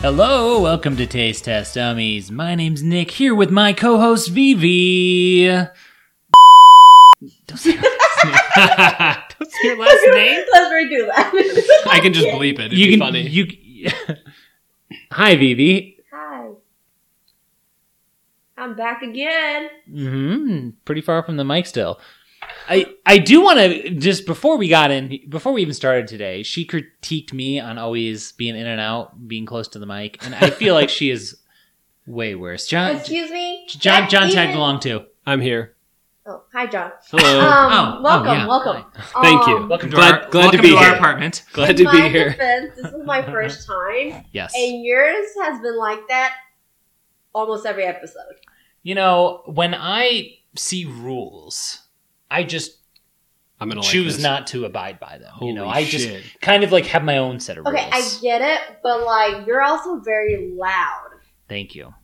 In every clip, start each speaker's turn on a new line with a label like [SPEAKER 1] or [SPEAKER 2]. [SPEAKER 1] Hello, welcome to Taste Test Dummies. My name's Nick, here with my co-host Vivi. Don't say her last name. Don't say her last name.
[SPEAKER 2] Let's redo that.
[SPEAKER 3] I can just bleep it. It'd
[SPEAKER 1] you
[SPEAKER 3] be
[SPEAKER 1] can.
[SPEAKER 3] funny.
[SPEAKER 1] You. Hi, Vivi.
[SPEAKER 2] Hi. I'm back again.
[SPEAKER 1] hmm Pretty far from the mic still. I I do want to just before we got in before we even started today, she critiqued me on always being in and out, being close to the mic, and I feel like she is way worse.
[SPEAKER 3] Uh,
[SPEAKER 1] John
[SPEAKER 2] Excuse me.
[SPEAKER 1] John
[SPEAKER 2] That
[SPEAKER 1] John tagged
[SPEAKER 2] even-
[SPEAKER 1] along too.
[SPEAKER 3] I'm here.
[SPEAKER 2] Oh, hi, John.
[SPEAKER 3] Hello.
[SPEAKER 2] Um,
[SPEAKER 1] Oh,
[SPEAKER 2] welcome,
[SPEAKER 1] oh, yeah.
[SPEAKER 2] welcome.
[SPEAKER 3] Thank you.
[SPEAKER 2] Um,
[SPEAKER 1] Oh, Welcome to
[SPEAKER 3] Glad-
[SPEAKER 1] our,
[SPEAKER 3] glad to
[SPEAKER 1] welcome
[SPEAKER 3] be
[SPEAKER 1] to our
[SPEAKER 3] here.
[SPEAKER 1] apartment.
[SPEAKER 3] Glad
[SPEAKER 2] in
[SPEAKER 3] to be
[SPEAKER 2] my
[SPEAKER 3] here.
[SPEAKER 2] Defense, this is my first time,
[SPEAKER 1] Yes.
[SPEAKER 2] and yours has been like that almost every episode.
[SPEAKER 1] You know, when I see rules, I just
[SPEAKER 3] I'm gonna like
[SPEAKER 1] choose
[SPEAKER 3] this.
[SPEAKER 1] not to abide by them.
[SPEAKER 3] Holy
[SPEAKER 1] you know, I just
[SPEAKER 3] shit.
[SPEAKER 1] kind of like have my own set of
[SPEAKER 2] Okay,
[SPEAKER 1] rules.
[SPEAKER 2] I get it, but like you're also very loud.
[SPEAKER 1] Thank you.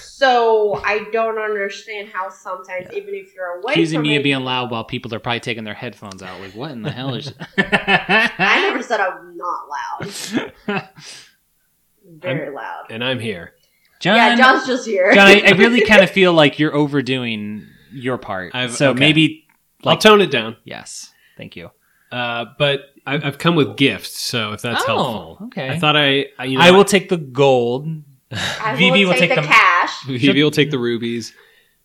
[SPEAKER 2] So I don't understand how sometimes, even if you're away
[SPEAKER 1] Accusing
[SPEAKER 2] from
[SPEAKER 1] me
[SPEAKER 2] it,
[SPEAKER 1] of being loud while people are probably taking their headphones out. Like, what in the hell is?
[SPEAKER 2] I never said I'm not loud. Very loud.
[SPEAKER 3] and I'm here.
[SPEAKER 1] John,
[SPEAKER 2] yeah, John's just here.
[SPEAKER 1] John, I, I really kind of feel like you're overdoing your part.
[SPEAKER 3] I've-
[SPEAKER 1] so
[SPEAKER 3] okay.
[SPEAKER 1] maybe,
[SPEAKER 3] I'll
[SPEAKER 1] like,
[SPEAKER 3] tone it down.
[SPEAKER 1] yes, thank you.
[SPEAKER 3] Uh, but I, I've come with gifts, so if that's
[SPEAKER 1] oh,
[SPEAKER 3] helpful,
[SPEAKER 1] okay.
[SPEAKER 3] I thought I, I, you know,
[SPEAKER 1] I will take the gold.
[SPEAKER 2] I
[SPEAKER 1] Vivi will
[SPEAKER 2] will take,
[SPEAKER 1] take
[SPEAKER 2] the
[SPEAKER 1] them.
[SPEAKER 2] cash.
[SPEAKER 3] Vivi will take the rubies.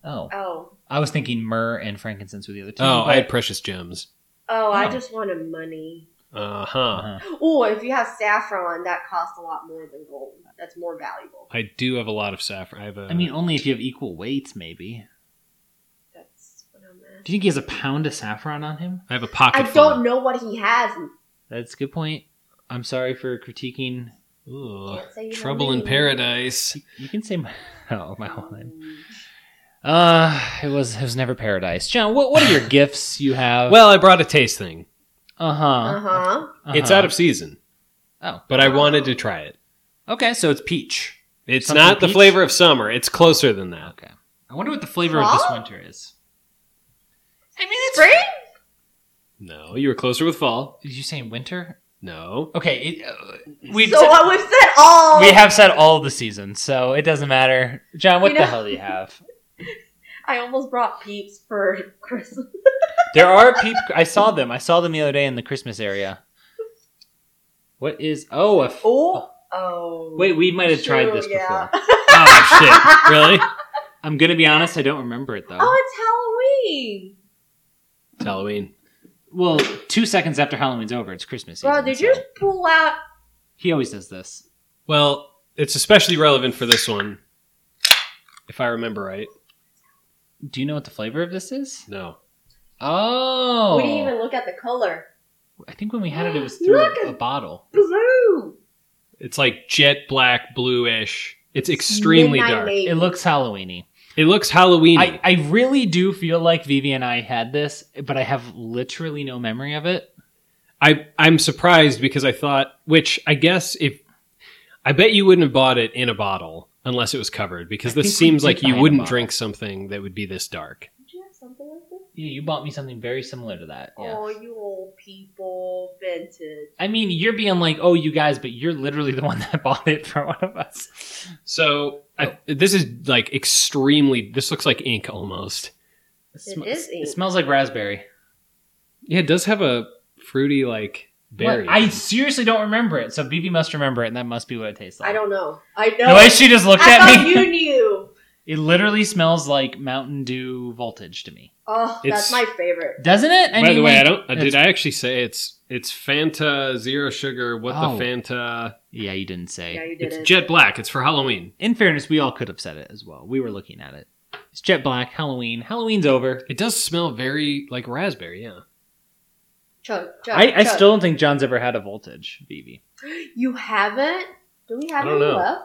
[SPEAKER 1] Oh,
[SPEAKER 2] Oh,
[SPEAKER 1] I was thinking myrrh and frankincense were the other two.
[SPEAKER 3] Oh,
[SPEAKER 1] but-
[SPEAKER 3] I had precious gems.
[SPEAKER 2] oh, I
[SPEAKER 1] Oh.
[SPEAKER 2] just wanted money.
[SPEAKER 3] Uh huh.
[SPEAKER 1] Uh-huh.
[SPEAKER 2] Oh, if you have saffron, that costs a lot more than gold. That's more valuable.
[SPEAKER 3] I do have a lot of saffron. I have a.
[SPEAKER 1] I mean, only if you have equal weights, maybe.
[SPEAKER 2] That's what I'm
[SPEAKER 1] Do
[SPEAKER 2] asking.
[SPEAKER 1] you think he has a pound of saffron on him?
[SPEAKER 3] I have a pocket.
[SPEAKER 2] I don't know what he has.
[SPEAKER 1] That's a good point. I'm sorry for critiquing.
[SPEAKER 3] Know.
[SPEAKER 2] Can't say you know
[SPEAKER 3] Trouble
[SPEAKER 2] me.
[SPEAKER 3] in paradise.
[SPEAKER 1] You can say my, oh, my whole name.
[SPEAKER 2] Mm.
[SPEAKER 1] Uh, it was it was never paradise. John, what what are your gifts you have?
[SPEAKER 3] Well, I brought a taste thing.
[SPEAKER 1] uh-huh,
[SPEAKER 2] Uh huh.
[SPEAKER 3] It's out of season,
[SPEAKER 1] Oh,
[SPEAKER 3] but I wanted to try it.
[SPEAKER 1] okay, so it's peach.
[SPEAKER 3] It's
[SPEAKER 1] Something
[SPEAKER 3] not the
[SPEAKER 1] peach?
[SPEAKER 3] flavor of summer. It's closer than that.
[SPEAKER 1] Okay. I wonder what the flavor of this
[SPEAKER 2] Fall?
[SPEAKER 1] winter is. I mean, it's
[SPEAKER 2] Spring?
[SPEAKER 3] No, you were closer with fall.
[SPEAKER 1] Did you say winter?
[SPEAKER 3] No.
[SPEAKER 1] Okay, it, uh, we've
[SPEAKER 2] so
[SPEAKER 1] said-
[SPEAKER 2] what we've said all.
[SPEAKER 1] we have said all the seasons, so it doesn't matter. John, what
[SPEAKER 2] You
[SPEAKER 1] the
[SPEAKER 2] know-
[SPEAKER 1] hell do you have?
[SPEAKER 2] I almost brought peeps for Christmas.
[SPEAKER 1] There are people. I saw them. I saw them the other day in the Christmas area. What is? Oh, a f-
[SPEAKER 2] Oh. Oh.
[SPEAKER 1] wait. We might have tried
[SPEAKER 2] True,
[SPEAKER 1] this
[SPEAKER 2] yeah.
[SPEAKER 1] before.
[SPEAKER 3] Oh shit! Really?
[SPEAKER 1] I'm gonna be honest. I don't remember it though.
[SPEAKER 2] Oh, it's Halloween.
[SPEAKER 3] It's Halloween.
[SPEAKER 1] Well, two seconds after Halloween's over, it's Christmas. Season,
[SPEAKER 2] Bro, did you
[SPEAKER 1] so-
[SPEAKER 2] just pull out?
[SPEAKER 1] He always does this.
[SPEAKER 3] Well, it's especially relevant for this one, if I remember right.
[SPEAKER 1] Do you know what the flavor of this is?
[SPEAKER 3] No.
[SPEAKER 1] Oh,
[SPEAKER 2] We didn't even look at the color.
[SPEAKER 1] I think when we had it, it was through
[SPEAKER 2] Look
[SPEAKER 1] a,
[SPEAKER 2] at-
[SPEAKER 1] bottle.
[SPEAKER 2] Blue.
[SPEAKER 3] It's like jet black, bluish. It's extremely
[SPEAKER 2] Midnight
[SPEAKER 3] dark.
[SPEAKER 2] Navy.
[SPEAKER 1] It looks Halloweeny.
[SPEAKER 3] It looks Halloween.
[SPEAKER 1] I, I really do feel like Vivi and I had this, but I have literally no memory of it.
[SPEAKER 3] I I'm surprised because I thought, which I guess if I bet you wouldn't have bought it in a bottle unless it was covered, because
[SPEAKER 1] I
[SPEAKER 3] this
[SPEAKER 1] think we
[SPEAKER 3] seems
[SPEAKER 1] did
[SPEAKER 3] like
[SPEAKER 1] buy it
[SPEAKER 3] you
[SPEAKER 1] in a
[SPEAKER 3] wouldn't
[SPEAKER 1] bottle.
[SPEAKER 3] drink something that would be this dark.
[SPEAKER 2] Did you have something like this?
[SPEAKER 1] Yeah, you bought me something very similar to that. Yeah.
[SPEAKER 2] Oh, you old people, vintage.
[SPEAKER 1] I mean, you're being like, oh, you guys, but you're literally the one that bought it for one of us.
[SPEAKER 3] So I, Oh. this is like extremely. This looks like ink almost.
[SPEAKER 1] It,
[SPEAKER 2] is ink.
[SPEAKER 1] it smells like raspberry.
[SPEAKER 3] Yeah, it does have a fruity like berry.
[SPEAKER 1] What? I seriously don't remember it, so Vivi must remember it, and that must be what it tastes like.
[SPEAKER 2] I don't know. I know.
[SPEAKER 1] The way she just looked
[SPEAKER 2] I
[SPEAKER 1] at
[SPEAKER 2] thought
[SPEAKER 1] me,
[SPEAKER 2] you knew.
[SPEAKER 1] it literally smells like Mountain Dew voltage to me,
[SPEAKER 2] Oh,
[SPEAKER 3] It's-
[SPEAKER 2] that's my favorite.
[SPEAKER 1] doesn't it? I
[SPEAKER 3] By the
[SPEAKER 1] mean,
[SPEAKER 3] way, I
[SPEAKER 1] like-
[SPEAKER 3] don't. uh,
[SPEAKER 1] it's-
[SPEAKER 3] Did I actually say it's it's Fanta zero sugar? What
[SPEAKER 1] Oh.
[SPEAKER 3] the Fanta?
[SPEAKER 1] Yeah, you didn't say.
[SPEAKER 2] Yeah, you did
[SPEAKER 3] It's
[SPEAKER 2] it.
[SPEAKER 3] jet black. It's for Halloween.
[SPEAKER 1] In fairness, we all could have said it as well. We were looking at it. It's jet black. Halloween. Halloween's over.
[SPEAKER 3] It does smell very like raspberry. Yeah.
[SPEAKER 2] chug, chug,
[SPEAKER 1] I, I
[SPEAKER 2] chug.
[SPEAKER 1] still don't think John's ever had a voltage, Vivi.
[SPEAKER 2] You haven't? Do we have
[SPEAKER 3] I don't
[SPEAKER 2] any
[SPEAKER 3] know.
[SPEAKER 2] left?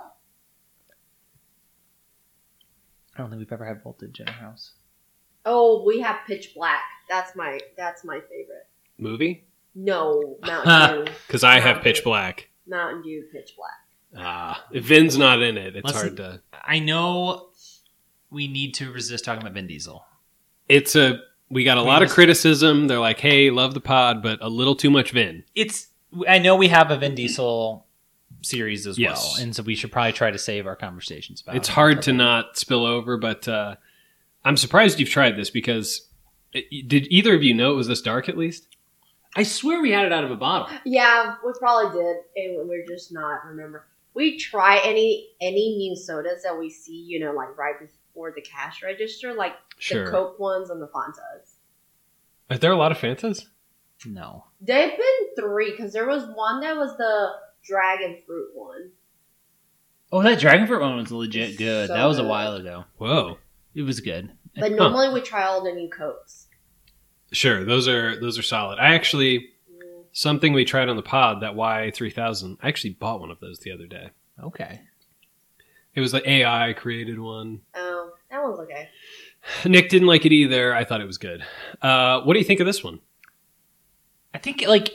[SPEAKER 1] I don't think we've ever had voltage in our house.
[SPEAKER 2] Oh, we have pitch black. That's my. That's my favorite.
[SPEAKER 3] Movie?
[SPEAKER 2] No, Mountain Dew.
[SPEAKER 3] Because I have pitch black.
[SPEAKER 2] Mountain Dew, pitch black.
[SPEAKER 3] Ah, if Vin's not in it, it's
[SPEAKER 1] Listen-
[SPEAKER 3] hard to.
[SPEAKER 1] I know we need to resist talking about Vin Diesel.
[SPEAKER 3] It's a. We got a
[SPEAKER 1] We
[SPEAKER 3] lot of
[SPEAKER 1] just-
[SPEAKER 3] criticism. They're like, "Hey, love the pod, but a little too much Vin."
[SPEAKER 1] It's I know we have a Vin Diesel series as
[SPEAKER 3] Yes.
[SPEAKER 1] well, and so we should probably try to save our conversations about.
[SPEAKER 3] It's
[SPEAKER 1] it.
[SPEAKER 3] hard to not spill over, but uh, I'm surprised you've tried this because it, did either of you know it was this dark at least?
[SPEAKER 1] I swear we had it out of a bottle.
[SPEAKER 2] Yeah, we probably did, and we're just not remember. We try any any new sodas that we see, you know, like right before the cash register, like the Coke ones and the Fantas.
[SPEAKER 3] Are there a lot of Fantas?
[SPEAKER 1] No,
[SPEAKER 2] They've been three because there was one that was the dragon fruit one.
[SPEAKER 1] Oh, that dragon fruit one was legit good.
[SPEAKER 2] So
[SPEAKER 1] that was a
[SPEAKER 2] good.
[SPEAKER 1] while ago.
[SPEAKER 3] Whoa.
[SPEAKER 1] It was good.
[SPEAKER 2] But normally we try all the new Cokes.
[SPEAKER 3] Sure, those are those are solid. I actually
[SPEAKER 2] Mm.
[SPEAKER 3] something we tried on the pod that Y3000. I actually bought one of those the other day.
[SPEAKER 1] Okay.
[SPEAKER 3] It was the AI created one.
[SPEAKER 2] Um, that one's okay.
[SPEAKER 3] Nick didn't like it either. I thought it was good. Uh, what do you think of this one?
[SPEAKER 1] I think like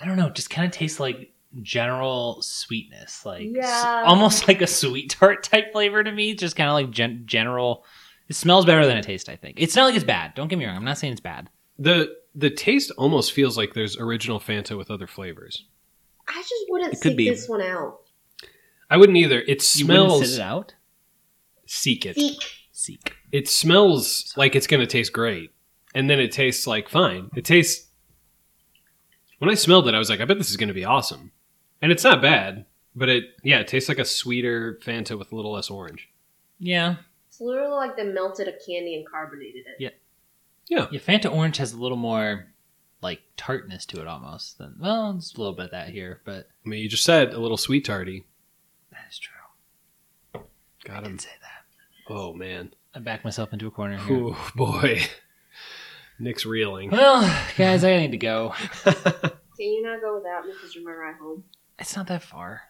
[SPEAKER 1] I don't know, it just kind of tastes like general sweetness, like s-
[SPEAKER 2] Yeah.
[SPEAKER 1] almost like a sweet tart type flavor to me. Just kind of like gen- general. It smells better than it tastes. I think it's not like it's bad. Don't get me wrong. I'm not saying it's bad.
[SPEAKER 3] The the taste almost feels like there's original Fanta with other flavors.
[SPEAKER 2] I just wouldn't
[SPEAKER 1] It could
[SPEAKER 2] seek
[SPEAKER 1] be.
[SPEAKER 2] this one out.
[SPEAKER 3] I wouldn't either. It
[SPEAKER 1] You wouldn't
[SPEAKER 3] smells
[SPEAKER 1] sit it out.
[SPEAKER 3] seek it.
[SPEAKER 2] Seek.
[SPEAKER 1] Seek.
[SPEAKER 3] It smells like it's going to taste great, and then it tastes like fine. It tastes. When I smelled it, I was like, I bet this is going to be awesome, and it's not bad. But it, yeah, it tastes like a sweeter Fanta with a little less orange.
[SPEAKER 1] Yeah.
[SPEAKER 2] It's literally like they melted a candy and carbonated it.
[SPEAKER 1] Yeah. Yeah. Fanta orange has a little more like tartness to it almost. Than well, it's a little bit of that here, but
[SPEAKER 3] I mean, you just said a little sweet tardy.
[SPEAKER 1] that is true. I
[SPEAKER 3] Got him.
[SPEAKER 1] did say that.
[SPEAKER 3] Oh man.
[SPEAKER 1] I backed myself into a corner. Here.
[SPEAKER 3] Oh boy. Nick's reeling.
[SPEAKER 1] Well, guys, I need to go.
[SPEAKER 2] Can you not go without me because you're my ride home?
[SPEAKER 1] It's not that far.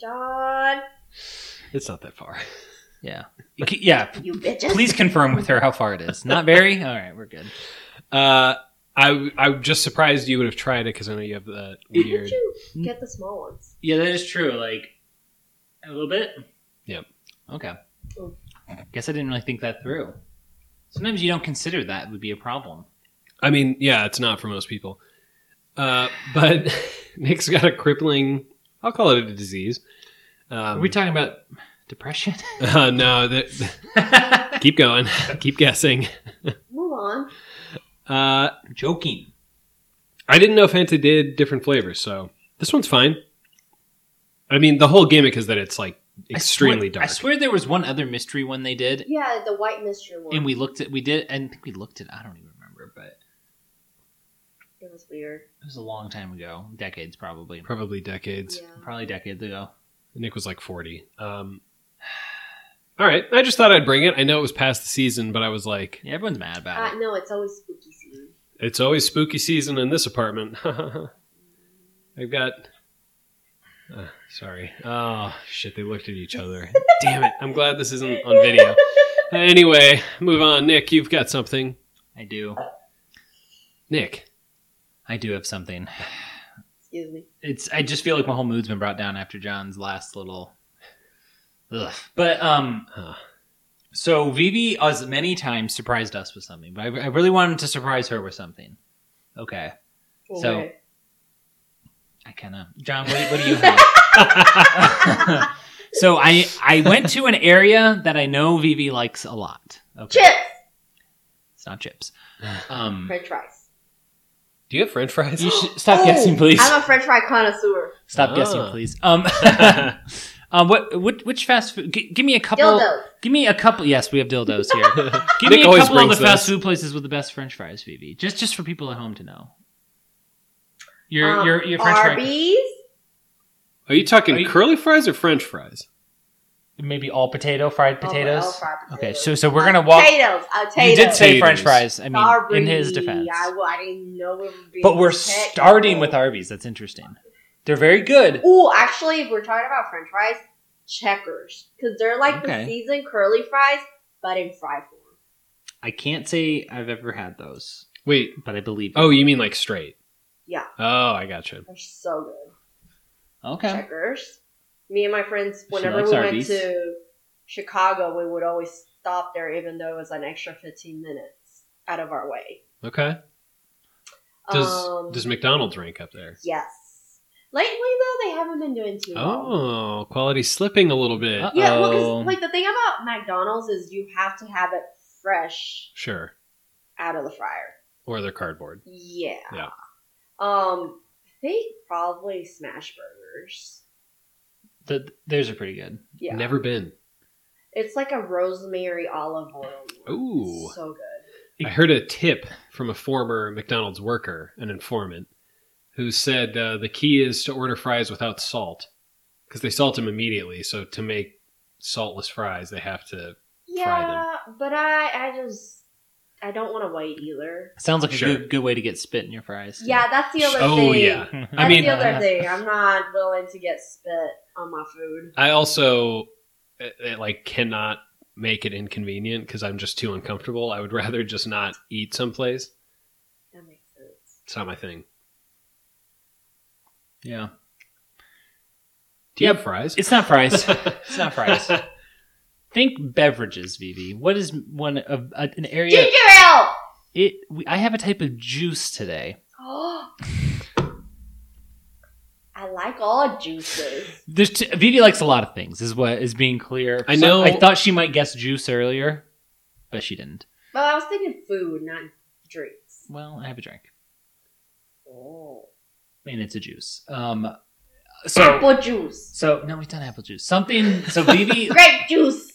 [SPEAKER 2] John,
[SPEAKER 3] it's not that far.
[SPEAKER 1] Yeah. Yeah. p-
[SPEAKER 2] you bitches.
[SPEAKER 1] Please confirm with her how far it is. Not very. All right, we're good.
[SPEAKER 3] Uh, I I'm just surprised you would have tried it because I know you have that
[SPEAKER 2] Why don't
[SPEAKER 3] weird.
[SPEAKER 2] you get the small ones?
[SPEAKER 1] Yeah, that is true. Like a little bit.
[SPEAKER 3] Yep.
[SPEAKER 1] Okay.
[SPEAKER 2] Oh.
[SPEAKER 1] Guess I didn't really think that through. Sometimes you don't consider that would be a problem.
[SPEAKER 3] I mean, yeah, it's not for most people. Uh, but Nick's got a crippling. I'll call it a disease. Um,
[SPEAKER 1] Are we talking about depression?
[SPEAKER 3] uh, no, that,
[SPEAKER 1] I'm
[SPEAKER 3] keep going. keep guessing.
[SPEAKER 2] Move on.
[SPEAKER 3] Uh,
[SPEAKER 1] joking.
[SPEAKER 3] I didn't know Fanta did different flavors, so this one's fine. I mean, the whole gimmick is that it's like
[SPEAKER 1] I
[SPEAKER 3] extremely
[SPEAKER 1] swear-
[SPEAKER 3] dark.
[SPEAKER 1] I swear there was one other mystery one they did,
[SPEAKER 2] Yeah, the white mystery one.
[SPEAKER 1] and we looked at. We did. I think we looked at. I don't even remember, but it
[SPEAKER 2] it was weird.
[SPEAKER 1] was a long time ago. Decades, probably.
[SPEAKER 3] Probably decades.
[SPEAKER 2] Yeah.
[SPEAKER 1] Probably decades ago.
[SPEAKER 3] Nick was like 40. Um, all right. I just thought I'd bring it. I know it was past the season, but I was like,
[SPEAKER 1] Yeah, everyone's mad about it.
[SPEAKER 2] Uh, no, it's always spooky season.
[SPEAKER 3] it's always spooky season in this apartment. I've got. Uh, sorry. Oh, shit. They looked at each other. Damn it. I'm glad this isn't on video. Uh, Anyway, move on. Nick, you've got something.
[SPEAKER 1] I do.
[SPEAKER 3] Nick.
[SPEAKER 1] I do have something.
[SPEAKER 2] Excuse me.
[SPEAKER 1] It's. I just feel like my whole mood's been brought down after John's last little. Ugh. But um,
[SPEAKER 3] Huh.
[SPEAKER 1] so Vivi as many times surprised us with something, but I, I really wanted to surprise her with something. Okay, So-
[SPEAKER 2] Okay.
[SPEAKER 1] I kind of John. What, what do you have? so I I went to an area that I know Vivi likes a lot. Okay,
[SPEAKER 2] chips,
[SPEAKER 1] it's not chips. Um,
[SPEAKER 2] French fries.
[SPEAKER 3] Do you have french fries?
[SPEAKER 1] you should stop
[SPEAKER 2] Oh,
[SPEAKER 1] guessing, please.
[SPEAKER 2] I'm a French fry connoisseur.
[SPEAKER 1] Stop
[SPEAKER 3] Ah.
[SPEAKER 1] guessing, please. Um, um, what, what, which fast food? G- give me a couple.
[SPEAKER 2] Dildos.
[SPEAKER 1] Give me a couple. Yes, we have dildos here. Give
[SPEAKER 3] Nick
[SPEAKER 1] me a
[SPEAKER 3] always
[SPEAKER 1] couple of the
[SPEAKER 3] brings
[SPEAKER 1] fast
[SPEAKER 3] those.
[SPEAKER 1] food places with the best French fries, Phoebe. Just, just for people at home to know. Your,
[SPEAKER 2] Um,
[SPEAKER 1] your, your French fries.
[SPEAKER 2] Arby's.
[SPEAKER 3] Are you talking
[SPEAKER 1] Are you-
[SPEAKER 3] curly fries or french fries?
[SPEAKER 1] Maybe all potato, fried
[SPEAKER 2] Oh,
[SPEAKER 1] potatoes.
[SPEAKER 2] oh, fried
[SPEAKER 1] Okay,
[SPEAKER 2] potatoes.
[SPEAKER 1] so so we're gonna walk.
[SPEAKER 2] Potatoes. Uh,
[SPEAKER 1] You did
[SPEAKER 2] potatoes.
[SPEAKER 1] say
[SPEAKER 3] Potatoes.
[SPEAKER 1] French fries. I mean,
[SPEAKER 2] Sorry,
[SPEAKER 1] in his defense,
[SPEAKER 2] I, well, I didn't know we were being
[SPEAKER 1] but we're
[SPEAKER 2] technical.
[SPEAKER 1] starting with Arby's. That's interesting. They're very good.
[SPEAKER 2] Ooh, actually, if we're talking about French fries, checkers, because they're like
[SPEAKER 1] Okay.
[SPEAKER 2] the seasoned curly fries, but in fry form.
[SPEAKER 1] I can't say I've ever had those,
[SPEAKER 3] Wait.
[SPEAKER 1] but I believe.
[SPEAKER 3] Oh, you mean like straight?
[SPEAKER 2] Yeah.
[SPEAKER 3] Oh, I gotcha.
[SPEAKER 2] They're so good.
[SPEAKER 1] okay.
[SPEAKER 2] Checkers. Me and my friends,
[SPEAKER 1] She
[SPEAKER 2] whenever
[SPEAKER 1] likes
[SPEAKER 2] we went
[SPEAKER 1] Arby's.
[SPEAKER 2] to Chicago, we would always stop there, even though it was an extra fifteen minutes out of our way.
[SPEAKER 3] Okay. Does
[SPEAKER 2] um,
[SPEAKER 3] does McDonald's rank up there?
[SPEAKER 2] yes. Lately, though, they haven't been doing too well.
[SPEAKER 3] Oh, quality slipping a little bit.
[SPEAKER 1] Uh,
[SPEAKER 2] Yeah, well, 'cause,
[SPEAKER 1] Oh.
[SPEAKER 2] like the thing about McDonald's is you have to have it fresh
[SPEAKER 3] Sure.
[SPEAKER 2] out of the fryer.
[SPEAKER 3] Or their cardboard.
[SPEAKER 2] Yeah.
[SPEAKER 3] Yeah.
[SPEAKER 2] Um, they probably smash burgers.
[SPEAKER 1] The, theirs are pretty good.
[SPEAKER 2] Yeah.
[SPEAKER 3] Never been.
[SPEAKER 2] It's like a rosemary olive oil. one.
[SPEAKER 3] Ooh.
[SPEAKER 2] So good.
[SPEAKER 3] I heard a tip from a former McDonald's worker, an informant, who said uh, the key is to order fries without salt because they salt them immediately. So to make saltless fries, they have to. Try them.
[SPEAKER 2] Yeah, but I, I just, I don't want to wait either.
[SPEAKER 1] Sounds like
[SPEAKER 3] Sure.
[SPEAKER 1] a good, good way to get spit in your fries. too.
[SPEAKER 2] Yeah, that's the other
[SPEAKER 3] Oh
[SPEAKER 2] thing.
[SPEAKER 3] yeah.
[SPEAKER 2] That's
[SPEAKER 3] I mean- uh,
[SPEAKER 2] the other thing. I'm not willing to get spit on my food.
[SPEAKER 3] I also uh uh, like cannot make it inconvenient because I'm just too uncomfortable. I would rather just not eat someplace.
[SPEAKER 2] That makes sense.
[SPEAKER 3] It's not my thing.
[SPEAKER 1] yeah.
[SPEAKER 3] Do you
[SPEAKER 1] Yep.
[SPEAKER 3] have fries?
[SPEAKER 1] It's not fries. it's not fries. Think beverages, Vivi. What is one of uh, an area?
[SPEAKER 2] Ginger ale.
[SPEAKER 1] It. We, I have a type of juice today.
[SPEAKER 2] Oh, I like all juices.
[SPEAKER 1] There's t- Vivi likes a lot of things. Is what is being clear.
[SPEAKER 3] I know-
[SPEAKER 1] I thought she might guess juice earlier, but she didn't.
[SPEAKER 2] Well, I was thinking food, not drinks.
[SPEAKER 1] Well, I have a drink,
[SPEAKER 2] Oh.
[SPEAKER 1] and it's a juice. Um. So.
[SPEAKER 2] Apple juice.
[SPEAKER 1] So no, we've done apple juice. Something. So Vivi
[SPEAKER 2] Grape juice.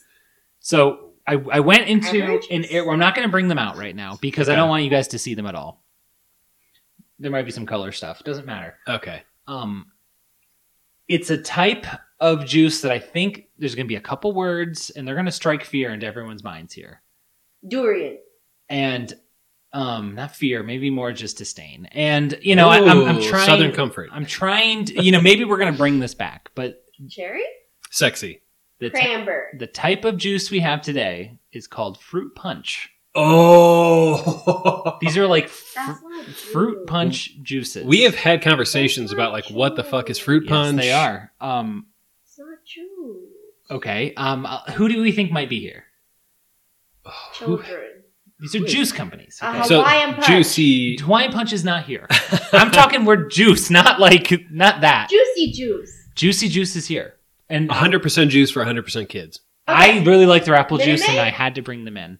[SPEAKER 1] So I, I went into
[SPEAKER 2] Outrageous.
[SPEAKER 1] an area where I'm not going to bring them out right now because I
[SPEAKER 3] Okay.
[SPEAKER 1] don't want you guys to see them at all. There might be some color stuff. Doesn't matter.
[SPEAKER 3] okay.
[SPEAKER 1] Um, it's a type of juice that I think there's going to be a couple words and they're going to strike fear into everyone's minds here.
[SPEAKER 2] Durian.
[SPEAKER 1] And um, not fear, maybe more just disdain. And you know, I, I'm, I'm
[SPEAKER 3] Ooh,
[SPEAKER 1] trying.
[SPEAKER 3] Southern comfort.
[SPEAKER 1] I'm trying. To, you know, maybe we're going to bring this back, but
[SPEAKER 2] Cherry?
[SPEAKER 3] Sexy.
[SPEAKER 1] the ty-
[SPEAKER 2] Cranberry.
[SPEAKER 1] the type of juice we have today is called fruit punch.
[SPEAKER 3] Oh.
[SPEAKER 1] These are like fr-
[SPEAKER 2] That's not
[SPEAKER 1] fruit
[SPEAKER 2] juice.
[SPEAKER 1] punch juices.
[SPEAKER 3] We have had conversations about like what the fuck is fruit
[SPEAKER 1] yes,
[SPEAKER 3] punch?
[SPEAKER 1] They are. Um.
[SPEAKER 2] It's not true.
[SPEAKER 1] Okay. Um. uh, who do we think might be here?
[SPEAKER 3] Oh, who-
[SPEAKER 2] Children.
[SPEAKER 1] These are juice companies.
[SPEAKER 2] Uh,
[SPEAKER 1] Okay.
[SPEAKER 2] Hawaii-
[SPEAKER 3] so
[SPEAKER 2] Hawaiian punch.
[SPEAKER 3] juicy.
[SPEAKER 1] Hawaiian punch is not here. I'm talking word juice, not like not that.
[SPEAKER 2] Juicy juice.
[SPEAKER 1] Juicy juice is here, and
[SPEAKER 3] 100% juice for 100% kids.
[SPEAKER 1] I really like their apple
[SPEAKER 2] Minute
[SPEAKER 1] juice, and
[SPEAKER 2] Maid?
[SPEAKER 1] I had to bring them in.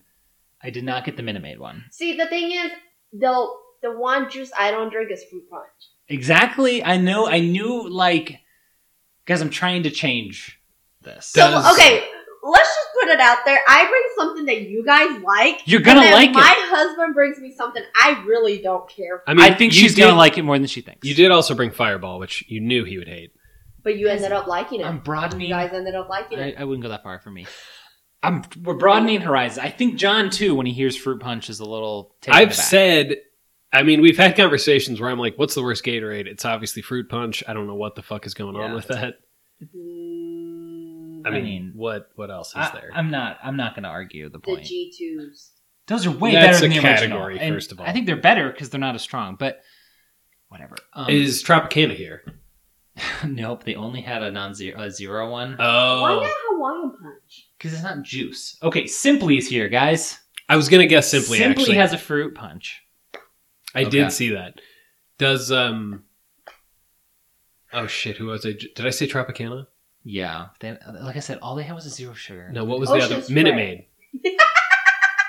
[SPEAKER 1] I did not get the Minute Maid one.
[SPEAKER 2] See, the thing is, the the one juice I don't drink is fruit punch.
[SPEAKER 1] Exactly. I know. I knew. Like, guys, I'm trying to change this.
[SPEAKER 2] So
[SPEAKER 3] Does-
[SPEAKER 2] okay, let's just put it out there. I bring something that you guys like.
[SPEAKER 1] You're gonna
[SPEAKER 2] and then
[SPEAKER 1] like
[SPEAKER 2] My
[SPEAKER 1] it.
[SPEAKER 2] husband brings me something I really don't care for,
[SPEAKER 3] I mean,
[SPEAKER 1] I think
[SPEAKER 3] you
[SPEAKER 1] she's
[SPEAKER 3] did-
[SPEAKER 1] gonna like it more than she thinks.
[SPEAKER 3] You did also bring Fireball, which you knew he would hate.
[SPEAKER 2] but you ended up liking it.
[SPEAKER 1] I'm
[SPEAKER 2] you
[SPEAKER 1] broadening.
[SPEAKER 2] guys ended up liking
[SPEAKER 1] I,
[SPEAKER 2] it.
[SPEAKER 1] I wouldn't go that far for me. I'm we're broadening horizons. I think John too, when he hears fruit punch, is a little. Taken
[SPEAKER 3] I've
[SPEAKER 1] aback.
[SPEAKER 3] said, I mean, we've had conversations where I'm like, "What's the worst Gatorade?" It's obviously fruit punch. I don't know what the fuck is going on
[SPEAKER 1] Yeah.
[SPEAKER 3] with that.
[SPEAKER 2] Mm,
[SPEAKER 3] I mean,
[SPEAKER 1] mean,
[SPEAKER 3] what what else is there?
[SPEAKER 1] I, am not. I'm not going to argue the
[SPEAKER 2] the
[SPEAKER 1] point.
[SPEAKER 2] G twos.
[SPEAKER 1] Those are way
[SPEAKER 3] That's
[SPEAKER 1] better than
[SPEAKER 3] a
[SPEAKER 1] the
[SPEAKER 3] category,
[SPEAKER 1] original. And
[SPEAKER 3] first of all.
[SPEAKER 1] I think they're better because they're not as strong. But whatever. Um,
[SPEAKER 3] is Tropicana here?
[SPEAKER 1] nope. They only had a non-zero a zero one
[SPEAKER 2] Why
[SPEAKER 3] Oh,
[SPEAKER 2] not Hawaiian punch?
[SPEAKER 1] because it's not juice. Okay, Simply is here, guys.
[SPEAKER 3] I was gonna guess simply. actually,
[SPEAKER 1] has a fruit punch.
[SPEAKER 3] I
[SPEAKER 1] Okay.
[SPEAKER 3] did see that. Does um? Oh shit! Who was I? j- Did I say Tropicana?
[SPEAKER 1] Yeah. They, like I said, all they had was a zero sugar.
[SPEAKER 3] No. What was the
[SPEAKER 2] Ocean
[SPEAKER 3] other?
[SPEAKER 2] Spray.
[SPEAKER 3] Minute Maid.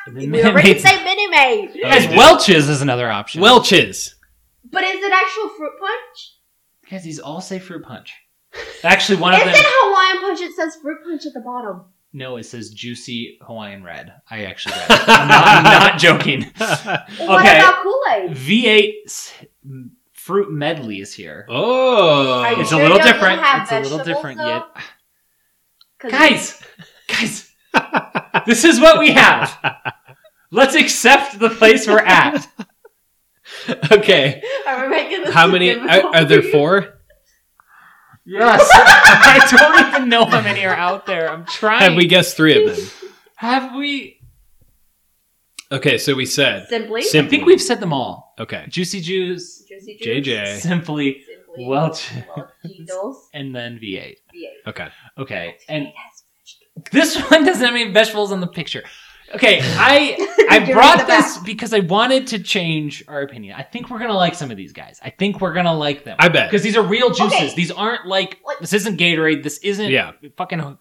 [SPEAKER 1] And
[SPEAKER 2] We
[SPEAKER 1] then they
[SPEAKER 2] already
[SPEAKER 1] made-
[SPEAKER 2] say Minute Maid,
[SPEAKER 1] Guys,
[SPEAKER 3] Oh,
[SPEAKER 1] Welch's is another option.
[SPEAKER 3] Welch's.
[SPEAKER 2] but is it actual fruit punch?
[SPEAKER 1] Guys, these all say fruit punch. Actually, one of
[SPEAKER 2] Is
[SPEAKER 1] them.
[SPEAKER 2] it Hawaiian punch? It says fruit punch at the bottom.
[SPEAKER 1] No, it says juicy Hawaiian red. I actually read it. I'm not, I'm not joking.
[SPEAKER 2] What
[SPEAKER 1] Okay.
[SPEAKER 2] about Kool Aid?
[SPEAKER 1] V8 s- m- fruit medley is here.
[SPEAKER 2] Are you
[SPEAKER 3] oh,
[SPEAKER 1] Uh, It's a
[SPEAKER 2] sure
[SPEAKER 1] little
[SPEAKER 2] y'all don't
[SPEAKER 1] different.
[SPEAKER 2] have
[SPEAKER 1] It's a little
[SPEAKER 2] vegetables,
[SPEAKER 1] different
[SPEAKER 2] though?
[SPEAKER 1] yet.
[SPEAKER 2] 'Cause
[SPEAKER 1] Guys, guys, this is what we have. Let's accept the place we're at.
[SPEAKER 3] okay.
[SPEAKER 2] Are we making this
[SPEAKER 3] How
[SPEAKER 2] too
[SPEAKER 3] many
[SPEAKER 2] difficult
[SPEAKER 3] are, are there?
[SPEAKER 2] for you?
[SPEAKER 3] Four?
[SPEAKER 1] Yes. I don't even know how many are out there. I'm trying.
[SPEAKER 3] Have we guessed three of them?
[SPEAKER 1] Have we?
[SPEAKER 3] Okay, so we said
[SPEAKER 2] Simply.
[SPEAKER 1] I think we've said them all.
[SPEAKER 3] okay.
[SPEAKER 1] Juicy Juice,
[SPEAKER 2] Juicy Juice.
[SPEAKER 3] JJ.
[SPEAKER 1] Simply,
[SPEAKER 2] Simply.
[SPEAKER 1] Welch.
[SPEAKER 2] Welch's.
[SPEAKER 1] and then V8.
[SPEAKER 2] V8.
[SPEAKER 3] Okay.
[SPEAKER 1] Okay. And
[SPEAKER 2] Yes.
[SPEAKER 1] This one doesn't have any vegetables on the picture. Okay, I I
[SPEAKER 2] During the
[SPEAKER 1] brought this because I wanted to change our opinion. I think we're gonna like some of these guys. I think we're gonna like them.
[SPEAKER 3] I bet.
[SPEAKER 1] because these are real juices.
[SPEAKER 2] Okay.
[SPEAKER 1] These aren't like
[SPEAKER 2] What?
[SPEAKER 1] this isn't Gatorade. This isn't
[SPEAKER 3] Yeah.
[SPEAKER 1] fucking Ha-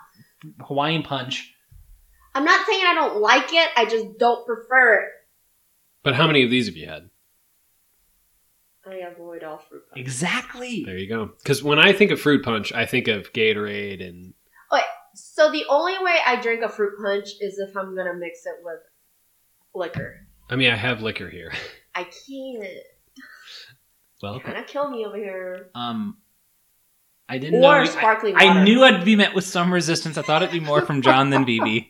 [SPEAKER 1] Hawaiian Punch.
[SPEAKER 2] I'm not saying I don't like it. I just don't prefer it.
[SPEAKER 3] But how many of these have you had?
[SPEAKER 2] I avoid all fruit. punch.
[SPEAKER 1] Exactly.
[SPEAKER 3] There you go. Because when I think of fruit punch, I think of Gatorade and
[SPEAKER 2] So the only way I drink a fruit punch is if I'm gonna mix it with liquor.
[SPEAKER 3] I mean I have liquor here.
[SPEAKER 2] I can't.
[SPEAKER 3] Well,
[SPEAKER 2] Kind of kill me over here.
[SPEAKER 1] Um, I didn't know.
[SPEAKER 2] Or
[SPEAKER 1] you- I,
[SPEAKER 2] sparkling water.
[SPEAKER 1] I knew I'd be met with some resistance. I thought it'd be more from John than BB.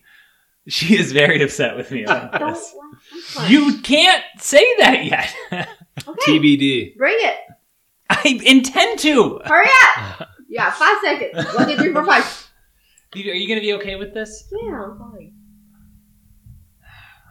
[SPEAKER 1] She is very upset with me about
[SPEAKER 2] Don't
[SPEAKER 1] this.
[SPEAKER 2] want fruit punch.
[SPEAKER 1] You can't say that yet.
[SPEAKER 2] okay?
[SPEAKER 3] TBD.
[SPEAKER 2] Bring it.
[SPEAKER 1] I intend to.
[SPEAKER 2] Hurry up. Yeah, five seconds. One, two, three, four, five.
[SPEAKER 1] Are you going to be okay with this?
[SPEAKER 2] Yeah, I'm fine.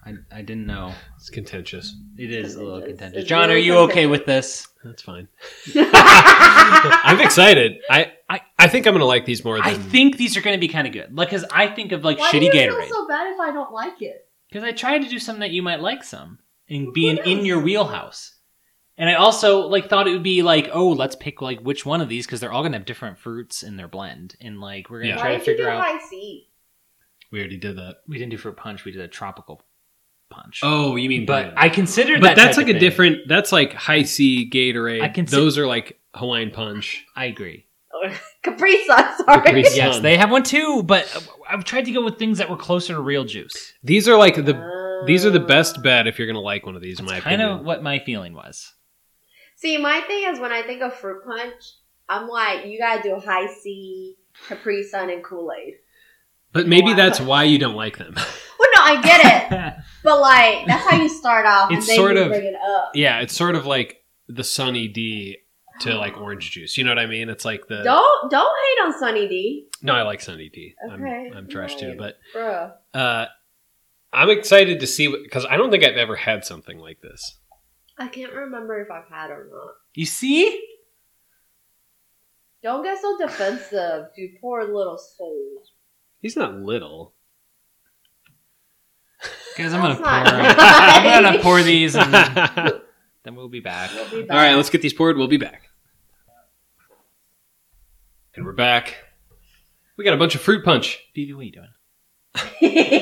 [SPEAKER 1] I, I didn't know.
[SPEAKER 3] It's contentious.
[SPEAKER 1] It is a little
[SPEAKER 2] It's-
[SPEAKER 1] contentious.
[SPEAKER 2] it's
[SPEAKER 1] John, are
[SPEAKER 2] really
[SPEAKER 1] you okay with this?
[SPEAKER 3] That's fine.
[SPEAKER 2] I
[SPEAKER 3] I'm excited. I, I
[SPEAKER 1] I-
[SPEAKER 3] I think I'm gonna like these more than
[SPEAKER 1] I think these are going to be kind of good. Like, because I think of like
[SPEAKER 2] Why
[SPEAKER 1] shitty
[SPEAKER 2] do you feel
[SPEAKER 1] Gatorade.
[SPEAKER 2] so bad if I don't like it?
[SPEAKER 1] Because I tried to do something that you might like some and being
[SPEAKER 2] What
[SPEAKER 1] in
[SPEAKER 2] else?
[SPEAKER 1] your wheelhouse. And I also like thought it would be like, oh, let's pick like which one of these because they're all gonna have different fruits in their blend, and like we're gonna
[SPEAKER 3] Yeah.
[SPEAKER 1] try
[SPEAKER 2] Why
[SPEAKER 1] to
[SPEAKER 2] did you do
[SPEAKER 1] figure out.
[SPEAKER 2] what I see?
[SPEAKER 3] we already did that.
[SPEAKER 1] We didn't do fruit punch; we did a tropical punch.
[SPEAKER 3] Oh, you mean
[SPEAKER 1] but
[SPEAKER 3] brand.
[SPEAKER 1] I considered that
[SPEAKER 3] But that's
[SPEAKER 1] type
[SPEAKER 3] like
[SPEAKER 1] of
[SPEAKER 3] a
[SPEAKER 1] thing.
[SPEAKER 3] different. That's like high C Gatorade.
[SPEAKER 1] I can see-
[SPEAKER 3] Those are like Hawaiian Punch.
[SPEAKER 1] I agree.
[SPEAKER 2] Capri Sun, sorry.
[SPEAKER 3] Capri Sun.
[SPEAKER 1] Yes,
[SPEAKER 3] Son.
[SPEAKER 1] they have one too, but I've tried to go with things that were closer to real juice.
[SPEAKER 3] These are like the.
[SPEAKER 2] Uh,
[SPEAKER 3] These are the best bet if you're gonna like one of these. In my
[SPEAKER 1] That's kind
[SPEAKER 3] opinion.
[SPEAKER 1] of what my feeling was.
[SPEAKER 2] See, my thing is when I think of fruit punch, I'm like, you gotta do high C, Capri Sun, and Kool Aid.
[SPEAKER 3] but maybe
[SPEAKER 2] Hawaiian
[SPEAKER 3] that's
[SPEAKER 2] Punch.
[SPEAKER 3] why you don't like them.
[SPEAKER 2] Well, no, I get it,
[SPEAKER 1] yeah,
[SPEAKER 2] but like that's how you start off,
[SPEAKER 3] It's
[SPEAKER 2] and then
[SPEAKER 3] sort
[SPEAKER 2] you
[SPEAKER 3] of-
[SPEAKER 2] bring it up.
[SPEAKER 3] yeah, it's sort of like the Sunny D to like orange juice. You know what I mean? It's like the.
[SPEAKER 2] Don't don't hate on Sunny D,
[SPEAKER 3] No, I like Sunny D.
[SPEAKER 2] Okay,
[SPEAKER 3] am I'm trash too,
[SPEAKER 2] right.
[SPEAKER 3] but
[SPEAKER 2] bro.
[SPEAKER 3] uh, I'm excited to see because I don't think I've ever had something like this.
[SPEAKER 2] I can't remember if I've had or not.
[SPEAKER 1] you see,
[SPEAKER 2] Don't get so defensive, you poor little soul.
[SPEAKER 3] He's not little.
[SPEAKER 1] guys, I'm gonna
[SPEAKER 2] That's
[SPEAKER 1] pour.
[SPEAKER 2] not
[SPEAKER 1] I'm gonna
[SPEAKER 2] nice.
[SPEAKER 1] pour these,
[SPEAKER 3] All
[SPEAKER 1] and then then we'll be back.
[SPEAKER 2] We'll be back.
[SPEAKER 3] right, let's get these poured. We'll be back. And we're back. We got a bunch of fruit punch.
[SPEAKER 1] BB, what are you doing?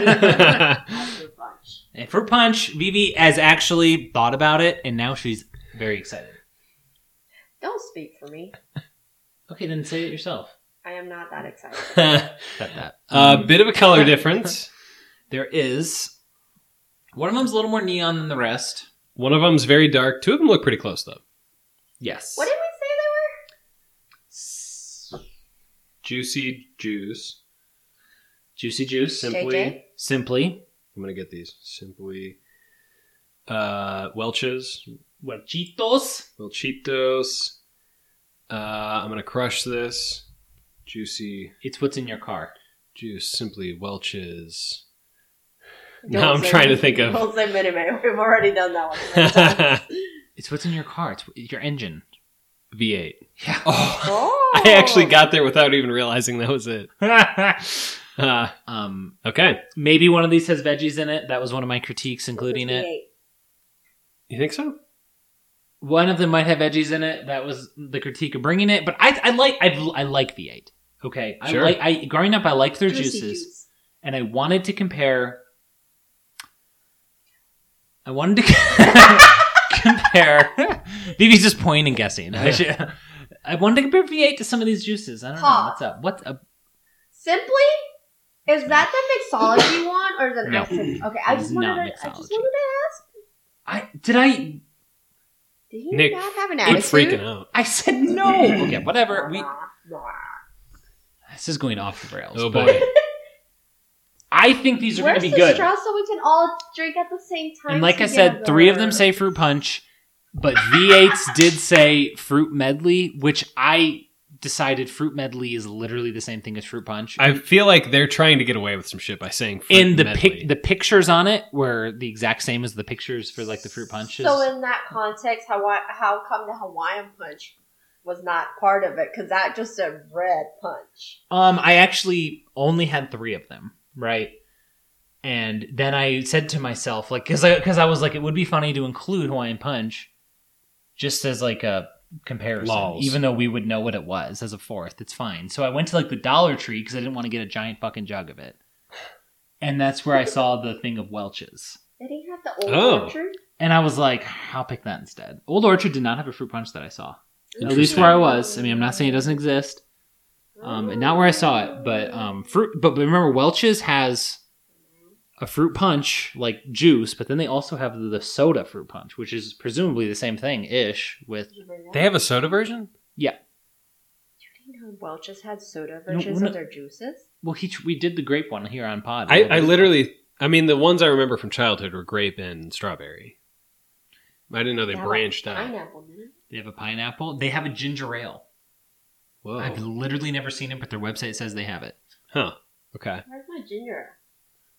[SPEAKER 2] Fruit punch.
[SPEAKER 1] And for Punch, Vivi has actually thought about it, and now she's very excited.
[SPEAKER 2] Don't speak for me.
[SPEAKER 1] Okay, then say it yourself. Mm-hmm.
[SPEAKER 2] I am not that excited.
[SPEAKER 3] A
[SPEAKER 1] Cut that. Uh,
[SPEAKER 3] bit of a color difference.
[SPEAKER 1] there is one of them's a little more neon than the rest.
[SPEAKER 3] One of them's very dark. Two of them look pretty close though.
[SPEAKER 1] Yes.
[SPEAKER 2] What did we say they were?
[SPEAKER 3] Juicy juice.
[SPEAKER 1] Juicy Juice.
[SPEAKER 3] Simply.
[SPEAKER 2] JJ?
[SPEAKER 1] Simply.
[SPEAKER 3] I'm gonna get these. Simply. Uh, Welch's.
[SPEAKER 1] Huachitos.
[SPEAKER 3] Welchitos. Uh, I'm gonna crush this. Juicy
[SPEAKER 1] It's what's in your car.
[SPEAKER 3] juice. Simply Welch's.
[SPEAKER 2] Don't
[SPEAKER 3] now I'm
[SPEAKER 2] say-
[SPEAKER 3] trying to think of
[SPEAKER 2] Don't say Minute Maid. We've already done that one.
[SPEAKER 3] V8.
[SPEAKER 1] It's what's in your car. It's your engine. Yeah.
[SPEAKER 3] Oh,
[SPEAKER 2] Oh.
[SPEAKER 3] I actually got there without even realizing that was it. Uh,
[SPEAKER 1] um,
[SPEAKER 3] okay.
[SPEAKER 1] maybe one of these has veggies in it. That was one of my critiques, including it.
[SPEAKER 3] You think so?
[SPEAKER 1] one of them might have veggies in it. That was the critique of bringing it, but I, I like I, I like the eight. Okay,
[SPEAKER 3] Sure.
[SPEAKER 1] I like I growing up I liked their
[SPEAKER 2] Juicy
[SPEAKER 1] juices,
[SPEAKER 2] juice.
[SPEAKER 1] and I wanted to compare. I wanted to compare. Vivi's just pointing and guessing. I, should- I wanted to compare V eight to some of these juices. I don't
[SPEAKER 2] Huh.
[SPEAKER 1] know what's up. uh, What's up?
[SPEAKER 2] Simply? Is that the mixology one or is it an
[SPEAKER 1] No.
[SPEAKER 2] accident? Okay, I
[SPEAKER 1] It
[SPEAKER 2] just
[SPEAKER 1] is
[SPEAKER 2] wanted
[SPEAKER 1] not
[SPEAKER 2] to, I just
[SPEAKER 1] mixology.
[SPEAKER 2] wanted to ask.
[SPEAKER 1] I did I
[SPEAKER 2] Did he
[SPEAKER 3] Nick,
[SPEAKER 2] not have an
[SPEAKER 3] Quit
[SPEAKER 2] attitude?
[SPEAKER 3] freaking out.
[SPEAKER 1] I said no. Okay, whatever. We
[SPEAKER 2] Blah,
[SPEAKER 1] this is going off the rails.
[SPEAKER 3] Oh
[SPEAKER 1] but
[SPEAKER 3] boy.
[SPEAKER 1] I think these are going
[SPEAKER 2] Where's
[SPEAKER 1] to be
[SPEAKER 2] the
[SPEAKER 1] good.
[SPEAKER 2] straw so we can all drink at the same time?
[SPEAKER 1] And like I said, three of them
[SPEAKER 2] together?
[SPEAKER 1] say fruit punch, but V8s did say fruit medley, which I decided fruit medley is literally the same thing as fruit punch.
[SPEAKER 3] I feel like they're trying to get away with some shit by saying fruit
[SPEAKER 1] and the
[SPEAKER 3] medley.
[SPEAKER 1] pic- the pictures on it were the exact same as the pictures for like the fruit punches.
[SPEAKER 2] So in that context, how how come the Hawaiian punch was not part of it? Because that just said red punch.
[SPEAKER 1] um, I actually only had three of them, right? And then I said to myself, like, because I, cause I was like, it would be funny to include Hawaiian Punch just as like a comparison,
[SPEAKER 3] Lols.
[SPEAKER 1] even though we would know what it was as a fourth. It's fine. So I went to like the Dollar Tree because I didn't want to get a giant fucking jug of it. And that's where I saw the thing of Welch's.
[SPEAKER 2] Did he have the old
[SPEAKER 3] Oh.
[SPEAKER 2] orchard?
[SPEAKER 1] And I was like, I'll pick that instead. Old Orchard did not have a fruit punch that I saw. At least
[SPEAKER 3] Interesting.
[SPEAKER 1] where I was. I mean, I'm not saying it doesn't exist, um, and not where I saw it, but um, fruit. But, but remember, Welch's has a fruit punch like juice, but then they also have the soda fruit punch, which is presumably the same thing ish. With
[SPEAKER 2] Did you bring that?
[SPEAKER 3] They have a soda version?
[SPEAKER 2] You didn't know Welch's had soda
[SPEAKER 1] No,
[SPEAKER 2] versions
[SPEAKER 1] no.
[SPEAKER 2] of their juices?
[SPEAKER 1] well, he, we did the grape one here on Pod.
[SPEAKER 3] I, I literally, I mean, the ones I remember from childhood were grape and strawberry. I didn't know they
[SPEAKER 2] have a
[SPEAKER 3] branched out.
[SPEAKER 2] Pineapple, didn't
[SPEAKER 1] they have a pineapple. They have a ginger ale.
[SPEAKER 3] Whoa.
[SPEAKER 1] I've literally never seen it, but their website says they have it.
[SPEAKER 3] Huh. Okay.
[SPEAKER 2] it? Where's my ginger?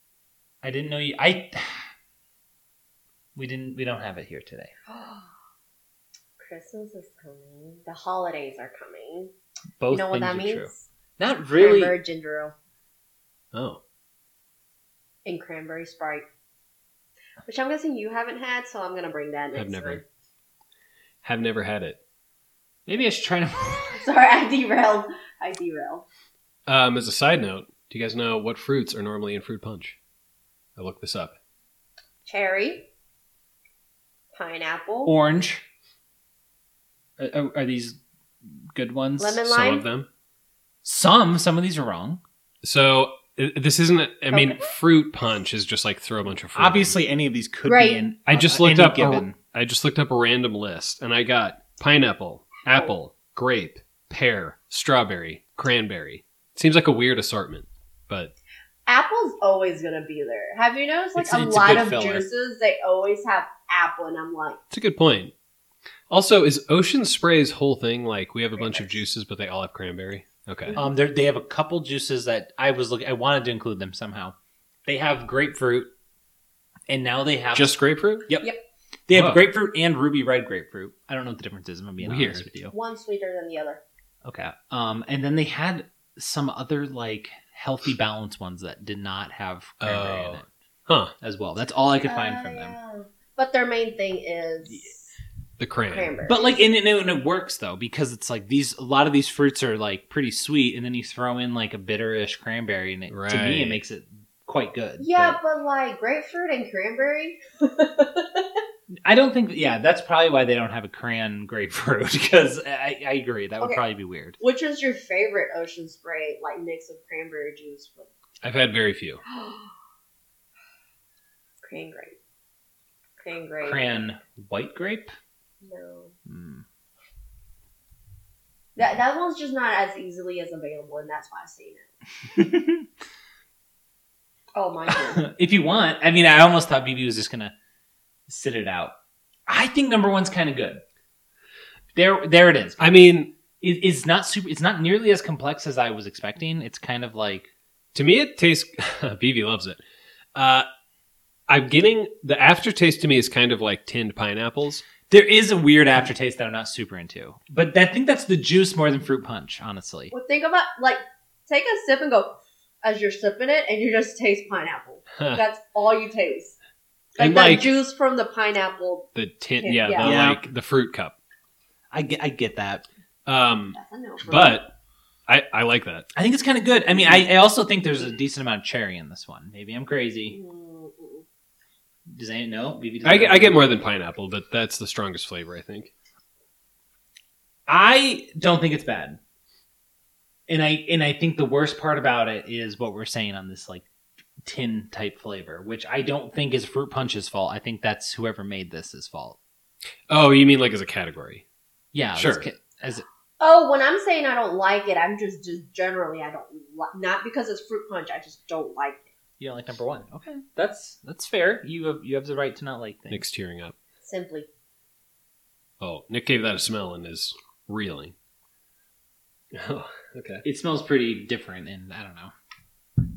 [SPEAKER 1] I didn't know you. I we didn't. We don't have it here today.
[SPEAKER 2] Christmas is coming. The holidays are coming.
[SPEAKER 1] Both
[SPEAKER 2] you know
[SPEAKER 1] things
[SPEAKER 2] what that
[SPEAKER 1] are
[SPEAKER 2] means?
[SPEAKER 1] true. Not
[SPEAKER 2] Cranberry ginger ale
[SPEAKER 3] Oh.
[SPEAKER 2] and cranberry sprite. Which I'm guessing you haven't had, so I'm gonna bring that next
[SPEAKER 3] I've
[SPEAKER 2] time.
[SPEAKER 3] never, have never had it.
[SPEAKER 1] Maybe I should try to.
[SPEAKER 2] Sorry, I derailed. I derailed.
[SPEAKER 3] Um, as a side note, do you guys know what fruits are normally in fruit punch? I looked this up.
[SPEAKER 2] Cherry, pineapple,
[SPEAKER 1] Orange. Are, are- are these good ones?
[SPEAKER 2] Lemon. And
[SPEAKER 3] Some
[SPEAKER 2] lime?
[SPEAKER 3] of them.
[SPEAKER 1] Some. Some of these are wrong.
[SPEAKER 3] So i- this isn't. I mean,
[SPEAKER 2] Okay.
[SPEAKER 3] fruit punch is just like throw a bunch of fruit. in.
[SPEAKER 1] Obviously, any of these could
[SPEAKER 2] Right.
[SPEAKER 1] be in.
[SPEAKER 3] I just
[SPEAKER 1] uh,
[SPEAKER 3] looked
[SPEAKER 1] any
[SPEAKER 3] up a-
[SPEAKER 1] Given.
[SPEAKER 3] I just looked up a random list and I got pineapple, apple, grape, pear, strawberry, cranberry. Seems like a weird assortment, but
[SPEAKER 2] apple's always gonna be there. Have you noticed like
[SPEAKER 3] It's-
[SPEAKER 2] a
[SPEAKER 3] it's a
[SPEAKER 2] lot
[SPEAKER 3] good
[SPEAKER 2] of
[SPEAKER 3] filler.
[SPEAKER 2] juices they always have apple, and I'm like,
[SPEAKER 3] it's a good point. Also, is Ocean Spray's whole thing like we have a bunch of juices, but they all have cranberry? Okay.
[SPEAKER 1] Um, they're- they have a couple juices that I was looking. I wanted to include them somehow. They have grapefruit, and now they have
[SPEAKER 3] Just grapefruit?
[SPEAKER 1] they have
[SPEAKER 3] Whoa.
[SPEAKER 1] grapefruit and ruby red grapefruit. I don't know what the difference is. I'm being
[SPEAKER 3] Weird.
[SPEAKER 1] honest with you.
[SPEAKER 2] one sweeter than the other.
[SPEAKER 1] Okay. Um, and then they had some other like healthy balance ones that did not have cranberry in
[SPEAKER 3] Oh.
[SPEAKER 1] it
[SPEAKER 3] Huh.
[SPEAKER 1] as well. That's all I could find
[SPEAKER 2] Uh,
[SPEAKER 1] from them.
[SPEAKER 2] yeah. But their main thing is
[SPEAKER 3] The cran.
[SPEAKER 2] cranberry.
[SPEAKER 1] But like, and it, and it works though because it's like these. A lot of these fruits are like pretty sweet, and then you throw in like a bitterish cranberry, and it, to me,
[SPEAKER 3] Right.
[SPEAKER 1] it makes it quite good.
[SPEAKER 2] yeah, but like grapefruit and cranberry.
[SPEAKER 1] But I don't think. Yeah, that's probably why they don't have a cran grapefruit because I, I agree that would
[SPEAKER 2] Okay.
[SPEAKER 1] probably be weird.
[SPEAKER 2] Which is your favorite ocean spray like mix of cranberry juice with
[SPEAKER 3] I've had very few.
[SPEAKER 2] cran grape? Cran grape.
[SPEAKER 1] Cran white grape.
[SPEAKER 2] No.
[SPEAKER 1] Mm.
[SPEAKER 2] That that one's just not as easily as available, and that's why I've seen it. oh my god.
[SPEAKER 1] if you want, I mean, I almost thought BB was just gonna sit it out. I think number one's kind of good. There, there it is.
[SPEAKER 3] I mean,
[SPEAKER 1] It, it's not super. It's not nearly as complex as I was expecting. It's kind of like
[SPEAKER 3] to me, it tastes. BB loves it. Uh, I'm getting the aftertaste to me is kind of like tinned pineapples.
[SPEAKER 1] There is a weird aftertaste that I'm not super into, but I think that's the juice more than fruit punch, honestly.
[SPEAKER 2] well, think about like take a sip and go as you're sipping it, and you just taste pineapple.
[SPEAKER 3] Huh.
[SPEAKER 2] That's all you taste. Like
[SPEAKER 3] And
[SPEAKER 2] that
[SPEAKER 3] like
[SPEAKER 2] juice from the pineapple.
[SPEAKER 3] the tin,
[SPEAKER 2] Yeah.
[SPEAKER 3] yeah,
[SPEAKER 2] Yeah.
[SPEAKER 3] The,
[SPEAKER 1] Yeah.
[SPEAKER 3] like the fruit cup.
[SPEAKER 1] I get, I get that.
[SPEAKER 3] Um,
[SPEAKER 2] That's a no. for me.
[SPEAKER 3] but I, I like that.
[SPEAKER 1] I think it's kind of good. I mean, I, I also think there's a decent amount of cherry in this one. Maybe I'm crazy.
[SPEAKER 2] Mm, mm.
[SPEAKER 1] Does anyone know? Maybe does
[SPEAKER 3] I get, I get
[SPEAKER 1] anyone know?
[SPEAKER 3] more than pineapple, but that's the strongest flavor, I think.
[SPEAKER 1] I don't think it's bad, and I and I think the worst part about it is what we're saying on this like tin type flavor, which I don't think is fruit punch's fault. I think that's whoever made this is fault.
[SPEAKER 3] Oh, you mean like as a category?
[SPEAKER 1] Yeah,
[SPEAKER 3] Sure.
[SPEAKER 1] that's ca- As
[SPEAKER 2] Oh, when I'm saying I don't like it, I'm just just generally I don't like not because it's fruit punch. I just don't like it.
[SPEAKER 1] you don't like number one, okay, that's that's fair. You have you have the right to not like things.
[SPEAKER 3] Nick's tearing up.
[SPEAKER 2] Simply,
[SPEAKER 3] Oh, Nick gave that a smell and is reeling. Oh, okay.
[SPEAKER 1] It smells pretty different, and I don't know.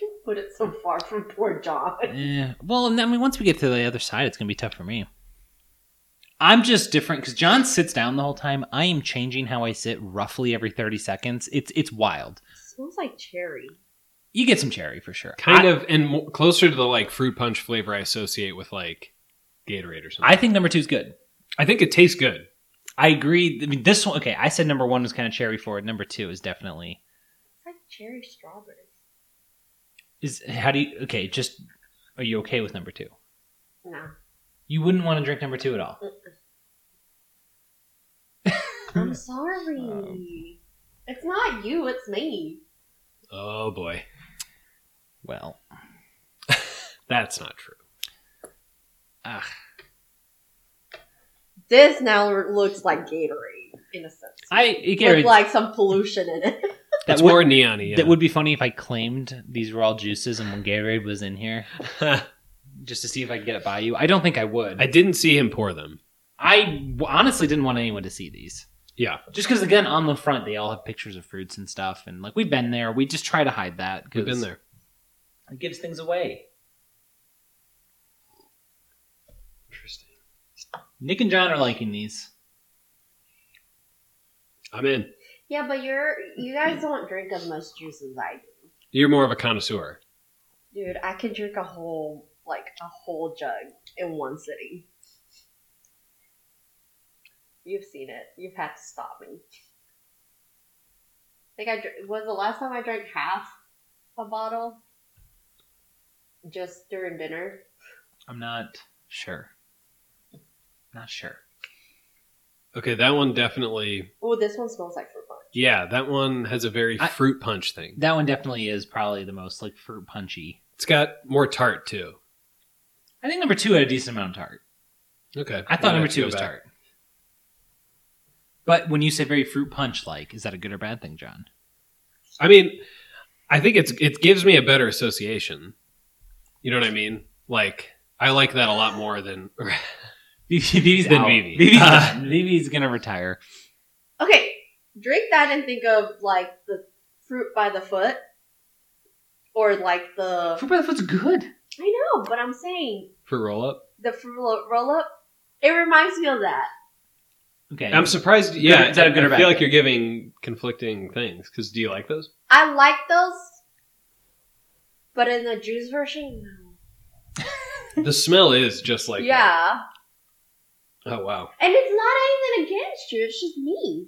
[SPEAKER 2] you put it so far from poor John.
[SPEAKER 1] Eh, well, and I mean, once we get to the other side, it's gonna be tough for me. I'm just different because John sits down the whole time. I am changing how I sit roughly every 30 seconds. It's it's wild.
[SPEAKER 2] smells like cherry.
[SPEAKER 1] You get some cherry for sure.
[SPEAKER 3] Kind
[SPEAKER 1] I-
[SPEAKER 3] of, and mo- closer to the like fruit punch flavor I associate with like Gatorade or something.
[SPEAKER 1] I think number two is good.
[SPEAKER 3] I think it tastes good.
[SPEAKER 1] I agree. I mean, this one. Okay, I said number one was kind of cherry forward. Number two is definitely
[SPEAKER 2] It's like cherry strawberry.
[SPEAKER 1] is. How do you? Okay, just are you okay with number two?
[SPEAKER 2] No.
[SPEAKER 1] You wouldn't want to drink number two at all.
[SPEAKER 2] I'm sorry. it's not you, it's me.
[SPEAKER 3] Oh boy,
[SPEAKER 1] Well,
[SPEAKER 3] that's not true.
[SPEAKER 1] ugh.
[SPEAKER 2] This now looks like Gatorade, in a sense.
[SPEAKER 1] I
[SPEAKER 2] With
[SPEAKER 1] Gatorade.
[SPEAKER 2] like some pollution in it.
[SPEAKER 1] that
[SPEAKER 3] it's
[SPEAKER 1] would,
[SPEAKER 3] more neon yeah.
[SPEAKER 1] that would be funny if I claimed these were all juices and when Gatorade was in here,
[SPEAKER 3] I
[SPEAKER 1] just to see if I could get it by you. I don't think I would.
[SPEAKER 3] didn't see him pour them.
[SPEAKER 1] I w- honestly didn't want anyone to see these.
[SPEAKER 3] Yeah.
[SPEAKER 1] Just because, again, on the front, they all have pictures of fruits and stuff. And, like, we've been there. We just try to hide that. 'cause
[SPEAKER 3] We've been there.
[SPEAKER 1] It gives things away.
[SPEAKER 3] Interesting.
[SPEAKER 1] Nick and John are liking these.
[SPEAKER 3] I'm in.
[SPEAKER 2] Yeah, but you're you guys don't drink as much juice as I
[SPEAKER 3] You're more of a connoisseur.
[SPEAKER 2] do. Dude, I could drink a whole like a whole jug in one sitting. You've seen it. You've had to stop me. Like I dr- was the last time I drank half a bottle, just during dinner.
[SPEAKER 1] I'm not sure. Not sure.
[SPEAKER 3] Okay, that one definitely.
[SPEAKER 2] Oh, this one smells like fruit punch.
[SPEAKER 3] Yeah, that one has a very
[SPEAKER 1] I-
[SPEAKER 3] fruit punch thing.
[SPEAKER 1] That one definitely is probably the most, like, fruit punchy.
[SPEAKER 3] It's got more tart too.
[SPEAKER 1] I think number two had a decent amount of tart.
[SPEAKER 3] Okay,
[SPEAKER 1] I thought
[SPEAKER 3] I'd
[SPEAKER 1] number
[SPEAKER 3] have to
[SPEAKER 1] two
[SPEAKER 3] go
[SPEAKER 1] was
[SPEAKER 3] back.
[SPEAKER 1] tart. But when you say very fruit punch like, is that a good or bad thing, John?
[SPEAKER 3] I mean, I think it's it gives me a better association. You know what I mean? Like I like that a lot more than
[SPEAKER 1] Vivi's
[SPEAKER 3] Then
[SPEAKER 1] out.
[SPEAKER 3] Vivi.
[SPEAKER 1] Vivi's,
[SPEAKER 3] Uh.
[SPEAKER 1] done. Vivi's gonna retire.
[SPEAKER 2] Okay, drink that and think of like the fruit by the foot, or like the
[SPEAKER 1] Fruit by the foot's good.
[SPEAKER 2] I know, but I'm saying
[SPEAKER 3] for roll up.
[SPEAKER 2] the fruit roll up. It reminds me of that.
[SPEAKER 1] Okay.
[SPEAKER 3] I'm surprised. Yeah,
[SPEAKER 1] is that a good or
[SPEAKER 3] I
[SPEAKER 1] bad
[SPEAKER 3] feel like
[SPEAKER 1] thing?
[SPEAKER 3] you're giving conflicting things. Because do you like those?
[SPEAKER 2] I like those, but in the juice version, no.
[SPEAKER 3] The smell is just like that.
[SPEAKER 2] yeah.
[SPEAKER 3] Oh wow,
[SPEAKER 2] And it's not anything against you. It's just me.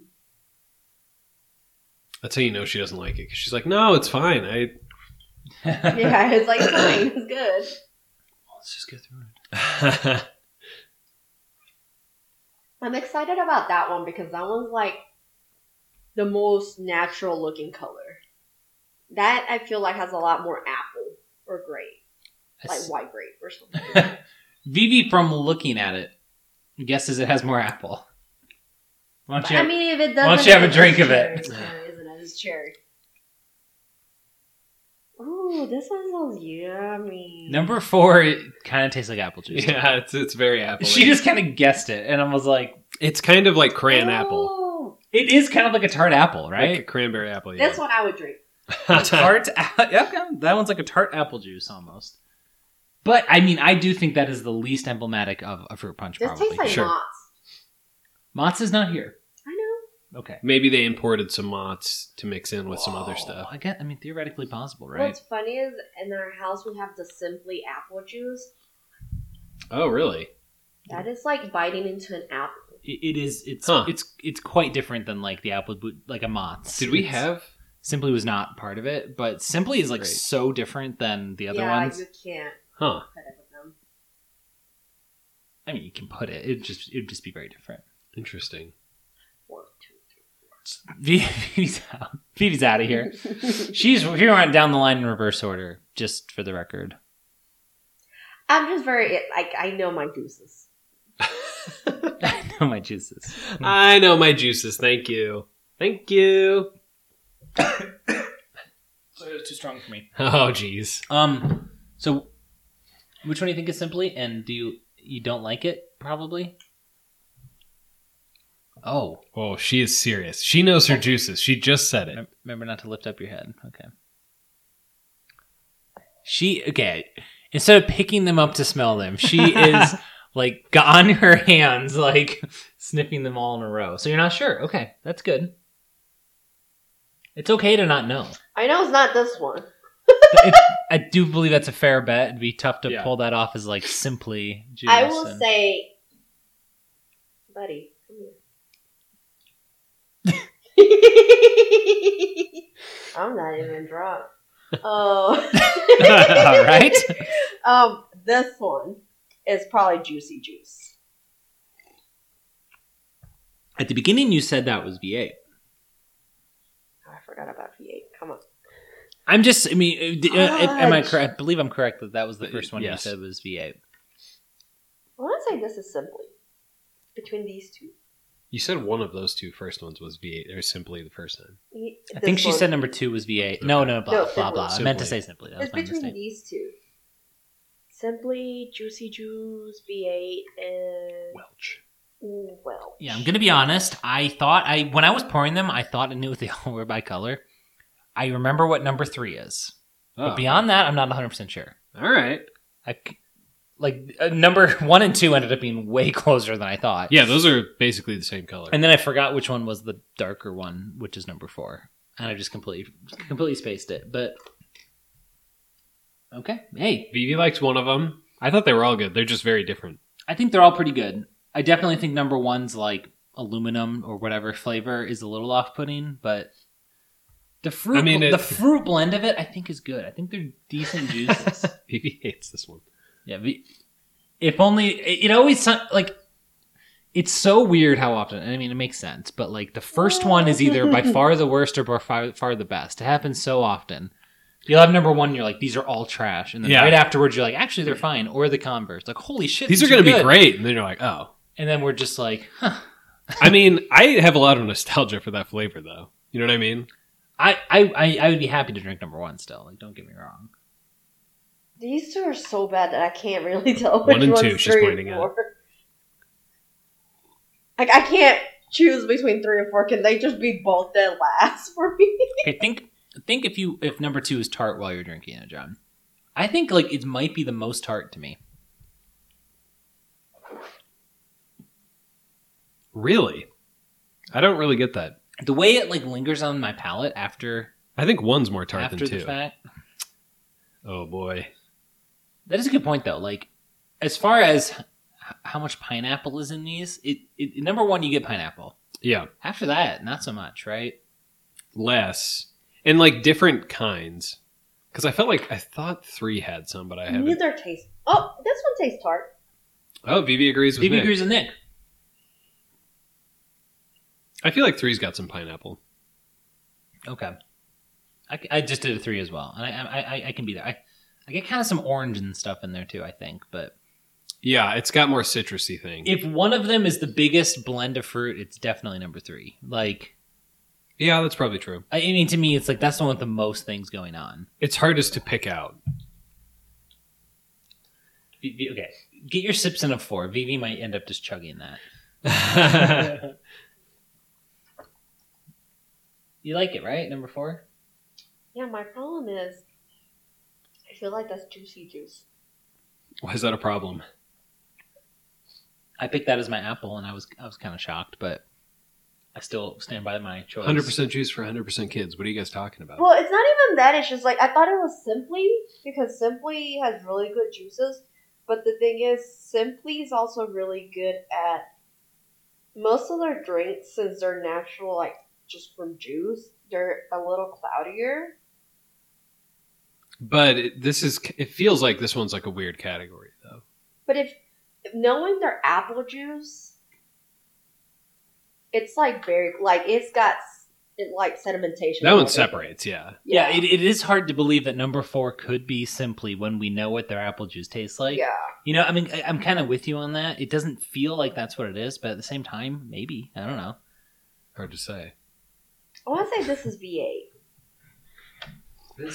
[SPEAKER 3] that's how you know she doesn't like it. 'cause she's like, no, it's fine. I
[SPEAKER 2] Yeah, it's like fine. It's good.
[SPEAKER 1] Let's just go through it.
[SPEAKER 2] I'm excited about that one because that one's like the most natural looking color. That I feel like has a lot more apple or grape, like white grape or something.
[SPEAKER 1] Vivi, from looking at it, guesses it has more apple. Why don't
[SPEAKER 2] But,
[SPEAKER 1] you?
[SPEAKER 2] I mean, if it doesn't,
[SPEAKER 1] why don't you have a
[SPEAKER 2] it's
[SPEAKER 1] drink of
[SPEAKER 2] cherry,
[SPEAKER 1] it?
[SPEAKER 2] It's cherry, isn't it? It's cherry. Ooh, this one smells yummy.
[SPEAKER 1] number four, it kind of tastes like apple juice.
[SPEAKER 3] yeah, it's it's very apple.
[SPEAKER 1] She just kind of guessed it, and I was like,
[SPEAKER 3] it's kind of like crayon apple,
[SPEAKER 2] Ooh,
[SPEAKER 1] "It is kind of like a tart apple,
[SPEAKER 3] Like a
[SPEAKER 1] right?
[SPEAKER 3] cranberry apple. Yeah.
[SPEAKER 2] This one I would drink.
[SPEAKER 1] A tart. a- yeah, okay. that one's like a tart apple juice almost." But I mean, I do think that is the least emblematic of a fruit punch.
[SPEAKER 2] This
[SPEAKER 1] probably.
[SPEAKER 2] tastes like
[SPEAKER 3] Sure.
[SPEAKER 2] moss.
[SPEAKER 1] Mott's is not here.
[SPEAKER 2] I know.
[SPEAKER 1] Okay.
[SPEAKER 3] Maybe they imported some moths to mix in with some other
[SPEAKER 1] Whoa,
[SPEAKER 3] stuff.
[SPEAKER 1] I guess. I mean, theoretically possible, right?
[SPEAKER 2] What's funny is in our house we have the simply apple juice.
[SPEAKER 3] Oh, really?
[SPEAKER 2] That is like biting into an apple.
[SPEAKER 1] It, it is. It's
[SPEAKER 3] Huh.
[SPEAKER 1] it's it's quite different than like the apple boot, like a Mott's.
[SPEAKER 3] Did we
[SPEAKER 1] It's-
[SPEAKER 3] have?
[SPEAKER 1] Simply was not part of it, but Simply is like
[SPEAKER 3] Great.
[SPEAKER 1] so different than the other
[SPEAKER 2] yeah,
[SPEAKER 1] ones.
[SPEAKER 2] you can't
[SPEAKER 3] Huh.
[SPEAKER 2] put it with them.
[SPEAKER 1] I mean, you can put it. It just it'd just be very different.
[SPEAKER 3] Interesting.
[SPEAKER 2] One, two,
[SPEAKER 1] Vivi's out. Vivi's out of here.
[SPEAKER 2] three.
[SPEAKER 1] She's we went down the line in reverse order, just for the record.
[SPEAKER 2] I'm just very like I know my juices.
[SPEAKER 1] I know my juices.
[SPEAKER 3] I know my juices. Thank you. Thank you.
[SPEAKER 1] So it's too strong for me.
[SPEAKER 3] Oh, jeez.
[SPEAKER 1] Um. So, which one do you think is Simply, and do you you don't like it? Probably. Oh,
[SPEAKER 3] Oh, she is serious. She knows her juices. She just said it.
[SPEAKER 1] Remem- Remember not to lift up your head. Okay. She okay. Instead of picking them up to smell them, she is like got on her hands, like sniffing them all in a row. So you're not sure. Okay, that's good. It's okay to not know.
[SPEAKER 2] I know it's not this one.
[SPEAKER 1] It- I do believe that's a fair bet. It'd be tough to
[SPEAKER 3] Yeah.
[SPEAKER 1] pull that off as like simply juice.
[SPEAKER 2] I will
[SPEAKER 1] and-
[SPEAKER 2] say, buddy, come here. I'm not even drunk. Oh,
[SPEAKER 1] All right.
[SPEAKER 2] um, this one is probably juicy juice.
[SPEAKER 1] At the beginning, you said that was V8.
[SPEAKER 2] Oh, I forgot about V8. Come on.
[SPEAKER 1] I'm just. I mean, uh, d- uh, am I
[SPEAKER 2] Fudge.
[SPEAKER 1] correct? I believe I'm correct that that was the first one
[SPEAKER 3] Yes.
[SPEAKER 1] you said was V8.
[SPEAKER 2] I want to say this is simply between these two.
[SPEAKER 3] You said one of those two first ones was V8, or simply the first time.
[SPEAKER 2] Y-
[SPEAKER 1] I
[SPEAKER 2] E, this
[SPEAKER 1] think she
[SPEAKER 2] one.
[SPEAKER 1] said number two was V8. No, no, blah,
[SPEAKER 2] No,
[SPEAKER 1] blah, blah. I meant to say
[SPEAKER 3] simply.
[SPEAKER 1] simply. That was
[SPEAKER 2] it's
[SPEAKER 1] my
[SPEAKER 2] between
[SPEAKER 1] mistake.
[SPEAKER 2] these two. Simply juicy juice V8 and
[SPEAKER 3] Welch.
[SPEAKER 2] Ooh, well.
[SPEAKER 1] Yeah, I'm gonna be honest. I thought I when I was pouring them, I thought I knew what they all were by color. I remember what number three is,
[SPEAKER 3] Oh.
[SPEAKER 1] but beyond that, I'm not 100 percent sure.
[SPEAKER 3] All right.
[SPEAKER 1] I c- like uh, number one and two ended up being way closer than I thought.
[SPEAKER 3] Yeah, those are basically the same color.
[SPEAKER 1] and then I forgot which one was the darker one, which is number four, and I just completely completely spaced it. But okay, hey,
[SPEAKER 3] Vivi likes one of them. I thought they were all good. They're just very different.
[SPEAKER 1] I think they're all pretty good. I definitely think number one's like aluminum or whatever flavor is a little off putting, but the fruit
[SPEAKER 3] I mean, it-
[SPEAKER 1] the fruit blend of it I think is good. I think they're decent juices.
[SPEAKER 3] Vivi hates this one.
[SPEAKER 1] yeah, but if only it, it always so- like it's so weird how often. I mean, it makes sense, but like the first one is either by far the worst or by far, far the best. It happens so often. You'll have number one, and you're like, these are all trash, and then
[SPEAKER 3] Yeah.
[SPEAKER 1] right afterwards, you're like, actually, they're fine. Or the converse, like, holy shit,
[SPEAKER 3] These are going to be great. And then you're like, oh.
[SPEAKER 1] And then we're just like, huh.
[SPEAKER 3] I mean, I have a lot of nostalgia for that flavor, though. You know what I mean?
[SPEAKER 1] I, I, I- I would be happy to drink number one still. Like, don't get me wrong.
[SPEAKER 2] These two are so bad that I can't really tell
[SPEAKER 3] One
[SPEAKER 2] which
[SPEAKER 3] and
[SPEAKER 2] one's
[SPEAKER 3] two, she's
[SPEAKER 2] three
[SPEAKER 3] pointing
[SPEAKER 2] and
[SPEAKER 3] at.
[SPEAKER 2] four. Like I can't choose between three and four. Can they just be both dead last for me?
[SPEAKER 1] Okay, think think if you if number two is tart while you're drinking it, John. I think like it might be the most tart to me.
[SPEAKER 3] Really? I don't really get that.
[SPEAKER 1] The way it like lingers on my palate after
[SPEAKER 3] I think one's more tart
[SPEAKER 1] after
[SPEAKER 3] than
[SPEAKER 1] the
[SPEAKER 3] two.
[SPEAKER 1] fact.
[SPEAKER 3] Oh, boy.
[SPEAKER 1] That is a good point though. Like as far as h- how much pineapple is in these, it, it number one you get pineapple.
[SPEAKER 3] Yeah.
[SPEAKER 1] After that, not so much, right?
[SPEAKER 3] Less. And like different kinds. Because I felt like I thought three had some, but I haven't.
[SPEAKER 2] Neither taste. Oh, this one tastes tart.
[SPEAKER 3] Oh, Vivi agrees with
[SPEAKER 1] BB
[SPEAKER 3] Nick.
[SPEAKER 1] agrees with Nick.
[SPEAKER 3] I feel like three's got some pineapple.
[SPEAKER 1] Okay. I, I just did a three as well, and I I, I, I can be there. I, I get kind of some orange and stuff in there too. I think, but
[SPEAKER 3] Yeah, it's got more citrusy thing.
[SPEAKER 1] if one of them is the biggest blend of fruit, it's definitely number three. Like,
[SPEAKER 3] yeah, that's probably true.
[SPEAKER 1] I I mean, to me, it's like that's the one with the most things going on.
[SPEAKER 3] It's hardest to pick out.
[SPEAKER 1] V- V- Okay, get your sips in a four. Vivi might end up just chugging
[SPEAKER 3] I
[SPEAKER 1] that. you like it, right? Number four.
[SPEAKER 2] Yeah, my problem is, I feel like that's juicy juice.
[SPEAKER 3] Why is that a problem?
[SPEAKER 1] I picked that as my apple, and I was I was kind of shocked, but I still stand by my choice.
[SPEAKER 3] 100% juice for 100% kids. What are you guys talking about?
[SPEAKER 2] Well, it's not even that. It's just like I thought it was Simply because Simply has really good juices, but the thing is, Simply is also really good at most of their drinks since they're natural, like just from juice. They're a little cloudier.
[SPEAKER 3] But it, this is, it feels like this one's like a weird category, though.
[SPEAKER 2] But if knowing their apple juice, it's like very like it's got s- it like sedimentation.
[SPEAKER 3] That one
[SPEAKER 2] already.
[SPEAKER 3] separates, yeah.
[SPEAKER 1] Yeah, it, it is hard to believe that number four could be simply when we know what their apple juice tastes like.
[SPEAKER 2] yeah.
[SPEAKER 1] You know, I mean, I, I'm kind of with you on that. It doesn't feel like that's what it is, but at the same time, maybe. I don't know.
[SPEAKER 3] Hard to say.
[SPEAKER 2] I want to say this is V eight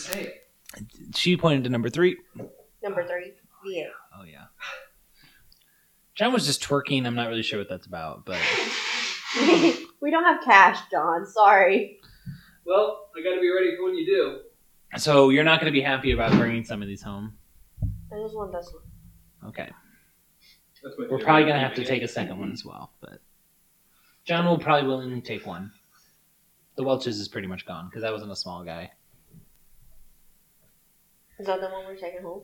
[SPEAKER 1] She pointed to number three.
[SPEAKER 2] number three. V eight.
[SPEAKER 1] Oh, yeah. John was just twerking. I'm not really sure what that's about, but.
[SPEAKER 2] we don't have cash, John. Sorry.
[SPEAKER 3] Well, I gotta be ready for when you do.
[SPEAKER 1] So you're not going to be happy about bringing some of these home?
[SPEAKER 2] I just want this one.
[SPEAKER 1] Okay.
[SPEAKER 3] That's my
[SPEAKER 1] We're probably going to have to take a second one as well, but. John will probably willingly take one. The Welch's is pretty much gone because I wasn't a small guy.
[SPEAKER 2] Is that the one we're taking home?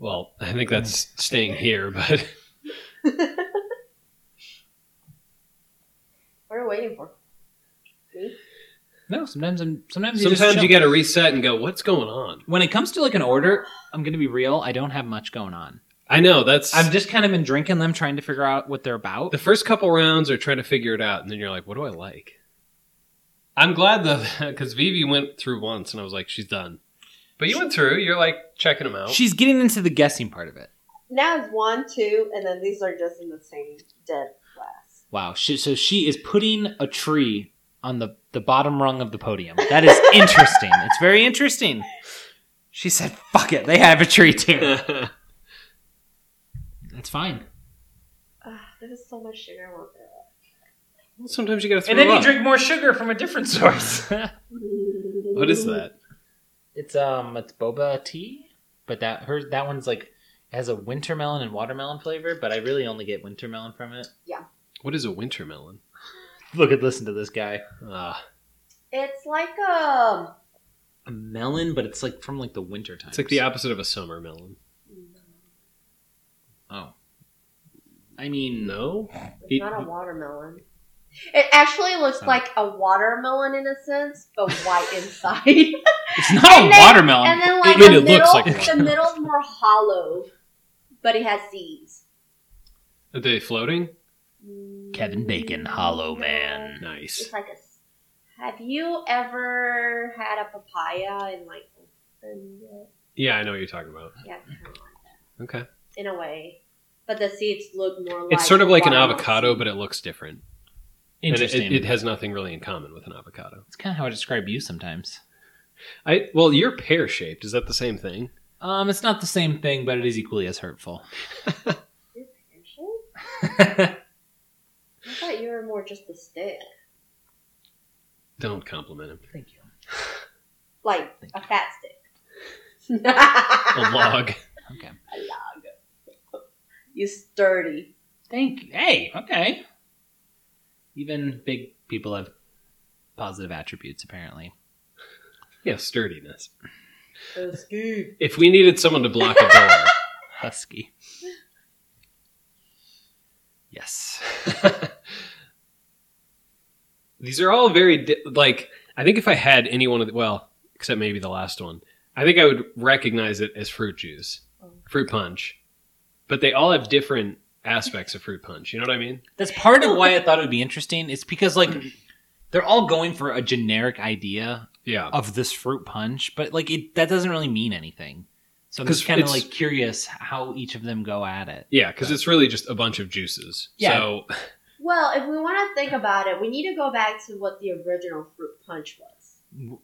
[SPEAKER 3] Well, I think that's staying here, but
[SPEAKER 2] What are you waiting for?
[SPEAKER 1] No, sometimes I'm sometimes you just
[SPEAKER 3] sometimes you
[SPEAKER 1] chill.
[SPEAKER 3] got to reset and go, "What's going on?"
[SPEAKER 1] when it comes to like an order. I'm gonna be real. I don't have much going on.
[SPEAKER 3] I know that's
[SPEAKER 1] I've just kind of been drinking them, trying to figure out what they're about.
[SPEAKER 3] the first couple rounds are trying to figure it out, and then you're like, "What do I like?" I'm glad though, because Vivi went through once, and I was like, "She's done." But you went through. You're like checking them out.
[SPEAKER 1] She's getting into the guessing part of it.
[SPEAKER 2] Now it's one, two, and then these are just in the same dead class.
[SPEAKER 1] Wow. She, so she is putting a tree on the, the bottom rung of the podium. That is interesting. it's very interesting. She said, fuck it. They have a tree too. That's fine.
[SPEAKER 2] Ugh, there is so much sugar. I want that.
[SPEAKER 3] Sometimes you got to throw
[SPEAKER 1] And then
[SPEAKER 3] up.
[SPEAKER 1] you drink more sugar from a different source.
[SPEAKER 3] what is that?
[SPEAKER 1] it's um it's boba tea, but that her that one's like has a winter melon and watermelon flavor, but I really only get winter melon from it.
[SPEAKER 3] What is a winter melon?
[SPEAKER 1] Look at listen to this guy.
[SPEAKER 3] Ah,
[SPEAKER 2] It's like um.
[SPEAKER 1] A melon, but it's like from like the winter time.
[SPEAKER 3] it's like the opposite of a summer melon.
[SPEAKER 1] Oh. I mean
[SPEAKER 3] No,
[SPEAKER 2] It's
[SPEAKER 3] It-
[SPEAKER 2] not a watermelon. It actually looks
[SPEAKER 1] Oh.
[SPEAKER 2] like a watermelon in a sense, but white inside.
[SPEAKER 1] It's not a
[SPEAKER 2] And then-
[SPEAKER 1] watermelon.
[SPEAKER 2] and then like
[SPEAKER 3] I mean,
[SPEAKER 2] the
[SPEAKER 3] it
[SPEAKER 2] middle,
[SPEAKER 3] looks like a
[SPEAKER 2] the
[SPEAKER 3] watermelon.
[SPEAKER 2] middle's more hollow, but it has seeds.
[SPEAKER 3] are they floating?
[SPEAKER 1] Kevin Bacon, Hollow Man.
[SPEAKER 3] Nice.
[SPEAKER 2] It's like a. s- Have you ever had a papaya and like opened it?
[SPEAKER 3] Yeah, I know what you're talking about.
[SPEAKER 2] Yeah, kind of like
[SPEAKER 3] Okay,
[SPEAKER 2] in a way, but the seeds look more. like
[SPEAKER 3] it's sort of like an
[SPEAKER 2] watermelon
[SPEAKER 3] avocado,
[SPEAKER 2] seeds.
[SPEAKER 3] but it looks different. And it-
[SPEAKER 1] Interesting.
[SPEAKER 3] it, it has nothing really in common with an avocado.
[SPEAKER 1] It's kind of how I describe you sometimes.
[SPEAKER 3] I well, you're pear shaped. Is that the same thing?
[SPEAKER 1] Um, it's not the same thing, but it is equally as hurtful.
[SPEAKER 2] I thought you were more just a stick,
[SPEAKER 3] Don't compliment him.
[SPEAKER 1] Thank you.
[SPEAKER 2] like a fat stick.
[SPEAKER 3] A log.
[SPEAKER 1] Okay.
[SPEAKER 2] you sturdy.
[SPEAKER 1] Thank. Hey. Okay. Even big people have positive attributes, apparently.
[SPEAKER 3] yeah, sturdiness.
[SPEAKER 2] That's good.
[SPEAKER 3] If we needed someone to block a door,
[SPEAKER 1] Husky. Yes.
[SPEAKER 3] These are all very di- like. I think if I had any one of the well, except maybe the last one, I think I would recognize it as fruit juice,
[SPEAKER 2] Oh.
[SPEAKER 3] fruit punch. But they all have different aspects of fruit punch. You know what I mean?
[SPEAKER 1] That's part of why I thought it would be interesting. It's because like they're all going for a generic idea
[SPEAKER 3] Yeah.
[SPEAKER 1] of this fruit punch, but like it that doesn't really mean anything. So I'm
[SPEAKER 3] 'Cause
[SPEAKER 1] just kind of
[SPEAKER 3] it's-
[SPEAKER 1] like curious how each of them go at it.
[SPEAKER 3] Yeah, because it's really just a bunch of juices.
[SPEAKER 1] Yeah.
[SPEAKER 3] So
[SPEAKER 2] Well, if we want to think about it, we need to go back to what the original fruit punch was.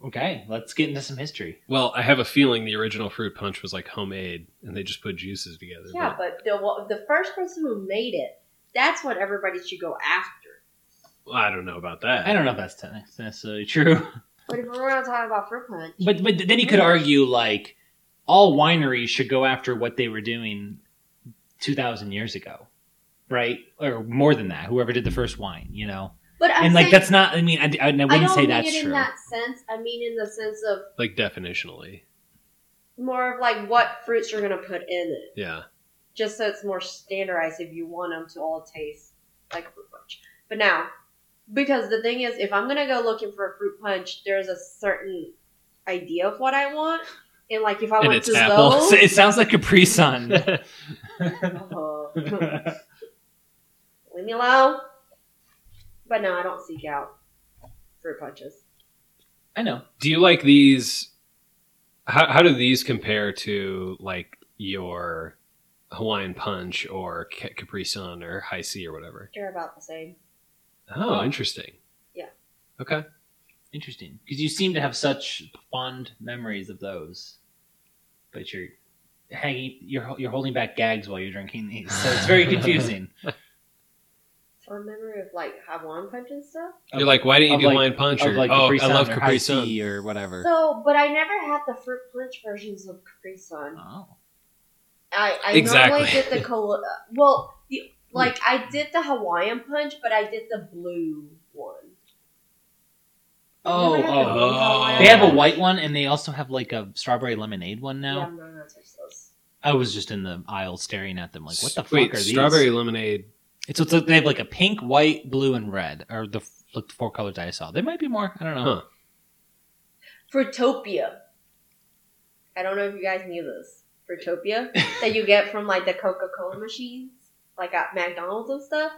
[SPEAKER 1] Okay, let's get into some history.
[SPEAKER 3] Well, I have a feeling the original fruit punch was like homemade, and they just put juices together.
[SPEAKER 2] Yeah,
[SPEAKER 3] but-
[SPEAKER 2] but the well, the first person who made it, that's what everybody should go after.
[SPEAKER 3] Well, I don't know about that.
[SPEAKER 1] I don't know if that's te- necessarily true,
[SPEAKER 2] But if we're going to talk about fruit punch,
[SPEAKER 1] but but then you could argue like all wineries should go after what they were doing two thousand years ago, right? Or more than that. Whoever did the first wine, you know,
[SPEAKER 2] but I'm
[SPEAKER 1] and like
[SPEAKER 2] saying-
[SPEAKER 1] that's not. I mean, I, I wouldn't
[SPEAKER 2] I don't
[SPEAKER 1] say
[SPEAKER 2] mean
[SPEAKER 1] that's
[SPEAKER 2] it in
[SPEAKER 1] true.
[SPEAKER 2] that sense. I mean in the sense of
[SPEAKER 3] Like definitionally,
[SPEAKER 2] more of like what fruits you're going to put in it.
[SPEAKER 3] yeah.
[SPEAKER 2] just so it's more standardized if you want them to all taste like a fruit punch. But now, because the thing is, if I'm gonna go looking for a fruit punch, there's a certain idea of what I want, and like if I
[SPEAKER 3] And
[SPEAKER 2] went
[SPEAKER 3] it's
[SPEAKER 2] to
[SPEAKER 3] apple.
[SPEAKER 1] So
[SPEAKER 2] Zoe,
[SPEAKER 1] it sounds like Capri Sun.
[SPEAKER 2] Uh, leave me alone. But no, I don't seek out fruit punches.
[SPEAKER 1] I know.
[SPEAKER 3] do you like these? How, how do these compare to like your Hawaiian punch or Ca- Capri Sun or High C or whatever?
[SPEAKER 2] They're about the same.
[SPEAKER 3] Oh,
[SPEAKER 1] Oh.
[SPEAKER 3] interesting.
[SPEAKER 2] Yeah.
[SPEAKER 3] Okay.
[SPEAKER 1] Interesting, because you seem to have such fond memories of those, but you're hanging. You're ho- you're holding back gags while you're drinking these, so it's very confusing.
[SPEAKER 2] Fond memory of like Hawaiian punch and stuff.
[SPEAKER 1] Of-
[SPEAKER 3] You're like, why didn't you
[SPEAKER 1] of
[SPEAKER 3] do
[SPEAKER 1] like-
[SPEAKER 3] Hawaiian punch? Or,
[SPEAKER 1] of like
[SPEAKER 3] oh,
[SPEAKER 1] Capri
[SPEAKER 3] I
[SPEAKER 1] Sun
[SPEAKER 3] love
[SPEAKER 1] or
[SPEAKER 3] Capri
[SPEAKER 1] High
[SPEAKER 3] Sun.
[SPEAKER 1] C or whatever.
[SPEAKER 2] So, but I never had the fruit punch versions of Capri Sun.
[SPEAKER 1] oh.
[SPEAKER 2] I, I
[SPEAKER 3] Exactly.
[SPEAKER 2] normally did the col- well, the, like I did the Hawaiian punch, but I did the blue one.
[SPEAKER 1] Oh,
[SPEAKER 2] never had
[SPEAKER 1] oh.
[SPEAKER 2] the blue color.
[SPEAKER 1] They have a white one, and they also have like a strawberry lemonade one
[SPEAKER 2] Yeah,
[SPEAKER 1] now.
[SPEAKER 2] I'm not gonna touch those.
[SPEAKER 1] I was just in the aisle staring at them, like, what the fuck
[SPEAKER 3] Wait,
[SPEAKER 1] are these?
[SPEAKER 3] strawberry lemonade.
[SPEAKER 1] It's, it's like- they have like a pink, white, blue, and red, or the f- like the four colors I saw. There might be more. I don't know.
[SPEAKER 3] Huh.
[SPEAKER 2] Fruitopia. I don't know if you guys knew this. Fruitopia that you get from like the Coca Cola machines, like at McDonald's and stuff.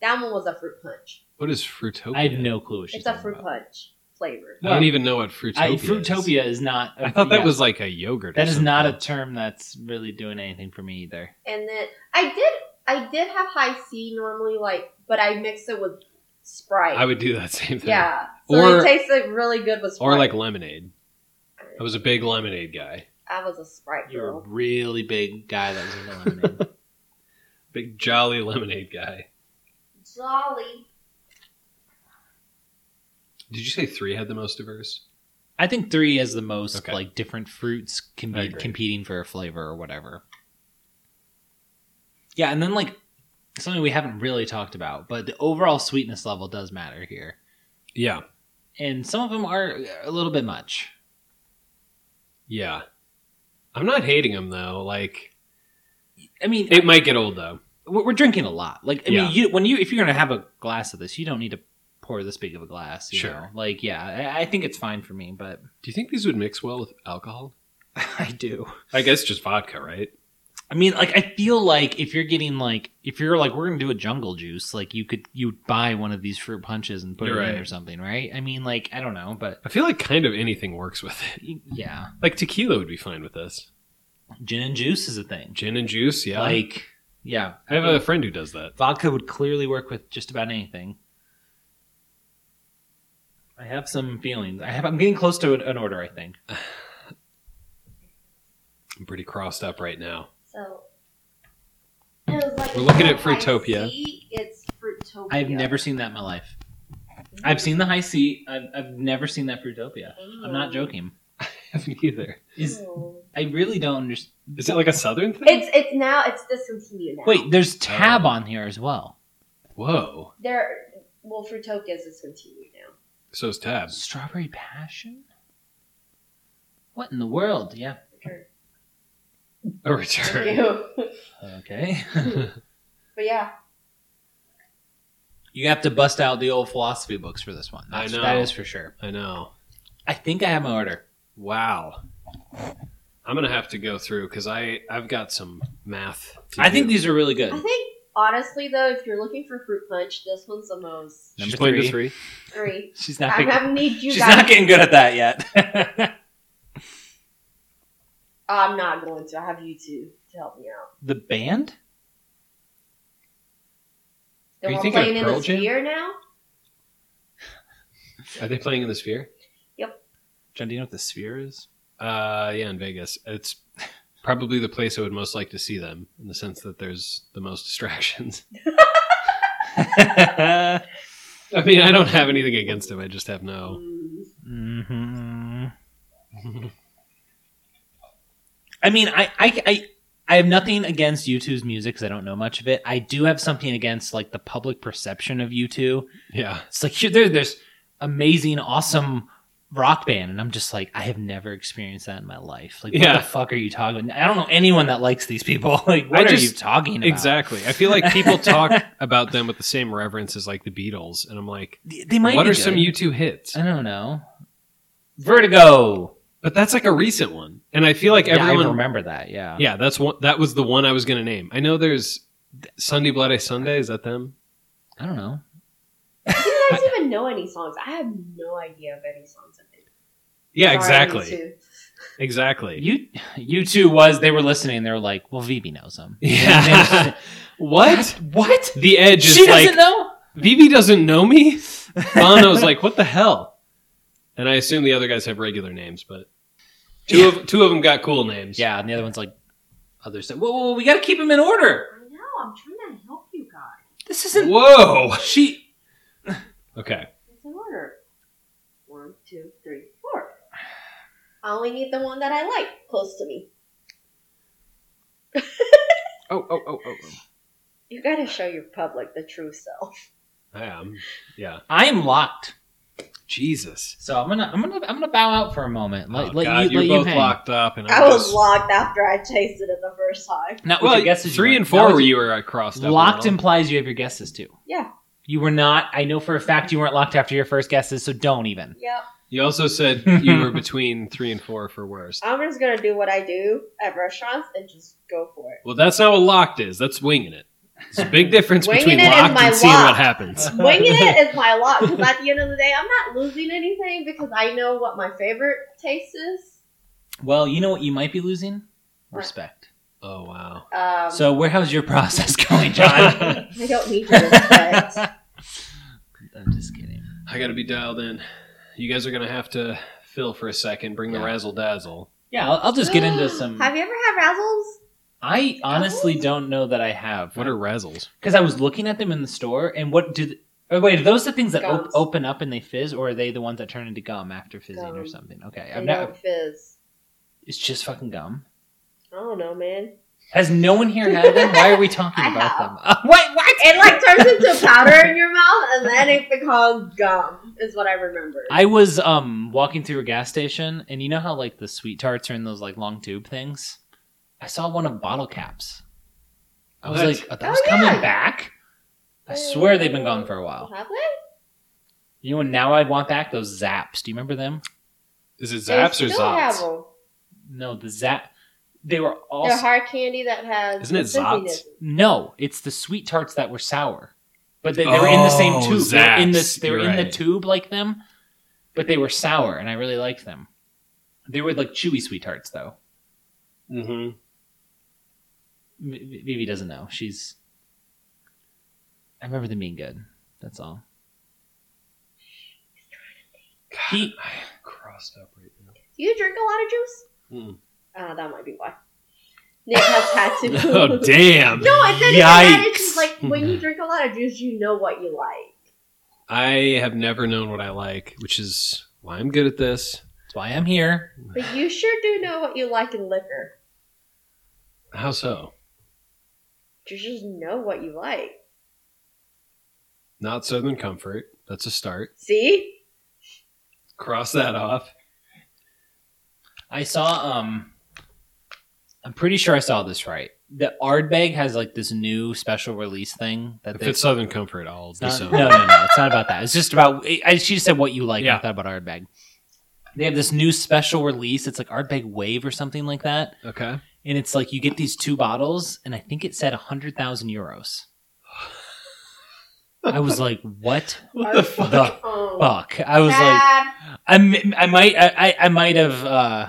[SPEAKER 2] That one was a fruit punch.
[SPEAKER 3] What is Fruitopia?
[SPEAKER 1] I have no clue what she's
[SPEAKER 2] it's a
[SPEAKER 1] talking
[SPEAKER 2] fruit
[SPEAKER 1] about.
[SPEAKER 2] punch flavor.
[SPEAKER 3] I don't even know what Fruitopia.
[SPEAKER 1] I,
[SPEAKER 3] is.
[SPEAKER 1] Fruitopia is not.
[SPEAKER 3] I thought that
[SPEAKER 1] yeah.
[SPEAKER 3] was like a yogurt. or
[SPEAKER 1] That is not a
[SPEAKER 3] something.
[SPEAKER 1] term that's really doing anything for me either.
[SPEAKER 2] And then I did, I did have high C normally, like, but I mixed it with Sprite.
[SPEAKER 3] I would do that same thing.
[SPEAKER 2] yeah, so
[SPEAKER 3] Or-
[SPEAKER 2] it tasted really good with Sprite.
[SPEAKER 3] Or like lemonade. I was a big lemonade guy.
[SPEAKER 2] I was a Sprite
[SPEAKER 1] You're a
[SPEAKER 2] girl.
[SPEAKER 1] really big guy that was in the lemonade.
[SPEAKER 3] Big jolly lemonade guy.
[SPEAKER 2] Jolly.
[SPEAKER 3] Did you say three had the most diverse?
[SPEAKER 1] I think three is the most
[SPEAKER 3] Okay.
[SPEAKER 1] like different fruits can
[SPEAKER 3] I
[SPEAKER 1] be
[SPEAKER 3] agree.
[SPEAKER 1] competing for a flavor or whatever. Yeah, and then like something we haven't really talked about, but the overall sweetness level does matter here,
[SPEAKER 3] Yeah.
[SPEAKER 1] and some of them are a little bit much.
[SPEAKER 3] Yeah. I'm not hating them though. Like
[SPEAKER 1] I mean,
[SPEAKER 3] it might get old though.
[SPEAKER 1] we're we're drinking a lot. Like, I
[SPEAKER 3] Yeah.
[SPEAKER 1] mean, you, when you if you're gonna have a glass of this, you don't need to pour this big of a glass. You
[SPEAKER 3] Sure.
[SPEAKER 1] Know? Like, yeah, I, I think it's fine for me, but
[SPEAKER 3] Do you think these would mix well with alcohol?
[SPEAKER 1] I do.
[SPEAKER 3] I guess just vodka, right?
[SPEAKER 1] I mean, like, I feel like if you're getting like, if you're like, we're gonna do a jungle juice, like, you could you would buy one of these fruit punches and put
[SPEAKER 3] You're
[SPEAKER 1] it in
[SPEAKER 3] right.
[SPEAKER 1] or something, right? I mean, like, I don't know, but
[SPEAKER 3] I feel like kind of anything works with it.
[SPEAKER 1] yeah,
[SPEAKER 3] Like tequila would be fine with this.
[SPEAKER 1] gin and juice is a thing.
[SPEAKER 3] Gin and juice, yeah.
[SPEAKER 1] Like, yeah,
[SPEAKER 3] I have a friend who does that.
[SPEAKER 1] vodka would clearly work with just about anything. I have some feelings. I have. I'm getting close to an- an order. I think.
[SPEAKER 3] I'm pretty crossed up right now.
[SPEAKER 2] So it was like
[SPEAKER 3] We're looking at
[SPEAKER 2] if I
[SPEAKER 3] Fruitopia.
[SPEAKER 2] see, It's Fruitopia.
[SPEAKER 1] I've never seen that in my life. I've seen the high seat. I've, I've never seen that Fruitopia. I'm not joking.
[SPEAKER 3] haven't either.
[SPEAKER 1] Is
[SPEAKER 2] Ew.
[SPEAKER 1] I really don't understand.
[SPEAKER 3] Is it like a southern thing?
[SPEAKER 2] It's it's now it's discontinued now.
[SPEAKER 1] Wait, there's tab on here as well.
[SPEAKER 3] Whoa.
[SPEAKER 2] there. Well, Fruitopia is discontinued now.
[SPEAKER 3] So is tabs.
[SPEAKER 1] Strawberry passion. What in the world? Yeah.
[SPEAKER 2] Return.
[SPEAKER 3] A return.
[SPEAKER 2] Ew.
[SPEAKER 1] Okay.
[SPEAKER 2] but yeah,
[SPEAKER 1] You have to bust out the old philosophy books for this one.
[SPEAKER 3] I
[SPEAKER 1] That's,
[SPEAKER 3] know.
[SPEAKER 1] That is for sure.
[SPEAKER 3] I know.
[SPEAKER 1] I think I have my order.
[SPEAKER 3] Wow. I'm gonna have to go through because I I've got some math. to
[SPEAKER 1] I think
[SPEAKER 3] do.
[SPEAKER 1] these are really
[SPEAKER 2] I
[SPEAKER 1] good.
[SPEAKER 2] think honestly though, if you're looking for fruit punch, this one's the most
[SPEAKER 1] Number
[SPEAKER 3] She's playing to
[SPEAKER 1] three.
[SPEAKER 3] three.
[SPEAKER 2] three.
[SPEAKER 1] She's not.
[SPEAKER 2] I
[SPEAKER 1] Picking,
[SPEAKER 2] have need you
[SPEAKER 1] she's
[SPEAKER 2] guys.
[SPEAKER 1] not getting good at that yet.
[SPEAKER 2] I'm not going to. I have you two to help me out.
[SPEAKER 1] the band.
[SPEAKER 2] The
[SPEAKER 3] Are you
[SPEAKER 2] one
[SPEAKER 3] thinking of
[SPEAKER 2] playing in the
[SPEAKER 3] Pearl Jam?
[SPEAKER 2] sphere now.
[SPEAKER 3] Are they playing in the Sphere?
[SPEAKER 1] John, do you know what the sphere is?
[SPEAKER 3] Uh, yeah, in Vegas. It's probably the place I would most like to see them in the sense that there's the most distractions. I mean, I don't have anything against them. I just have no.
[SPEAKER 2] Mm,
[SPEAKER 1] hmm I mean, I, I, I, I have nothing against U2's music because I don't know much of it. I do have something against like the public perception of U2.
[SPEAKER 3] yeah.
[SPEAKER 1] It's like here, there, there's amazing, awesome rock band, and I'm just like, I have never experienced that in my life. Like,
[SPEAKER 3] Yeah.
[SPEAKER 1] what the fuck are you talking? about? I don't know anyone that likes these people. Like, what are
[SPEAKER 3] just-
[SPEAKER 1] you talking about?
[SPEAKER 3] Exactly. I feel like people talk about them with the same reverence as like the Beatles, and I'm like,
[SPEAKER 1] They- They might.
[SPEAKER 3] what
[SPEAKER 1] be
[SPEAKER 3] are
[SPEAKER 1] good. Uh,
[SPEAKER 3] some U2 hits?
[SPEAKER 1] I don't know. Vertigo.
[SPEAKER 3] But that's like a recent one, and I feel like
[SPEAKER 1] Yeah, I
[SPEAKER 3] everyone.
[SPEAKER 1] remember that. Yeah.
[SPEAKER 3] Yeah, that's one. That was the one I was gonna name. I know there's Sunday Bloody Sunday. Is that them?
[SPEAKER 1] I don't know.
[SPEAKER 2] you guys even know any songs? I have no idea of any songs. I think.
[SPEAKER 3] Yeah,
[SPEAKER 2] Sorry, you
[SPEAKER 3] exactly,
[SPEAKER 2] two.
[SPEAKER 3] exactly.
[SPEAKER 1] You you two was they were listening. They were like, "Well, Vivi knows him."
[SPEAKER 3] Yeah. what?
[SPEAKER 1] What?
[SPEAKER 3] The Edge is
[SPEAKER 1] She doesn't
[SPEAKER 3] like
[SPEAKER 1] know.
[SPEAKER 3] Vivi doesn't know me. Bono's like, what the hell? And I assume the other guys have regular names, but two of two of them got cool names.
[SPEAKER 1] Yeah, and the other one's like, "Other stuff." Whoa, whoa, whoa, we got to keep him in order.
[SPEAKER 2] I know. I'm trying to help you guys.
[SPEAKER 1] This isn't
[SPEAKER 3] Whoa.
[SPEAKER 1] she.
[SPEAKER 3] Okay.
[SPEAKER 2] It's in order. One, two, three, four. I only need the one that I like close to me.
[SPEAKER 3] Oh oh oh oh.
[SPEAKER 2] You gotta show your public the true self.
[SPEAKER 3] I am. Yeah.
[SPEAKER 1] I am locked.
[SPEAKER 3] Jesus.
[SPEAKER 1] So I'm gonna I'm gonna I'm gonna bow out for a moment. Let,
[SPEAKER 3] oh,
[SPEAKER 1] let
[SPEAKER 3] God,
[SPEAKER 1] you
[SPEAKER 3] you're
[SPEAKER 1] let you
[SPEAKER 3] both
[SPEAKER 1] hang.
[SPEAKER 3] locked up, and I'm
[SPEAKER 2] I was
[SPEAKER 3] just-
[SPEAKER 2] locked after I tasted it the first time.
[SPEAKER 1] Not with
[SPEAKER 3] Well,
[SPEAKER 1] your guesses.
[SPEAKER 3] three
[SPEAKER 1] you
[SPEAKER 3] and
[SPEAKER 1] were. Not
[SPEAKER 3] four
[SPEAKER 1] with
[SPEAKER 3] were
[SPEAKER 1] your-
[SPEAKER 3] you were uh, crossed up.
[SPEAKER 1] Locked
[SPEAKER 3] and
[SPEAKER 1] implies you have your guesses too.
[SPEAKER 2] Yeah.
[SPEAKER 1] You were not. I know for a fact you weren't locked after your first guesses, so don't even.
[SPEAKER 2] Yep.
[SPEAKER 3] You also said you were between three and four for worst.
[SPEAKER 2] I'm just gonna do what I do at restaurants and just go for it.
[SPEAKER 3] Well, that's not what locked is. That's winging it. It's a big difference
[SPEAKER 2] Winging
[SPEAKER 3] between
[SPEAKER 2] it is
[SPEAKER 3] locked
[SPEAKER 2] my
[SPEAKER 3] and seeing what
[SPEAKER 2] lock.
[SPEAKER 3] happens.
[SPEAKER 2] Winging it is my lot because at the end of the day, I'm not losing anything because I know what my favorite taste is.
[SPEAKER 1] Well, you know what you might be losing?
[SPEAKER 2] What?
[SPEAKER 1] Respect.
[SPEAKER 3] Oh wow.
[SPEAKER 2] Um,
[SPEAKER 1] So, where how's your process going, John?
[SPEAKER 2] I don't need your respect.
[SPEAKER 1] I'm just kidding.
[SPEAKER 3] I gotta be dialed in. You guys are gonna have to fill for a second. Bring the
[SPEAKER 1] Yeah.
[SPEAKER 3] razzle dazzle.
[SPEAKER 1] Yeah, I'll, I'll just get into some.
[SPEAKER 2] Have you Oh. ever had razzles?
[SPEAKER 1] I honestly don't know that I have.
[SPEAKER 3] What are razzles?
[SPEAKER 1] Because I was looking at them in the store, and what do? th- oh, wait, are those the things that op-
[SPEAKER 2] Gums.
[SPEAKER 1] open up and they fizz, or are they the ones that turn into gum after fizzing or
[SPEAKER 2] Gum.
[SPEAKER 1] something? Okay,
[SPEAKER 2] They
[SPEAKER 1] I'm
[SPEAKER 2] don't
[SPEAKER 1] not.
[SPEAKER 2] fizz.
[SPEAKER 1] It's just fucking gum.
[SPEAKER 2] I don't know, man.
[SPEAKER 1] Has no one here had them? Why are we talking
[SPEAKER 2] I
[SPEAKER 1] about
[SPEAKER 2] have.
[SPEAKER 1] them? Uh, what? What?
[SPEAKER 2] It like turns into powder in your mouth and then it becomes gum, is what I remember.
[SPEAKER 1] I was um walking through a gas station, and you know how like the sweet tarts are in those like long tube things. I saw one of bottle caps. I was
[SPEAKER 3] What?
[SPEAKER 1] like, are those
[SPEAKER 2] Oh,
[SPEAKER 1] coming
[SPEAKER 2] yeah.
[SPEAKER 1] back? I swear they've been gone for a while.
[SPEAKER 2] Have they?
[SPEAKER 1] You know, what now I want back those zaps. Do you remember them?
[SPEAKER 3] Is it
[SPEAKER 2] They
[SPEAKER 3] zaps or
[SPEAKER 2] still have
[SPEAKER 3] zots?
[SPEAKER 2] them.
[SPEAKER 1] No, the zap. They were all
[SPEAKER 2] They're hard candy that has.
[SPEAKER 3] Isn't it
[SPEAKER 2] fizziness.
[SPEAKER 1] No, it's the sweet tarts that were sour, but they, they were in the same
[SPEAKER 3] Oh,
[SPEAKER 1] tube. They were in
[SPEAKER 3] Zaps.
[SPEAKER 1] this. They were
[SPEAKER 3] You're
[SPEAKER 1] in the
[SPEAKER 3] right.
[SPEAKER 1] tube like them, but they were sour, and I really liked them. They were like chewy sweet tarts, though.
[SPEAKER 3] Mm-hmm.
[SPEAKER 1] V- V- Vivi doesn't know. She's. I remember them being good. That's all. He-
[SPEAKER 3] I am crossed up right now.
[SPEAKER 2] Do you drink a lot of juice?
[SPEAKER 3] Mm.
[SPEAKER 2] Uh, that might be why. Nick has had to.
[SPEAKER 3] Oh damn!
[SPEAKER 2] No, it's not even that.
[SPEAKER 1] Yikes.
[SPEAKER 2] It's
[SPEAKER 1] Hmm.
[SPEAKER 2] just like when you drink a lot of juice, you know what you like.
[SPEAKER 3] I have never known what I like, which is why I'm good at this.
[SPEAKER 1] That's why I'm here.
[SPEAKER 2] But you sure do know what you like in liquor.
[SPEAKER 3] How so?
[SPEAKER 2] You just know what you like.
[SPEAKER 3] Not Southern Comfort. That's a start.
[SPEAKER 2] See?
[SPEAKER 3] Cross that off.
[SPEAKER 1] I saw. Um, I'm pretty sure I saw this right. The Ardbeg has like this new special release thing that
[SPEAKER 3] If
[SPEAKER 1] they.
[SPEAKER 3] it's Southern Comfort, I'll
[SPEAKER 1] It's
[SPEAKER 3] be
[SPEAKER 1] not-
[SPEAKER 3] so.
[SPEAKER 1] no, no, no. It's not about that. It's just about. I, she just said what you like.
[SPEAKER 3] Yeah.
[SPEAKER 1] I thought about Ardbeg. They have this new special release. It's like Ardbeg Wave or something like that.
[SPEAKER 3] Okay.
[SPEAKER 1] And it's like you get these two bottles, and I think it said 100,000 euros. I was like, what
[SPEAKER 3] What the fuck?
[SPEAKER 1] the
[SPEAKER 2] Oh,
[SPEAKER 1] fuck? I was like,
[SPEAKER 2] Dad,
[SPEAKER 1] I'm, I might, I, I- I might have, uh,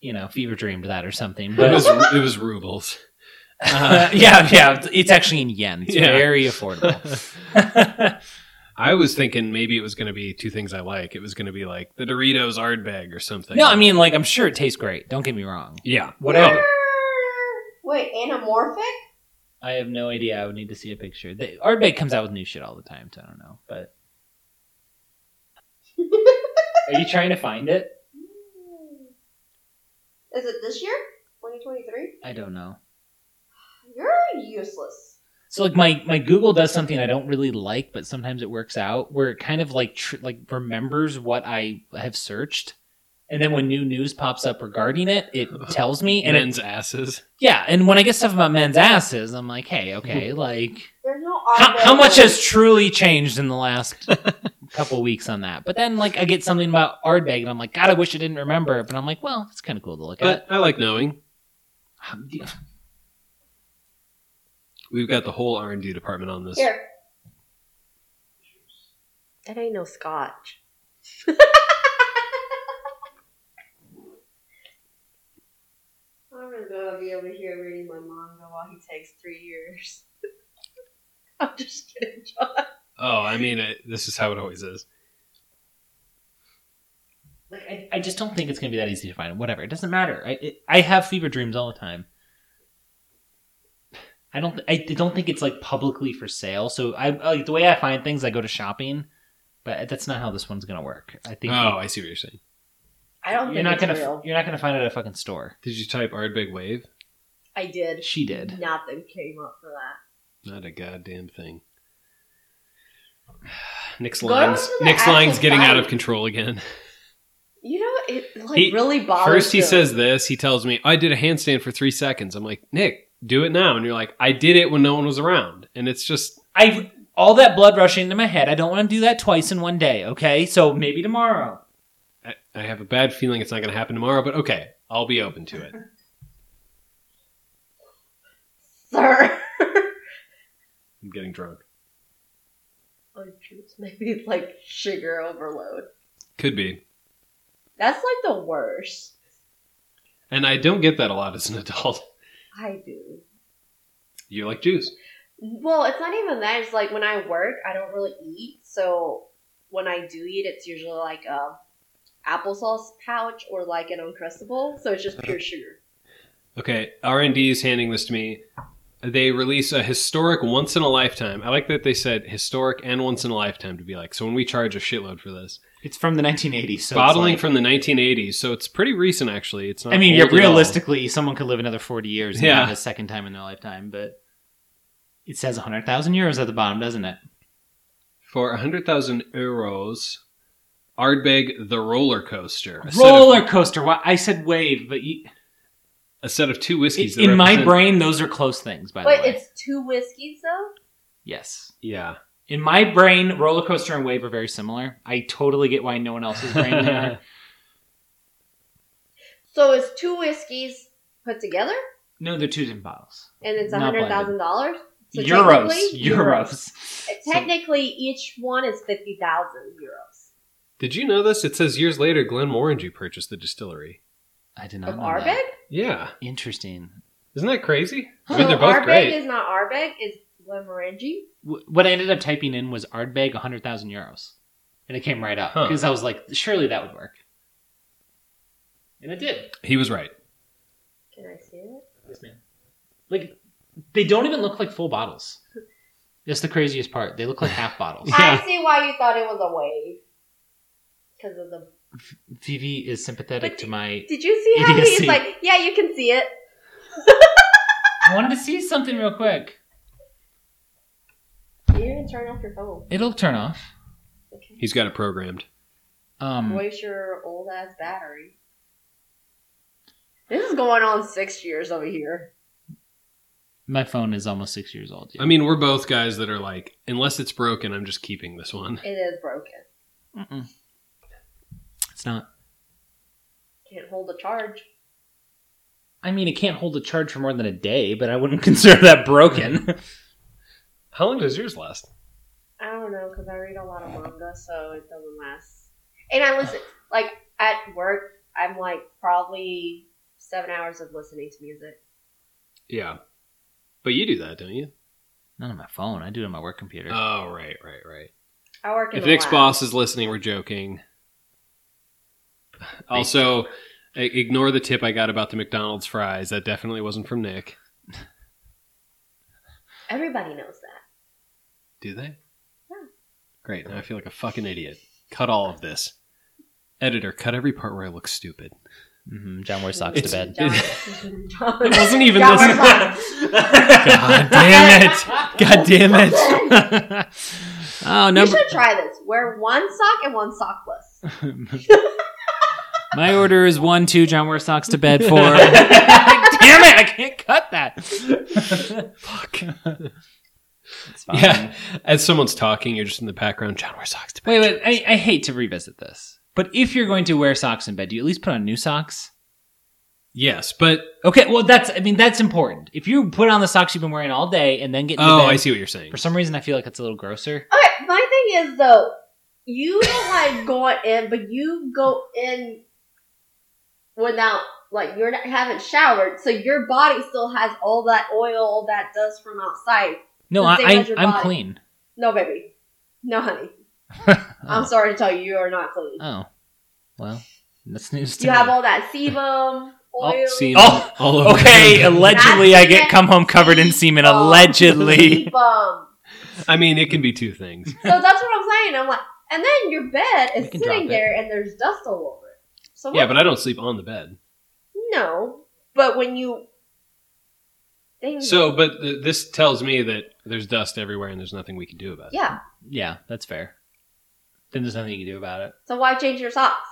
[SPEAKER 1] you know, fever dreamed that or something.
[SPEAKER 3] It
[SPEAKER 1] But
[SPEAKER 3] was, it was rubles. Uh,
[SPEAKER 1] yeah, yeah, it's actually in yen. It's
[SPEAKER 3] Yeah.
[SPEAKER 1] very affordable.
[SPEAKER 3] I was thinking maybe it was going to be two things I like. It was going to be like the Doritos Ardbeg or something.
[SPEAKER 1] no, I mean, like, I'm sure it tastes great. Don't get me wrong.
[SPEAKER 3] yeah, Oh,
[SPEAKER 1] Whatever.
[SPEAKER 2] Wait, anamorphic?
[SPEAKER 1] I have no idea. I would need to see a picture. They, Ardbeg comes out with new shit all the time, so I don't know. But are you trying to find it?
[SPEAKER 2] Is it this year? 2023?
[SPEAKER 1] I don't know.
[SPEAKER 2] You're useless.
[SPEAKER 1] So like my my Google does something I don't really like, but sometimes it works out where it kind of like tr- like remembers what I have searched, and then when new news pops up regarding it, it tells me. And it,
[SPEAKER 3] men's asses.
[SPEAKER 1] yeah, and when I get stuff about men's asses, I'm like, hey, okay, like
[SPEAKER 2] There's no
[SPEAKER 1] how,
[SPEAKER 2] automatic-
[SPEAKER 1] how much has truly changed in the last couple weeks on that? But then like I get something about Ardbeg, and I'm like, God, I wish I didn't remember. But I'm like, well, it's kind of cool to look
[SPEAKER 3] But I like knowing.
[SPEAKER 1] at.
[SPEAKER 3] We've got the whole R and D department on this.
[SPEAKER 2] Here. That ain't no scotch. I'm gonna be over here reading my manga while he takes three years. I'm just kidding, John.
[SPEAKER 3] Oh, I mean, it, this is how it always is.
[SPEAKER 1] Like I, I just don't think it's gonna be that easy to find. Whatever, it doesn't matter. I it, I have fever dreams all the time. I don't I don't think it's like publicly for sale. So I like the way I find things. I go to shopping, but that's not how this one's gonna work. I think
[SPEAKER 3] Oh, I see what you're saying.
[SPEAKER 2] I don't
[SPEAKER 1] you're
[SPEAKER 2] think
[SPEAKER 1] not
[SPEAKER 2] it's
[SPEAKER 1] gonna
[SPEAKER 2] real.
[SPEAKER 1] you're not gonna find it at a fucking store.
[SPEAKER 3] Did you type Ardbeg Wave?
[SPEAKER 2] I did.
[SPEAKER 1] She did.
[SPEAKER 2] Nothing came up for that.
[SPEAKER 3] Not a goddamn thing. Nick's
[SPEAKER 2] Go
[SPEAKER 3] lines.
[SPEAKER 2] to the
[SPEAKER 3] Nick's
[SPEAKER 2] actual
[SPEAKER 3] lines getting out
[SPEAKER 2] fight.
[SPEAKER 3] of control again.
[SPEAKER 2] You know, it like
[SPEAKER 3] He-
[SPEAKER 2] really bothers.
[SPEAKER 3] First, he
[SPEAKER 2] him.
[SPEAKER 3] says this. He tells me, "I did a handstand for three seconds." I'm like, "Nick, do it now." And you're like, "I did it when no one was around." And it's just
[SPEAKER 1] I all that blood rushing into my head. I don't want to do that twice in one day. Okay, so maybe tomorrow.
[SPEAKER 3] I, I have a bad feeling it's not going to happen tomorrow, but okay, I'll be open to it.
[SPEAKER 2] "Sir."
[SPEAKER 3] I'm getting drunk.
[SPEAKER 2] Oh, juice. Maybe it's like sugar overload.
[SPEAKER 3] Could be.
[SPEAKER 2] That's like the worst.
[SPEAKER 3] And I don't get that a lot as an adult.
[SPEAKER 2] I do.
[SPEAKER 3] You like juice.
[SPEAKER 2] Well, it's not even that. It's like when I work, I don't really eat. So when I do eat, it's usually like a applesauce pouch or like an uncrustable. So it's just pure sugar.
[SPEAKER 3] Okay, R&D is handing this to me. They release a historic once in a lifetime. I like that they said historic and once in a lifetime to be like. So when we charge a shitload for this,
[SPEAKER 1] It's from the 1980s. So it's
[SPEAKER 3] bottling
[SPEAKER 1] like-
[SPEAKER 3] from the 1980s, so it's pretty recent actually. It's not.
[SPEAKER 1] I mean,
[SPEAKER 3] old
[SPEAKER 1] yeah,
[SPEAKER 3] at all.
[SPEAKER 1] realistically, someone could live another 40 years and
[SPEAKER 3] Yeah.
[SPEAKER 1] have a second time in their lifetime, but it says 100,000 euros at the bottom, doesn't it?
[SPEAKER 3] for 100,000 euros, Ardbeg the roller coaster. A, Set,
[SPEAKER 1] Roller coaster. Why I said wave, but you,
[SPEAKER 3] of, a set of two whiskeys. that
[SPEAKER 1] in my
[SPEAKER 3] represent-
[SPEAKER 1] brain, those are close things, by the
[SPEAKER 2] But
[SPEAKER 1] way.
[SPEAKER 2] it's two whiskeys though.
[SPEAKER 1] yes.
[SPEAKER 3] yeah,
[SPEAKER 1] In my brain, roller coaster and wave are very similar. I totally get why no one else's brain they are.
[SPEAKER 2] So it's two whiskeys put together,
[SPEAKER 1] No, they're two different bottles.
[SPEAKER 2] and it's a
[SPEAKER 1] Not
[SPEAKER 2] hundred thousand dollars. So
[SPEAKER 1] euros.
[SPEAKER 2] technically-
[SPEAKER 1] Euros.
[SPEAKER 2] Technically, each one is fifty thousand euros.
[SPEAKER 3] Did you know this? It says years later, Glen Morangy purchased the distillery.
[SPEAKER 1] I did not
[SPEAKER 2] Of
[SPEAKER 1] know. That.
[SPEAKER 2] Arbeg?
[SPEAKER 3] Yeah,
[SPEAKER 1] Interesting.
[SPEAKER 3] isn't that crazy? I
[SPEAKER 2] So
[SPEAKER 3] mean, they're both
[SPEAKER 2] Arbeg
[SPEAKER 3] great.
[SPEAKER 2] is not Arbeg, it's Glenmorangie.
[SPEAKER 1] Wh- What I ended up typing in was Ardbeg 100,000 euros. And it came right up
[SPEAKER 3] Huh.
[SPEAKER 1] because I was like, surely that would work. And it did.
[SPEAKER 3] he was right.
[SPEAKER 2] Can I see it?
[SPEAKER 1] Yes, ma'am. Like, they don't even look like full bottles. That's the craziest part. They look like half bottles.
[SPEAKER 3] Yeah.
[SPEAKER 2] I see why you thought it was a wave. Because of the.
[SPEAKER 1] Vivi is sympathetic
[SPEAKER 2] But
[SPEAKER 1] to my.
[SPEAKER 2] Did you see how
[SPEAKER 1] Idiocy.
[SPEAKER 2] he's like, yeah, you can see it?
[SPEAKER 1] I wanted to see something real quick.
[SPEAKER 2] You didn't turn off your phone.
[SPEAKER 1] It'll turn off.
[SPEAKER 2] Okay.
[SPEAKER 3] He's got it programmed.
[SPEAKER 1] Um,
[SPEAKER 2] Waste your old ass battery. This is going on six years over here.
[SPEAKER 1] my phone is almost six years old. yeah.
[SPEAKER 3] I mean, we're both guys that are like, unless it's broken, I'm just keeping this one.
[SPEAKER 2] It is broken.
[SPEAKER 1] Mm-mm. it's not.
[SPEAKER 2] Can't hold a charge.
[SPEAKER 1] I mean, it can't hold a charge for more than a day, but I wouldn't consider that broken.
[SPEAKER 3] How long does yours last?
[SPEAKER 2] I don't know because I read a lot of manga, so it doesn't last. And I listen like at work. I'm like probably seven hours of listening to music.
[SPEAKER 3] Yeah, but you do that, don't you?
[SPEAKER 1] Not on my phone. I do it on my work computer.
[SPEAKER 3] Oh, right, right, right.
[SPEAKER 2] I work in
[SPEAKER 3] If
[SPEAKER 2] the
[SPEAKER 3] Nick's
[SPEAKER 2] lab.
[SPEAKER 3] boss is listening, we're joking. Also, i- ignore the tip I got about the McDonald's fries. That definitely wasn't from Nick.
[SPEAKER 2] Everybody knows that.
[SPEAKER 3] Do they?
[SPEAKER 2] Yeah.
[SPEAKER 3] Great. Now I feel like a fucking idiot. Cut all of this. Editor, cut every part where I look stupid.
[SPEAKER 1] hmm John wears socks to
[SPEAKER 3] It's-
[SPEAKER 1] bed.
[SPEAKER 2] John, John,
[SPEAKER 3] It wasn't even
[SPEAKER 2] John wears
[SPEAKER 3] this.
[SPEAKER 2] socks.
[SPEAKER 3] God damn it! God damn it!
[SPEAKER 1] oh,
[SPEAKER 2] You
[SPEAKER 1] number.
[SPEAKER 2] should try this. Wear one sock and one sockless.
[SPEAKER 1] My order is one, two. John wears socks to bed four. damn it! I can't cut that. Fuck. It's fine.
[SPEAKER 3] Yeah, as someone's talking, you're just in the background. John wears socks to bed.
[SPEAKER 1] Wait, wait. I, I hate to revisit this, but if you're going to wear socks in bed, do you at least put on new socks?
[SPEAKER 3] Yes, but
[SPEAKER 1] Okay. Well, that's. I mean, that's important. If you put on the socks you've been wearing all day and then get into
[SPEAKER 3] oh,
[SPEAKER 1] bed,
[SPEAKER 3] I see what you're saying.
[SPEAKER 1] For some reason, I feel like it's a little grosser.
[SPEAKER 2] Okay, my thing is though, you don't like going in, but you go in without like you're not haven't showered, so your body still has all that oil, all that dust from outside.
[SPEAKER 1] No,
[SPEAKER 2] The
[SPEAKER 1] I,
[SPEAKER 2] same
[SPEAKER 1] I
[SPEAKER 2] as your
[SPEAKER 1] I'm
[SPEAKER 2] body.
[SPEAKER 1] clean.
[SPEAKER 2] No, baby, no, honey. I'm
[SPEAKER 1] Oh.
[SPEAKER 2] sorry to tell you, you are not clean.
[SPEAKER 1] Oh, well, that's news to
[SPEAKER 2] you
[SPEAKER 1] me.
[SPEAKER 2] have all that sebum,
[SPEAKER 3] All,
[SPEAKER 2] oil,
[SPEAKER 3] semen
[SPEAKER 1] Oh,
[SPEAKER 3] all over.
[SPEAKER 1] Okay, allegedly I get
[SPEAKER 2] That's
[SPEAKER 1] come home covered in semen.
[SPEAKER 2] sebum,
[SPEAKER 1] Allegedly.
[SPEAKER 2] sebum.
[SPEAKER 3] I mean, it can be two things.
[SPEAKER 2] So that's what I'm saying. I'm like, and then your bed
[SPEAKER 1] We
[SPEAKER 2] is
[SPEAKER 1] can drop
[SPEAKER 2] sitting
[SPEAKER 1] it.
[SPEAKER 2] there, and there's dust all over it. So
[SPEAKER 3] Yeah,
[SPEAKER 2] what
[SPEAKER 3] but I don't sleep on the bed.
[SPEAKER 2] No, but when you They
[SPEAKER 3] So, but th- this tells me that there's dust everywhere and there's nothing we can do about it.
[SPEAKER 2] yeah.
[SPEAKER 1] Yeah, that's fair. Then there's nothing you can do about it.
[SPEAKER 2] So why change your socks?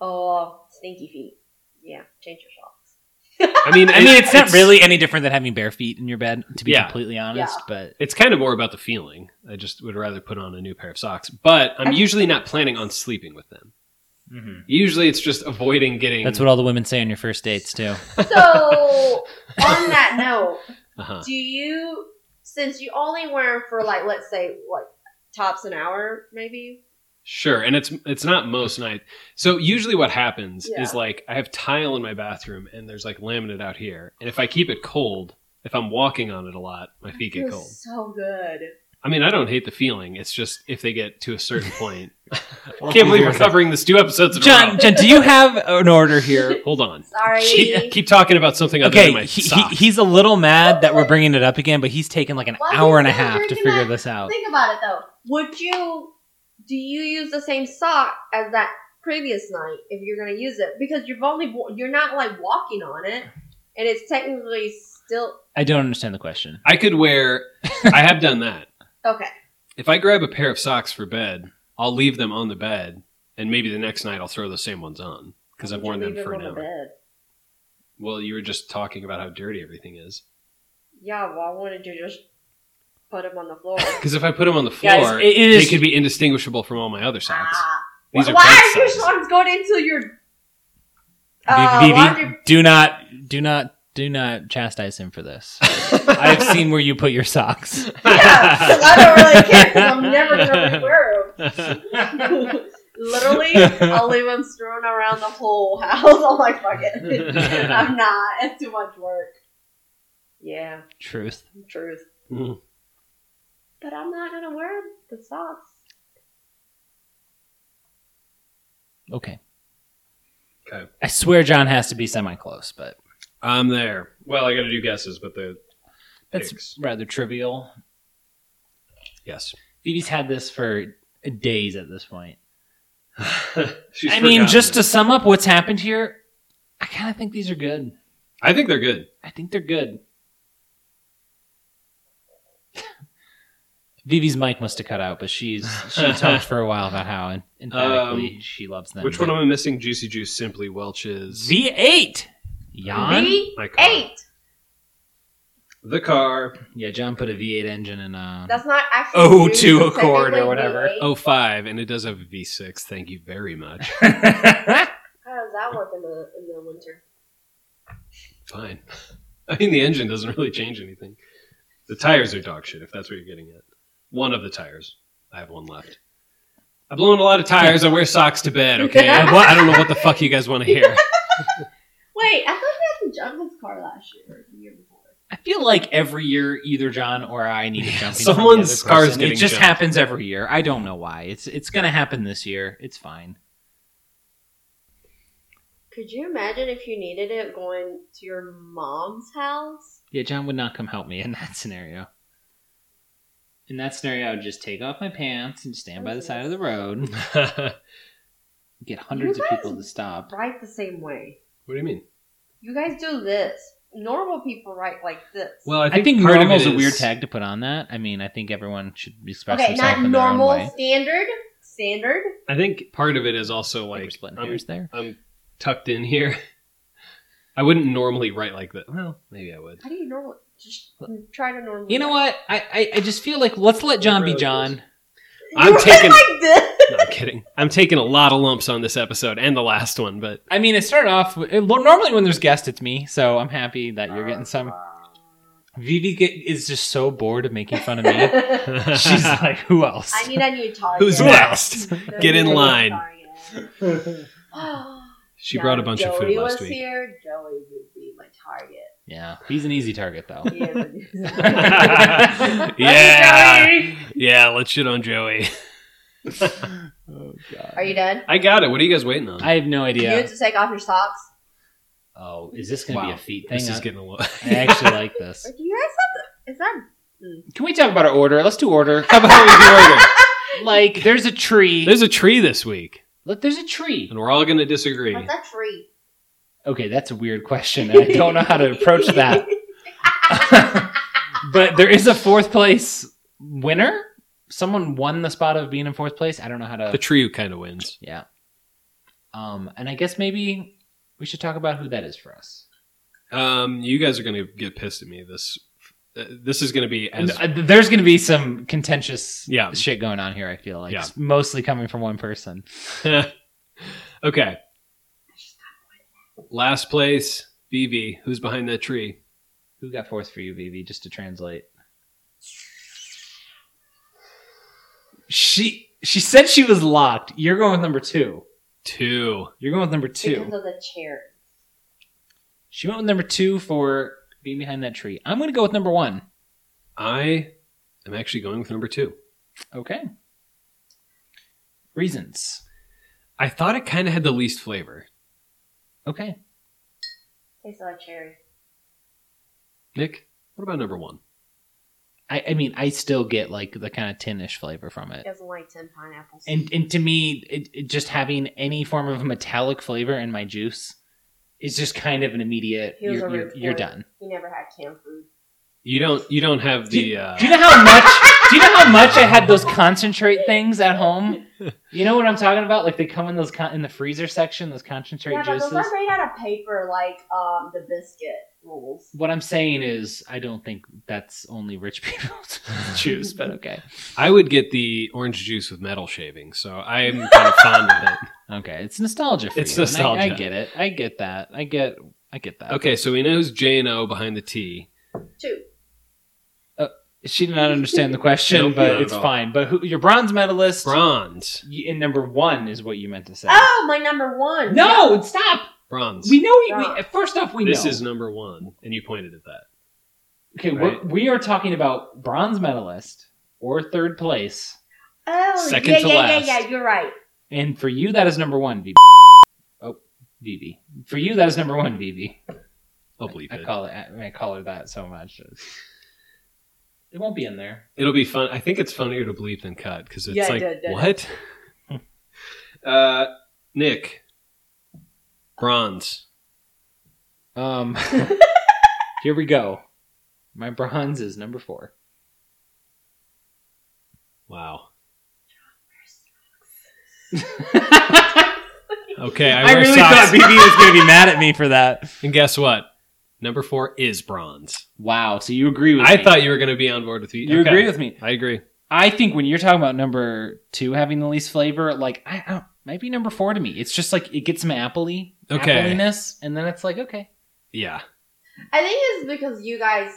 [SPEAKER 2] Oh, stinky feet. Yeah, change your socks.
[SPEAKER 3] I mean,
[SPEAKER 1] I mean, it's, not really any different than having bare feet in your bed, to be
[SPEAKER 3] Yeah.
[SPEAKER 1] completely honest. But
[SPEAKER 3] It's kind of more about the feeling. I just would rather put on a new pair of socks, but I'm usually not planning on sleeping with them.
[SPEAKER 1] Mm-hmm.
[SPEAKER 3] Usually, it's just avoiding getting.
[SPEAKER 1] that's what all the women say on your first dates too.
[SPEAKER 2] So on that note,
[SPEAKER 3] Uh-huh.
[SPEAKER 2] do you since you only wear 'em for like let's say like tops an hour maybe?
[SPEAKER 3] Sure, and it's it's not most nights. So usually, what happens
[SPEAKER 2] Yeah.
[SPEAKER 3] is like I have tile in my bathroom, and there's like laminate out here, and if I keep it cold, if I'm walking on it a lot, my feet get
[SPEAKER 2] Feels so
[SPEAKER 3] cold.
[SPEAKER 2] good.
[SPEAKER 3] I mean, I don't hate the feeling. It's just if they get to a certain point, I can't believe we're covering this two episodes. In a row.
[SPEAKER 1] John, John, do you have an order here?
[SPEAKER 3] hold on.
[SPEAKER 2] Sorry.
[SPEAKER 3] Keep, keep talking about something other than
[SPEAKER 1] Okay,
[SPEAKER 3] my
[SPEAKER 1] he, he,
[SPEAKER 3] sock.
[SPEAKER 1] he's a little mad that we're bringing it up again, but he's taken like an
[SPEAKER 2] Why
[SPEAKER 1] hour and a
[SPEAKER 2] is he
[SPEAKER 1] half to
[SPEAKER 2] drinking
[SPEAKER 1] figure
[SPEAKER 2] that?
[SPEAKER 1] this
[SPEAKER 3] Oh.
[SPEAKER 1] out.
[SPEAKER 2] Think about it though. Would you do you use the same sock as that previous night if you're gonna use it? Because you've only wo- you're not like walking on it, and it's technically still
[SPEAKER 1] I don't understand the question.
[SPEAKER 3] I could wear. I have done that.
[SPEAKER 2] okay.
[SPEAKER 3] If I grab a pair of socks for bed, I'll leave them on the bed, and maybe the next night I'll throw the same ones on because I've worn them
[SPEAKER 2] Leave it
[SPEAKER 3] for an
[SPEAKER 2] on the
[SPEAKER 3] hour.
[SPEAKER 2] bed.
[SPEAKER 3] Well, you were just talking about how dirty everything is.
[SPEAKER 2] Yeah, well, I wanted to just put them on the floor.
[SPEAKER 3] Because if I put them on the floor,
[SPEAKER 1] Guys, it is-
[SPEAKER 3] they could be indistinguishable from all my other socks.
[SPEAKER 2] Ah.
[SPEAKER 3] These are
[SPEAKER 2] Why
[SPEAKER 3] bed
[SPEAKER 2] are your
[SPEAKER 3] socks.
[SPEAKER 2] socks going into your uh,
[SPEAKER 1] Vivi,
[SPEAKER 2] laundry?
[SPEAKER 1] do not, do not, do not chastise him for this. I have seen where you put your socks.
[SPEAKER 2] Yeah, 'cause I don't really care because I'm never gonna rewear 'em. Literally, I'll leave them strewn around the whole house. I'm like, fuck it. I'm not. It's too much work. Yeah,
[SPEAKER 1] Truth.
[SPEAKER 2] truth.
[SPEAKER 3] Mhm.
[SPEAKER 2] But I'm not gonna wear the socks.
[SPEAKER 1] Okay.
[SPEAKER 3] Okay.
[SPEAKER 1] I swear John has to be semi close, but
[SPEAKER 3] I'm there. Well, I got to do guesses, but the
[SPEAKER 1] that's
[SPEAKER 3] Picks.
[SPEAKER 1] rather trivial.
[SPEAKER 3] yes.
[SPEAKER 1] Phoebe's had this for days at this point.
[SPEAKER 3] She's
[SPEAKER 1] I mean,
[SPEAKER 3] forgotten
[SPEAKER 1] just to
[SPEAKER 3] them.
[SPEAKER 1] sum up what's happened here, I kind of think these are good.
[SPEAKER 3] I think they're good.
[SPEAKER 1] I think they're good. Vivi's mic must have cut out, but she's she talked for a while about how en- emphatically
[SPEAKER 3] Um,
[SPEAKER 1] she loves them.
[SPEAKER 3] Which one am I missing? Juicy Juice, Simply Welch's.
[SPEAKER 1] V eight. Jan.
[SPEAKER 2] V
[SPEAKER 3] My
[SPEAKER 1] uh,
[SPEAKER 3] car.
[SPEAKER 2] eight.
[SPEAKER 3] The car.
[SPEAKER 1] Yeah, John put a V eight engine in. Uh,
[SPEAKER 2] That's not actually.
[SPEAKER 1] Oh,
[SPEAKER 2] used,
[SPEAKER 1] two
[SPEAKER 2] it's
[SPEAKER 1] Accord or
[SPEAKER 2] technically
[SPEAKER 1] whatever. Oh.
[SPEAKER 2] V8.
[SPEAKER 3] 05, and it does have a V6. Thank you very much.
[SPEAKER 2] How does that work in the in the winter?
[SPEAKER 3] Fine. I mean, the engine doesn't really change anything. The tires are dog shit, if that's what you're getting at. One of the tires. I have one left. I've blown a lot of tires. I wear socks to bed, okay? I, I don't know what the fuck you guys want to hear.
[SPEAKER 2] Wait, I thought we had to jump his car last year or the year before.
[SPEAKER 1] I feel like every year, either John or I need to
[SPEAKER 3] Yeah,
[SPEAKER 1] jump. in
[SPEAKER 3] someone's
[SPEAKER 1] from the other
[SPEAKER 3] car's
[SPEAKER 1] person. It
[SPEAKER 3] getting
[SPEAKER 1] just
[SPEAKER 3] jumped.
[SPEAKER 1] happens every year. I don't know why. It's it's gonna happen this year. It's fine.
[SPEAKER 2] Could you imagine if you needed it going to your mom's house?
[SPEAKER 1] Yeah, John would not come help me in that scenario. In that scenario, I would just take off my pants and stand by the side of the road,
[SPEAKER 3] what
[SPEAKER 1] get hundreds of
[SPEAKER 2] guys-
[SPEAKER 1] people to stop.
[SPEAKER 2] Right the same way.
[SPEAKER 3] do you mean?
[SPEAKER 2] You guys do this. Normal people write like this.
[SPEAKER 3] Well, I
[SPEAKER 1] I
[SPEAKER 3] think,
[SPEAKER 1] think,
[SPEAKER 3] part
[SPEAKER 1] normal is
[SPEAKER 3] of
[SPEAKER 1] a
[SPEAKER 3] it
[SPEAKER 1] weird tag to put on that. I mean, I think everyone should respect
[SPEAKER 2] okay,
[SPEAKER 1] themselves
[SPEAKER 2] not
[SPEAKER 1] in their own way.
[SPEAKER 2] normal, standard, standard.
[SPEAKER 3] I think part of it is also
[SPEAKER 1] Like, we're
[SPEAKER 3] like
[SPEAKER 1] splitting
[SPEAKER 3] I'm,
[SPEAKER 1] hairs there.
[SPEAKER 3] I'm tucked in here. I wouldn't normally write like that. Well, maybe I would.
[SPEAKER 2] How do you normal? Just try to normal.
[SPEAKER 1] You know what? I, I, I just feel like let's let John be
[SPEAKER 3] Really
[SPEAKER 1] John.
[SPEAKER 2] You
[SPEAKER 3] I'm
[SPEAKER 2] write
[SPEAKER 3] taking-
[SPEAKER 2] like this.
[SPEAKER 3] No, I'm kidding. I'm taking a lot of lumps on this episode and the last one, but
[SPEAKER 1] I mean, it started off with, it- normally when there's guests, it's me, so I'm happy that you're getting some. Vivi get, is just so bored of making fun of me.
[SPEAKER 2] I
[SPEAKER 1] She's like, who else?
[SPEAKER 2] need a new target.
[SPEAKER 3] Who's next?
[SPEAKER 2] I
[SPEAKER 3] Get
[SPEAKER 2] need
[SPEAKER 3] in
[SPEAKER 2] a new
[SPEAKER 3] line.
[SPEAKER 2] target.
[SPEAKER 3] She
[SPEAKER 2] Yeah,
[SPEAKER 3] brought a bunch of food
[SPEAKER 2] Joey
[SPEAKER 3] last
[SPEAKER 2] was
[SPEAKER 3] week.
[SPEAKER 2] here. Joey would be my target.
[SPEAKER 1] yeah, he's an easy target though.
[SPEAKER 2] Yeah.
[SPEAKER 3] yeah. Yeah, let's shit on Joey.
[SPEAKER 1] oh god.
[SPEAKER 2] Are you done?
[SPEAKER 3] I got it. What are you guys waiting on?
[SPEAKER 1] I have no
[SPEAKER 2] You
[SPEAKER 1] idea.
[SPEAKER 2] have to take off your socks.
[SPEAKER 1] Oh, is this going to
[SPEAKER 3] Wow.
[SPEAKER 1] be a feat thing?
[SPEAKER 3] this is getting a little.
[SPEAKER 1] I actually like this.
[SPEAKER 2] Or do you guys have to? Is that?
[SPEAKER 1] Can we talk about our order? Let's do order.
[SPEAKER 3] How about we do order?
[SPEAKER 1] Like, there's a tree.
[SPEAKER 3] There's a tree this week,
[SPEAKER 1] Look, there's a tree.
[SPEAKER 3] and we're all going to disagree.
[SPEAKER 2] What's that tree?
[SPEAKER 1] Okay, that's a weird question. and I don't know how to approach that. but there is a fourth place winner. Someone won the spot of being in fourth place. I don't know how to.
[SPEAKER 3] The trio kind of wins.
[SPEAKER 1] Yeah. Um, and I guess maybe we should talk about who that is for us.
[SPEAKER 3] Um, you guys are gonna get pissed at me. This uh, this is gonna be as
[SPEAKER 1] And, uh, There's going to be some contentious
[SPEAKER 3] Yeah.
[SPEAKER 1] shit going on here. I feel like
[SPEAKER 3] Yeah.
[SPEAKER 1] It's mostly coming from one person.
[SPEAKER 3] okay. Last place, BB. Who's behind that tree?
[SPEAKER 1] Who got fourth for you, BB? Just to translate. She she said she was locked. You're going with number two.
[SPEAKER 3] Two.
[SPEAKER 1] You're going with number two.
[SPEAKER 2] Because of the chair.
[SPEAKER 1] She went with number two for being behind that tree. I'm going to go with number one.
[SPEAKER 3] I am actually going with number two.
[SPEAKER 1] Okay. Reasons.
[SPEAKER 3] I thought it kind of had the least flavor.
[SPEAKER 1] Okay.
[SPEAKER 2] Tastes like cherry.
[SPEAKER 3] Nick, what about number one?
[SPEAKER 1] I, I mean, I still get like the kind of tinish flavor from it.
[SPEAKER 2] It doesn't like tin pineapples.
[SPEAKER 1] And and to me, it, it just having any form of metallic flavor in my juice is just kind of an immediate.
[SPEAKER 2] He was
[SPEAKER 1] You're,
[SPEAKER 2] a
[SPEAKER 1] you're,
[SPEAKER 2] rude
[SPEAKER 1] you're
[SPEAKER 2] boy.
[SPEAKER 1] done.
[SPEAKER 2] he never had canned food.
[SPEAKER 3] You don't. You don't have the. Uh,
[SPEAKER 1] Do you know how much? do you know how much I had those concentrate things at home? You know what I'm talking about? Like they come in those con- in the freezer section, those concentrate
[SPEAKER 2] yeah, but
[SPEAKER 1] juices.
[SPEAKER 2] those are made out of paper, like um the biscuit rolls.
[SPEAKER 1] What I'm saying is, I don't think that's only rich people's juice, but okay.
[SPEAKER 3] I would get the orange juice with metal shavings, so I'm kind of fond of it.
[SPEAKER 1] Okay, it's nostalgia for
[SPEAKER 3] It's
[SPEAKER 1] you, and I- I,
[SPEAKER 3] nostalgia.
[SPEAKER 1] get it. I get that. I get. I get that.
[SPEAKER 3] Okay, so we know who's J and O behind the T.
[SPEAKER 2] Two.
[SPEAKER 1] She did not understand the question,
[SPEAKER 3] Nope, not
[SPEAKER 1] but
[SPEAKER 3] at
[SPEAKER 1] it's
[SPEAKER 3] all.
[SPEAKER 1] fine. But who, your bronze medalist
[SPEAKER 3] Bronze.
[SPEAKER 1] y- in number one is what you meant to say.
[SPEAKER 2] Oh, my number one.
[SPEAKER 1] No, stop.
[SPEAKER 3] Bronze.
[SPEAKER 1] We know. You,
[SPEAKER 2] Stop.
[SPEAKER 1] we, first off, we
[SPEAKER 3] this
[SPEAKER 1] know.
[SPEAKER 3] is number one, and you pointed at that.
[SPEAKER 1] okay,
[SPEAKER 3] right.
[SPEAKER 1] we're, we are talking about bronze medalist or third place,
[SPEAKER 2] Oh,
[SPEAKER 3] Second
[SPEAKER 2] yeah,
[SPEAKER 3] to
[SPEAKER 2] yeah,
[SPEAKER 3] last.
[SPEAKER 2] yeah, yeah. You're right.
[SPEAKER 1] and for you that is number one, VB. Oh, VB. For you that is number one, VB.
[SPEAKER 3] I'll believe
[SPEAKER 1] I
[SPEAKER 3] it.
[SPEAKER 1] call it. I, I call her that so much. It won't be in there.
[SPEAKER 3] It'll be fun. I think it's funnier to bleep than cut because it's
[SPEAKER 2] Yeah, it
[SPEAKER 3] like
[SPEAKER 2] did, did.
[SPEAKER 3] what? uh, Nick, bronze.
[SPEAKER 1] Um, here we go. My bronze is number four.
[SPEAKER 3] Wow.
[SPEAKER 1] I,
[SPEAKER 3] Okay, I, wear socks.
[SPEAKER 1] BB was going to be mad at me for that.
[SPEAKER 3] and guess what? Number four is bronze.
[SPEAKER 1] Wow. So you agree with
[SPEAKER 3] I
[SPEAKER 1] me?
[SPEAKER 3] thought you were going to be on board with me.
[SPEAKER 1] you
[SPEAKER 3] Okay.
[SPEAKER 1] agree with me.
[SPEAKER 3] I agree.
[SPEAKER 1] I think when you're talking about number two having the least flavor, like I, I don't, maybe number four to me, it's just like it gets my appley,
[SPEAKER 3] Okay.
[SPEAKER 1] appliness, and then it's like okay,
[SPEAKER 3] Yeah.
[SPEAKER 2] I think it's because you guys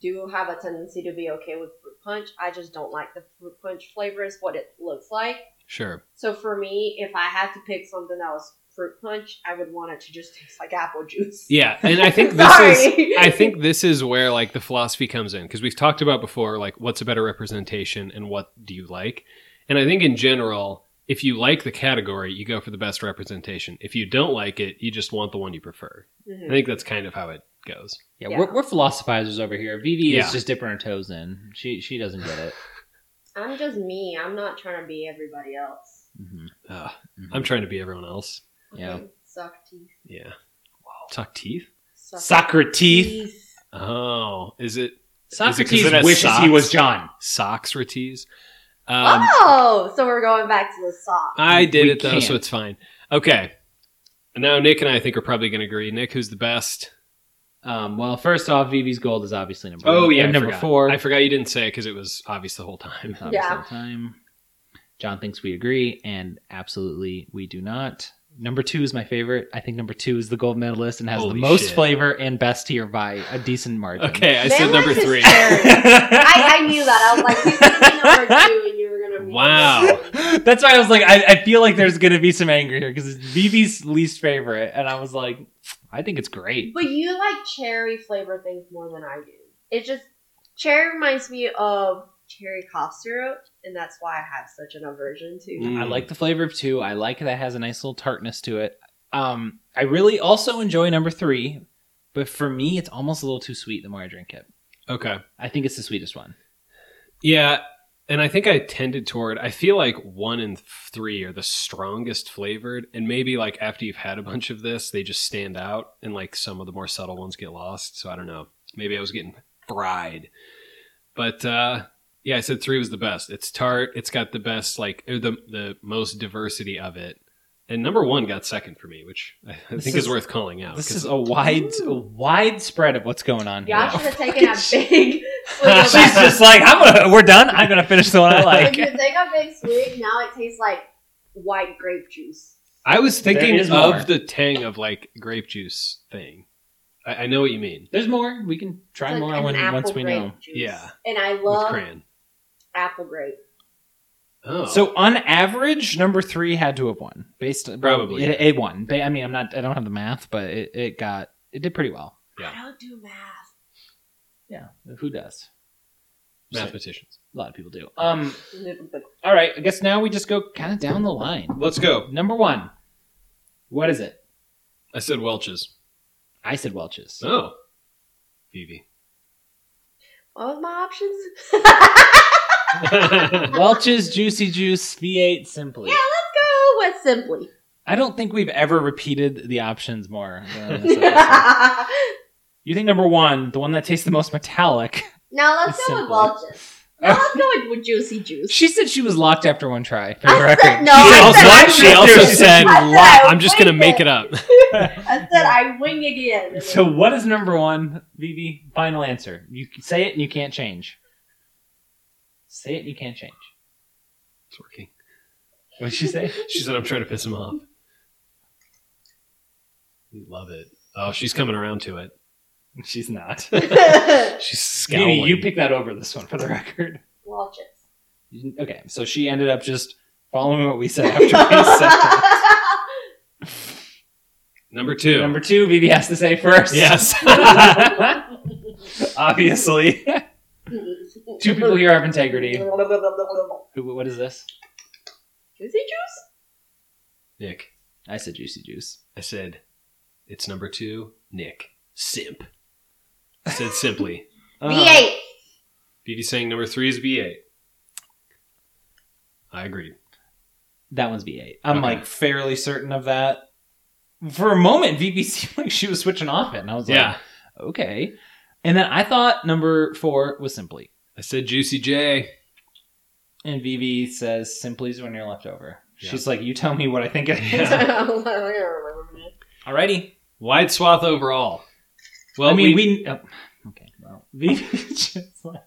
[SPEAKER 2] do have a tendency to be okay with fruit punch. I just don't like the fruit punch flavor. Is what it looks like.
[SPEAKER 3] Sure.
[SPEAKER 2] So for me, if I had to pick something that was fruit punch, I would want it to just taste like apple juice.
[SPEAKER 3] Yeah, and I think this
[SPEAKER 2] Sorry.
[SPEAKER 3] is I think this is where like the philosophy comes in because we've talked about before like what's a better representation and what do you like? And I think in general, if you like the category, you go for the best representation. If you don't like it, you just want the one you prefer. I
[SPEAKER 2] Mhm.
[SPEAKER 3] think that's kind of how it goes.
[SPEAKER 1] yeah,
[SPEAKER 2] Yeah.
[SPEAKER 1] We're, we're philosophizers over here. Vivi
[SPEAKER 3] Yeah.
[SPEAKER 1] is just dipping her toes in. She she doesn't get it.
[SPEAKER 2] I'm just me. I'm not trying to be everybody else.
[SPEAKER 1] Mhm.
[SPEAKER 3] Ugh,
[SPEAKER 1] Mhm.
[SPEAKER 3] I'm trying to be everyone else.
[SPEAKER 1] Yeah.
[SPEAKER 2] Okay, Suck teeth.
[SPEAKER 3] Yeah. Tuck teeth?
[SPEAKER 2] Suck,
[SPEAKER 1] Socrates.
[SPEAKER 2] teeth.
[SPEAKER 3] Oh, is it it 'cause
[SPEAKER 1] Socrates
[SPEAKER 3] it has
[SPEAKER 1] wishes
[SPEAKER 3] socks?
[SPEAKER 1] he was John.
[SPEAKER 3] socks Ratees? Um, Uh,
[SPEAKER 2] oh, so we're going back to the sock.
[SPEAKER 3] I did
[SPEAKER 1] We
[SPEAKER 3] it though, so
[SPEAKER 1] can't.
[SPEAKER 3] it's fine. Okay. Now Nick and I think are probably going to agree. Nick, who's the best?
[SPEAKER 1] Um, well, first off, Vivi's gold is obviously number.
[SPEAKER 3] Oh
[SPEAKER 1] one.
[SPEAKER 3] yeah,
[SPEAKER 1] And
[SPEAKER 3] I
[SPEAKER 1] number
[SPEAKER 3] forgot.
[SPEAKER 1] four.
[SPEAKER 3] I forgot you didn't say it because it was obvious the whole time.
[SPEAKER 1] Obviously
[SPEAKER 2] Yeah.
[SPEAKER 1] time. John thinks we agree, and absolutely we do not. Number two is my favorite. I think number two is the gold medalist and has
[SPEAKER 3] Holy
[SPEAKER 1] the most
[SPEAKER 3] shit.
[SPEAKER 1] flavor and best here by a decent margin.
[SPEAKER 3] Okay, I
[SPEAKER 2] Man
[SPEAKER 3] said number
[SPEAKER 2] likes his
[SPEAKER 3] three.
[SPEAKER 2] cherry. I, I knew that. I was like, he's gonna be number two, and you were gonna be.
[SPEAKER 3] Wow.
[SPEAKER 1] That's why I was like, I, I feel like there's gonna be some anger here because it's BB's least favorite, and I was like, I think it's great.
[SPEAKER 2] But you like cherry flavor things more than I do. It just cherry reminds me of cherry cough syrup, and that's why I have such an aversion to.
[SPEAKER 3] Mm.
[SPEAKER 1] I like the flavor of two. I like that it has a nice little tartness to it. Um, I really also enjoy number three, but for me, it's almost a little too sweet. The more I drink it,
[SPEAKER 3] Okay,
[SPEAKER 1] I think it's the sweetest one.
[SPEAKER 3] yeah, and I think I tended toward. I feel like one and three are the strongest flavored, and maybe like after you've had a bunch of this, they just stand out, and like some of the more subtle ones get lost. So I don't know. Maybe I was getting fried, but uh, yeah, I said three was the best. It's tart. It's got the best like or the the most diversity of it. And number one got second for me, which I I
[SPEAKER 1] This
[SPEAKER 3] think is,
[SPEAKER 1] is-
[SPEAKER 3] worth calling out.
[SPEAKER 1] This
[SPEAKER 3] Oh, 'cause
[SPEAKER 1] is a wide, a wide spread of what's going on here.
[SPEAKER 2] Y'all should have taken a big swig of
[SPEAKER 1] She's
[SPEAKER 2] that.
[SPEAKER 1] just like, I'm gonna, we're done. I'm gonna finish the one I
[SPEAKER 2] If
[SPEAKER 1] like.
[SPEAKER 2] you take a big swig, now it tastes like white grape juice.
[SPEAKER 3] I was
[SPEAKER 1] There
[SPEAKER 3] thinking of
[SPEAKER 1] is more.
[SPEAKER 3] the tang of like grape juice thing. I, I know what you mean
[SPEAKER 1] There's more. We can try
[SPEAKER 2] It's like
[SPEAKER 1] more
[SPEAKER 2] an
[SPEAKER 1] when,
[SPEAKER 2] apple
[SPEAKER 1] once we
[SPEAKER 2] grape
[SPEAKER 1] know.
[SPEAKER 2] juice.
[SPEAKER 3] Yeah.
[SPEAKER 2] And I
[SPEAKER 3] with
[SPEAKER 2] love
[SPEAKER 3] crayon.
[SPEAKER 2] apple grape.
[SPEAKER 3] Oh,
[SPEAKER 1] So on average, number three had to have won. Based
[SPEAKER 3] Probably.
[SPEAKER 1] it, it won. Ba- I mean, I'm not. I don't have the math, but it, it got it did pretty well.
[SPEAKER 3] Yeah.
[SPEAKER 2] I don't do math.
[SPEAKER 1] Yeah, who does?
[SPEAKER 3] mathematicians.
[SPEAKER 1] A lot of people do. Um.
[SPEAKER 2] But
[SPEAKER 1] All right. I guess now we just go kind of down the line.
[SPEAKER 3] Let's go.
[SPEAKER 1] Number one. What is it?
[SPEAKER 3] I said Welch's.
[SPEAKER 1] I said Welch's.
[SPEAKER 3] Oh, Phoebe.
[SPEAKER 2] What was my options? Oh,
[SPEAKER 3] I
[SPEAKER 1] Welch's Juicy Juice V8 Simply.
[SPEAKER 2] yeah, let's go with simply.
[SPEAKER 1] I don't think we've ever repeated the options more. than this episode.
[SPEAKER 2] now
[SPEAKER 1] you think number one, the one that tastes the most metallic.
[SPEAKER 2] let's
[SPEAKER 1] It's
[SPEAKER 2] go with
[SPEAKER 1] simply.
[SPEAKER 2] Welch's. Now let's go with, with juicy juice.
[SPEAKER 1] She said she was locked after one try. For
[SPEAKER 2] I
[SPEAKER 1] the record,
[SPEAKER 2] said- no,
[SPEAKER 1] She
[SPEAKER 2] I
[SPEAKER 1] also-
[SPEAKER 2] said I
[SPEAKER 1] she
[SPEAKER 2] was-
[SPEAKER 1] also
[SPEAKER 2] I
[SPEAKER 1] said.
[SPEAKER 2] said I
[SPEAKER 3] I'm just gonna
[SPEAKER 2] winged
[SPEAKER 3] make it up.
[SPEAKER 2] I said I wing again.
[SPEAKER 1] So what is number one, Vivi? Final answer. You can say it and you can't change. Say it and you can't change.
[SPEAKER 3] It's working.
[SPEAKER 1] What'd she say?
[SPEAKER 3] She said I'm trying to piss him off. You love it. Oh, she's coming around to it.
[SPEAKER 1] She's not.
[SPEAKER 3] She's
[SPEAKER 1] Vivi,
[SPEAKER 3] scowling.
[SPEAKER 1] you pick that over this one for the record.
[SPEAKER 2] Welch's.
[SPEAKER 1] You- Okay, so she ended up just following what we said after we said. it.
[SPEAKER 3] Number two.
[SPEAKER 1] Number two, Vivi has to say first.
[SPEAKER 3] yes.
[SPEAKER 1] Obviously. Two people here have integrity. Who- What is this?
[SPEAKER 2] Juicy juice?
[SPEAKER 3] Nick,
[SPEAKER 1] I said juicy juice.
[SPEAKER 3] I said, it's number two. Nick, simp. I said simply.
[SPEAKER 1] Uh,
[SPEAKER 2] V8.
[SPEAKER 3] Phoebe saying number three is B8. I agree.
[SPEAKER 1] That one's V8. I'm
[SPEAKER 3] Okay.
[SPEAKER 1] like fairly certain of that. For a moment, VB seemed like she was switching off it, and I was like,
[SPEAKER 3] Yeah.
[SPEAKER 1] okay. And then I thought number four was Simply.
[SPEAKER 3] I said Juicy J.
[SPEAKER 1] And VV says Simply's when you're left over.
[SPEAKER 3] Yeah.
[SPEAKER 1] She's like, you tell me what I think it is.
[SPEAKER 3] Yeah.
[SPEAKER 1] Alrighty.
[SPEAKER 3] Wide swath overall. Well,
[SPEAKER 1] I mean,
[SPEAKER 3] we.
[SPEAKER 1] we. oh, okay, well. VV just like.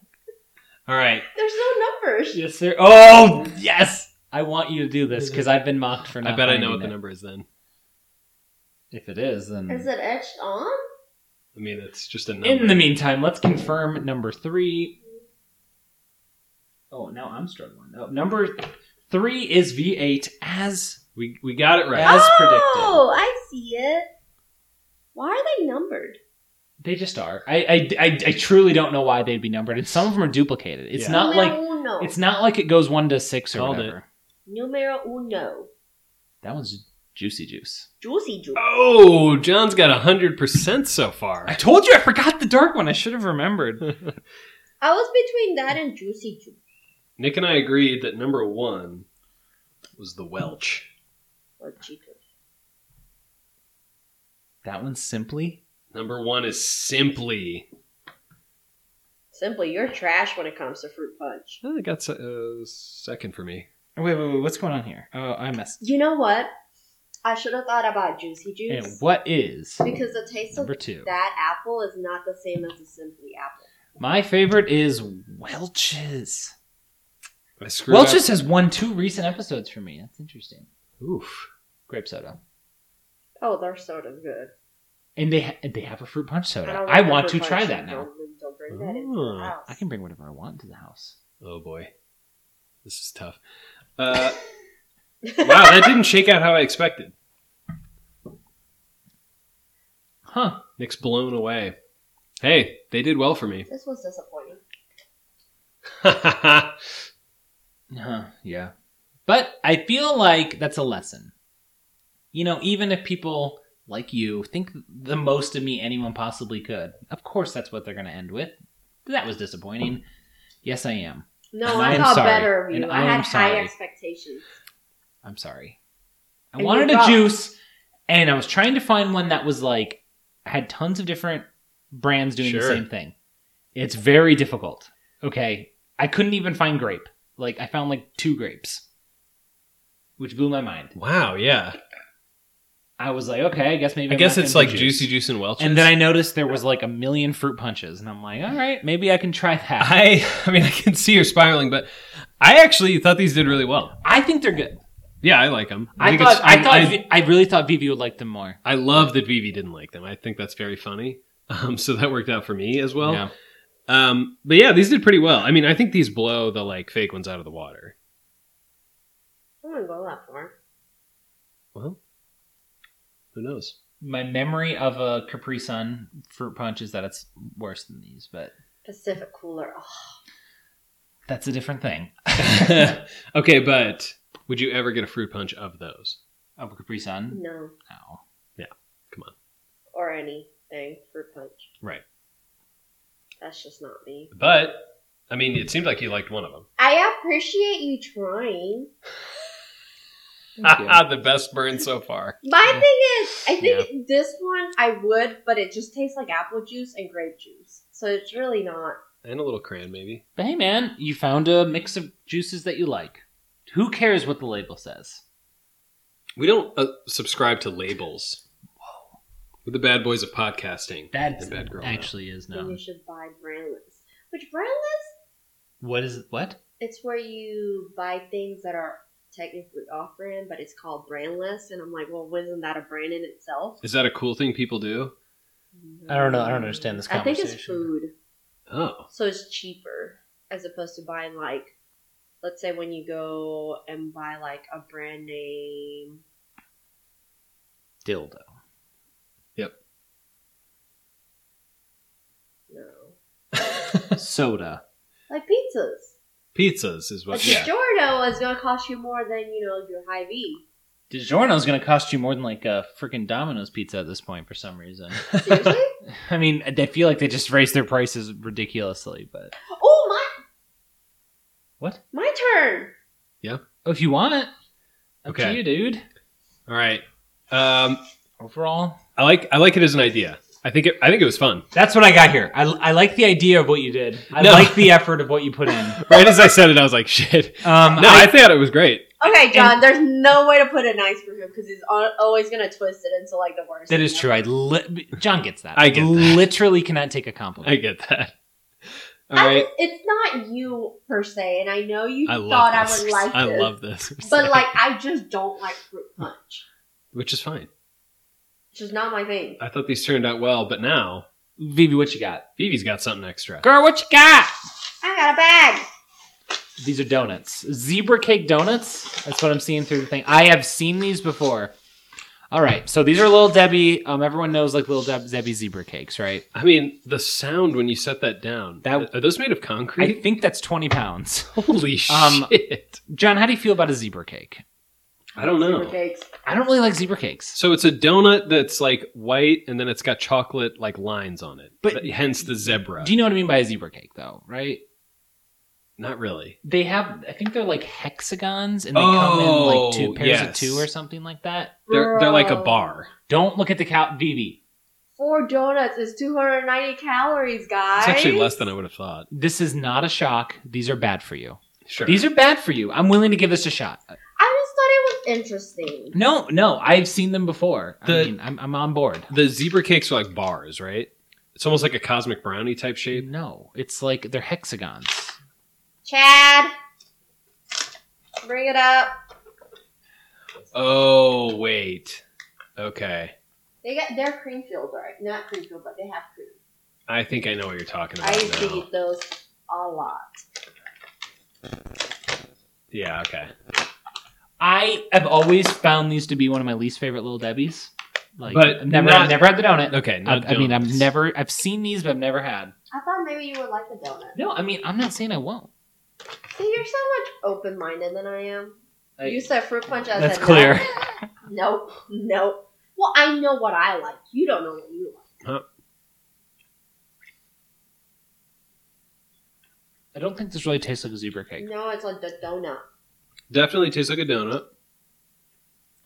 [SPEAKER 3] All right.
[SPEAKER 2] There's no numbers.
[SPEAKER 1] Yes, sir. Oh, yes! I want you to do this because I've been mocked for not
[SPEAKER 3] I bet I know
[SPEAKER 1] finding
[SPEAKER 3] what the
[SPEAKER 1] it.
[SPEAKER 3] number is then.
[SPEAKER 1] If it is, then.
[SPEAKER 2] Is it etched on?
[SPEAKER 3] I mean, it's just a number.
[SPEAKER 1] In the meantime, let's confirm number three. Oh, now I'm struggling. Oh, number th- three is V8 as
[SPEAKER 3] we, we got it right.
[SPEAKER 1] Yeah. As
[SPEAKER 2] oh, I see it. Why are they numbered?
[SPEAKER 1] they just are. I, I, I, I truly don't know why they'd be numbered, and some of them are duplicated. It's
[SPEAKER 3] Yeah.
[SPEAKER 1] not like
[SPEAKER 2] Numero uno.
[SPEAKER 1] it's not like it goes one to six or
[SPEAKER 3] Called
[SPEAKER 1] whatever.
[SPEAKER 2] Numero uno.
[SPEAKER 1] That one's juicy juice.
[SPEAKER 2] Juicy juice.
[SPEAKER 3] Oh, John's got 100% so far.
[SPEAKER 1] I told you I forgot the dark one. I should have remembered.
[SPEAKER 2] I was between that and juicy juice.
[SPEAKER 3] Nick and I agreed that number one was the Welch.
[SPEAKER 2] Or chicken.
[SPEAKER 1] that one's simply.
[SPEAKER 3] Number one is simply.
[SPEAKER 2] Simply, you're trash when it comes to fruit punch.
[SPEAKER 3] Oh, it got se- uh, second for me.
[SPEAKER 1] Oh, Wait, wait, wait. What's going on here? Oh, I missed.
[SPEAKER 2] You know what? I should have thought about juicy
[SPEAKER 1] And
[SPEAKER 2] juice.
[SPEAKER 1] what is
[SPEAKER 2] Because the taste
[SPEAKER 1] number
[SPEAKER 2] of
[SPEAKER 1] two?
[SPEAKER 2] that apple is not the same as the simply apple.
[SPEAKER 1] My favorite is Welch's.
[SPEAKER 3] I screwed
[SPEAKER 1] Welch's has won two recent episodes for me. That's interesting.
[SPEAKER 3] up. Oof.
[SPEAKER 1] Grape soda,
[SPEAKER 2] Oh, their soda's good.
[SPEAKER 1] and they ha- and they have a fruit punch soda.
[SPEAKER 2] don't
[SPEAKER 1] I,
[SPEAKER 2] like
[SPEAKER 1] want to
[SPEAKER 2] fruit
[SPEAKER 1] try
[SPEAKER 2] punch.
[SPEAKER 1] that now.
[SPEAKER 2] Don't, don't bring that into
[SPEAKER 3] Ooh.
[SPEAKER 2] the house.
[SPEAKER 1] I can bring whatever I want to the house.
[SPEAKER 3] Oh boy, this is tough. Uh, wow, that didn't shake out how I expected.
[SPEAKER 1] Huh?
[SPEAKER 3] Nick's blown away. Hey, they did well for me.
[SPEAKER 2] This was disappointing.
[SPEAKER 1] Huh? Yeah. But I feel like that's a lesson. You know, even if people like you think the most of me anyone possibly could, of course that's what they're going to end with. That was disappointing. Yes, I am.
[SPEAKER 2] No,
[SPEAKER 1] And
[SPEAKER 2] I,
[SPEAKER 1] I am
[SPEAKER 2] thought
[SPEAKER 1] sorry.
[SPEAKER 2] better of you.
[SPEAKER 1] And
[SPEAKER 2] I,
[SPEAKER 1] I
[SPEAKER 2] had
[SPEAKER 1] am
[SPEAKER 2] high
[SPEAKER 1] sorry.
[SPEAKER 2] expectations.
[SPEAKER 1] I'm sorry. I
[SPEAKER 2] And
[SPEAKER 1] wanted
[SPEAKER 2] you're
[SPEAKER 1] a
[SPEAKER 2] wrong.
[SPEAKER 1] juice, and I was trying to find one that was like had tons of different brands doing the
[SPEAKER 3] Sure.
[SPEAKER 1] same thing. It's very difficult. Okay, I couldn't even find grape. Like I found like two grapes, which blew my mind.
[SPEAKER 3] Wow, yeah.
[SPEAKER 1] I was like, okay, I guess maybe.
[SPEAKER 3] I
[SPEAKER 1] I'm
[SPEAKER 3] guess
[SPEAKER 1] not
[SPEAKER 3] it's
[SPEAKER 1] gonna
[SPEAKER 3] like
[SPEAKER 1] do
[SPEAKER 3] juicy juice and Welch's.
[SPEAKER 1] And then I noticed there was like a million fruit punches, and I'm like, all right, maybe I can try that. I,
[SPEAKER 3] I I mean I can see you're spiraling, but I actually thought these did really well.
[SPEAKER 1] think they're good.
[SPEAKER 3] Yeah, I like them.
[SPEAKER 1] I,
[SPEAKER 3] think
[SPEAKER 1] thought,
[SPEAKER 3] it's-
[SPEAKER 1] I thought,
[SPEAKER 3] I,
[SPEAKER 1] I, really thought Vivi would like them more.
[SPEAKER 3] I love that Vivi didn't like them. I think that's very funny. Um, so that worked out for me as well.
[SPEAKER 1] Yeah.
[SPEAKER 3] Um, but yeah, these did pretty well. I mean, I think these blow the like fake ones out of the water.
[SPEAKER 2] I wouldn't go that far.
[SPEAKER 3] Well, who knows?
[SPEAKER 1] My memory of a Capri Sun fruit punch is that it's worse than these, but
[SPEAKER 2] Pacific cooler. Oh, Ugh.
[SPEAKER 1] that's a different thing.
[SPEAKER 3] okay, but would you ever get a fruit punch of those?
[SPEAKER 1] Of a Capri Sun?
[SPEAKER 2] no,
[SPEAKER 1] No.
[SPEAKER 2] or anything fruit punch.
[SPEAKER 3] Right.
[SPEAKER 2] That's just not me.
[SPEAKER 3] But I mean, it seemed like you liked one of them.
[SPEAKER 2] I appreciate you trying.
[SPEAKER 1] Thank you.
[SPEAKER 3] the best burn so far.
[SPEAKER 2] My thing is, I think this one I would, but it just tastes like apple juice and grape juice, so it's really not.
[SPEAKER 3] And a little crayon, maybe.
[SPEAKER 1] But hey, man, you found a mix of juices that you like. Who cares what the label says?
[SPEAKER 3] We don't uh, subscribe to labels. We're the bad boys of podcasting.
[SPEAKER 1] That
[SPEAKER 3] The bad girl, no.
[SPEAKER 1] actually is
[SPEAKER 2] Then
[SPEAKER 1] no.
[SPEAKER 2] you should buy brandless. Which brandless?
[SPEAKER 1] What is what?
[SPEAKER 2] It's where you buy things that are technically off-brand, but it's called brandless. And I'm like, well, isn't that a brand in itself?
[SPEAKER 3] Is that a cool thing people do?
[SPEAKER 1] I don't know. I don't understand this
[SPEAKER 2] I think
[SPEAKER 1] conversation.
[SPEAKER 2] it's food.
[SPEAKER 3] Oh,
[SPEAKER 2] So it's cheaper as opposed to buying like, let's say when you go and buy like a brand name.
[SPEAKER 1] Dildo.
[SPEAKER 2] No,
[SPEAKER 1] Soda.
[SPEAKER 2] like pizzas.
[SPEAKER 3] pizzas is
[SPEAKER 2] A
[SPEAKER 3] what. Yeah.
[SPEAKER 2] DiGiorno is gonna cost you more than you know your high V.
[SPEAKER 1] DiGiorno's going to cost you more than like a freaking Domino's pizza at this point for some reason.
[SPEAKER 2] Seriously?
[SPEAKER 1] I mean, I feel like they just raised their prices ridiculously, but
[SPEAKER 2] oh
[SPEAKER 1] what?
[SPEAKER 2] my, my turn.
[SPEAKER 1] Oh, if you want it, up to
[SPEAKER 3] Okay.
[SPEAKER 1] you, dude.
[SPEAKER 3] All right. Um,
[SPEAKER 1] Overall,
[SPEAKER 3] I like I like it as an idea. I think it, I think it was fun.
[SPEAKER 1] that's what I got here. I, I like the idea of what you did. I
[SPEAKER 3] No.
[SPEAKER 1] like the effort of what you put in. Um,
[SPEAKER 3] Right as I said it, I was like, shit. No, I, thought it was great.
[SPEAKER 2] Okay, John. there's no way to put it nice for him because he's al- always gonna twist it into like the worst.
[SPEAKER 1] that is
[SPEAKER 2] thing
[SPEAKER 1] true. I li- John gets that.
[SPEAKER 3] I get that.
[SPEAKER 1] literally cannot take a
[SPEAKER 3] I
[SPEAKER 1] compliment.
[SPEAKER 3] get that. All
[SPEAKER 2] ever. I
[SPEAKER 3] right.
[SPEAKER 2] just- it's not you per se, and I know you
[SPEAKER 3] I
[SPEAKER 2] thought
[SPEAKER 3] love
[SPEAKER 2] I
[SPEAKER 3] this.
[SPEAKER 2] would like.
[SPEAKER 3] I
[SPEAKER 2] this,
[SPEAKER 3] love this.
[SPEAKER 2] But like, I just don't like fruit punch.
[SPEAKER 3] which is fine.
[SPEAKER 2] It's just not my thing.
[SPEAKER 3] I thought these turned out well, but now
[SPEAKER 1] Vivi, what you got?
[SPEAKER 3] Vivi's got something extra.
[SPEAKER 1] Girl, what you got?
[SPEAKER 2] I got a bag.
[SPEAKER 1] These are donuts. Zebra cake donuts. That's what I'm seeing through the thing. I have seen these before. All right, so these are Little Debbie. Um, everyone knows like Little Deb- Debbie zebra cakes, right?
[SPEAKER 3] I mean, the sound when you set that down.
[SPEAKER 1] That-
[SPEAKER 3] are those made of
[SPEAKER 1] I
[SPEAKER 3] concrete?
[SPEAKER 1] think that's 20 pounds.
[SPEAKER 3] Holy
[SPEAKER 1] Um,
[SPEAKER 3] shit!
[SPEAKER 1] John, how do you feel about a zebra cake?
[SPEAKER 3] I don't know.
[SPEAKER 2] Zebra cakes.
[SPEAKER 1] I don't really like zebra cakes.
[SPEAKER 3] So it's a donut that's like white, and then it's got chocolate like lines on it.
[SPEAKER 1] But-
[SPEAKER 3] But hence the zebra.
[SPEAKER 1] Do you know what I mean by a zebra cake, though, right?
[SPEAKER 3] Not really.
[SPEAKER 1] They have, I think they're like hexagons and they come in
[SPEAKER 3] Oh,
[SPEAKER 1] like two pairs of
[SPEAKER 3] yes.
[SPEAKER 1] two or something like that.
[SPEAKER 3] They're they're like a
[SPEAKER 2] Bro.
[SPEAKER 3] bar.
[SPEAKER 1] Don't look at the cow, Vivi.
[SPEAKER 2] Four donuts is 290 calories, guys.
[SPEAKER 3] It's actually less than I would have thought.
[SPEAKER 1] This is not a shock. These are bad for you.
[SPEAKER 3] Sure.
[SPEAKER 1] These are bad for you. I'm willing to give this a shot.
[SPEAKER 2] I just thought it was interesting.
[SPEAKER 1] No, no, I've seen them before. I
[SPEAKER 3] The-
[SPEAKER 1] mean, I'm, I'm on board.
[SPEAKER 3] the zebra cakes are like bars, right? It's almost like a cosmic brownie type shape.
[SPEAKER 1] No, it's like they're hexagons.
[SPEAKER 2] Chad, bring it up.
[SPEAKER 3] Oh wait. Okay.
[SPEAKER 2] They got they're cream filled, right? Not cream filled, but they have cream.
[SPEAKER 3] I think I know what you're talking
[SPEAKER 2] I
[SPEAKER 3] about.
[SPEAKER 2] used to
[SPEAKER 3] now.
[SPEAKER 2] eat those a lot.
[SPEAKER 3] Yeah, okay.
[SPEAKER 1] I have always found these to be one of my least favorite little Debbies. Like,
[SPEAKER 3] But
[SPEAKER 1] I've never,
[SPEAKER 3] not-
[SPEAKER 1] I've never had the donut.
[SPEAKER 3] Okay,
[SPEAKER 1] I,
[SPEAKER 3] not
[SPEAKER 1] I mean, I've
[SPEAKER 3] donuts.
[SPEAKER 1] never, I've seen these, but I've never had.
[SPEAKER 2] I thought maybe you would like the donut.
[SPEAKER 1] No, I mean, I'm not saying I won't.
[SPEAKER 2] See, you're so much open minded than I am.
[SPEAKER 1] Like,
[SPEAKER 2] you said fruit punch. I
[SPEAKER 1] that's
[SPEAKER 2] said
[SPEAKER 1] clear.
[SPEAKER 2] No, no. no. Well, I know what I like. You don't know what you like.
[SPEAKER 1] I don't think this really tastes like a zebra cake.
[SPEAKER 2] No, it's like the donut.
[SPEAKER 3] Definitely tastes like a donut.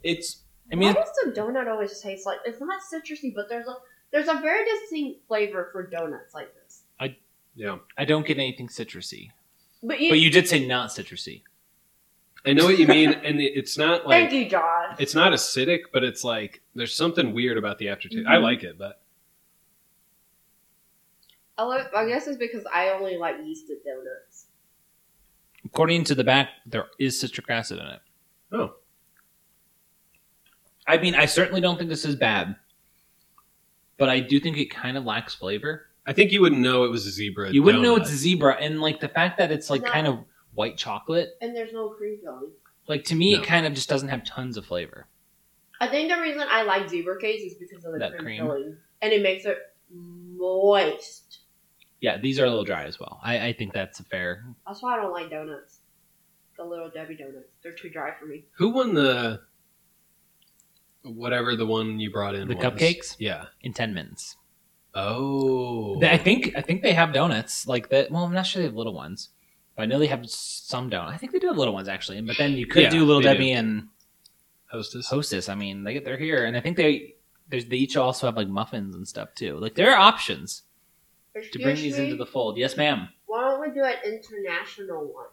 [SPEAKER 3] It's
[SPEAKER 1] I mean,
[SPEAKER 2] Why does the donut always taste like it's not citrusy, but there's a there's a very distinct flavor for donuts like this.
[SPEAKER 3] yeah.
[SPEAKER 1] I don't get anything citrusy.
[SPEAKER 2] But you,
[SPEAKER 1] But you did say not citrusy.
[SPEAKER 3] I know what you mean, and it- it's not like
[SPEAKER 2] thank you, Josh.
[SPEAKER 3] it's not acidic, but it's like there's something weird about the aftertaste. I
[SPEAKER 2] Mhm.
[SPEAKER 3] like it, but
[SPEAKER 2] I, love, I guess it's because I only like yeasted donuts.
[SPEAKER 1] According to the back, there is citric acid in it.
[SPEAKER 3] Oh.
[SPEAKER 1] I mean, I certainly don't think this is bad, but I do think it kind of lacks flavor.
[SPEAKER 3] I think you wouldn't know it was a zebra.
[SPEAKER 1] You wouldn't know
[SPEAKER 3] donut.
[SPEAKER 1] it's a zebra, and like the fact that it's like
[SPEAKER 2] No.
[SPEAKER 1] kind of white chocolate,
[SPEAKER 2] And there's no cream filling.
[SPEAKER 1] like to me,
[SPEAKER 3] No.
[SPEAKER 1] it kind of just doesn't have tons of flavor.
[SPEAKER 2] I think the reason I like zebra cakes is because of the
[SPEAKER 1] That
[SPEAKER 2] cream,
[SPEAKER 1] cream.
[SPEAKER 2] filling, and it makes it moist.
[SPEAKER 1] Yeah, these are a little dry as well. I, I think that's a fair.
[SPEAKER 2] That's why I don't like donuts. The little Debbie donuts, they're too dry for me.
[SPEAKER 3] Who won the whatever the one you brought in?
[SPEAKER 1] The
[SPEAKER 3] was?
[SPEAKER 1] cupcakes?
[SPEAKER 3] Yeah.
[SPEAKER 1] In ten minutes,
[SPEAKER 3] Oh.
[SPEAKER 1] They- I think I think they have donuts like that. Well, I'm not sure they have little ones, but I know they have some donuts. I think they do have little ones actually. But then you could
[SPEAKER 3] Yeah,
[SPEAKER 1] do little
[SPEAKER 3] they do.
[SPEAKER 1] Debbie and
[SPEAKER 3] Hostess.
[SPEAKER 1] Hostess. I mean, they they're here, and I think they there's they each also have like muffins and stuff too. Like there are options to bring
[SPEAKER 2] Excuse
[SPEAKER 1] these into
[SPEAKER 2] me?
[SPEAKER 1] the fold. Yes, ma'am.
[SPEAKER 2] Why don't we do an international one?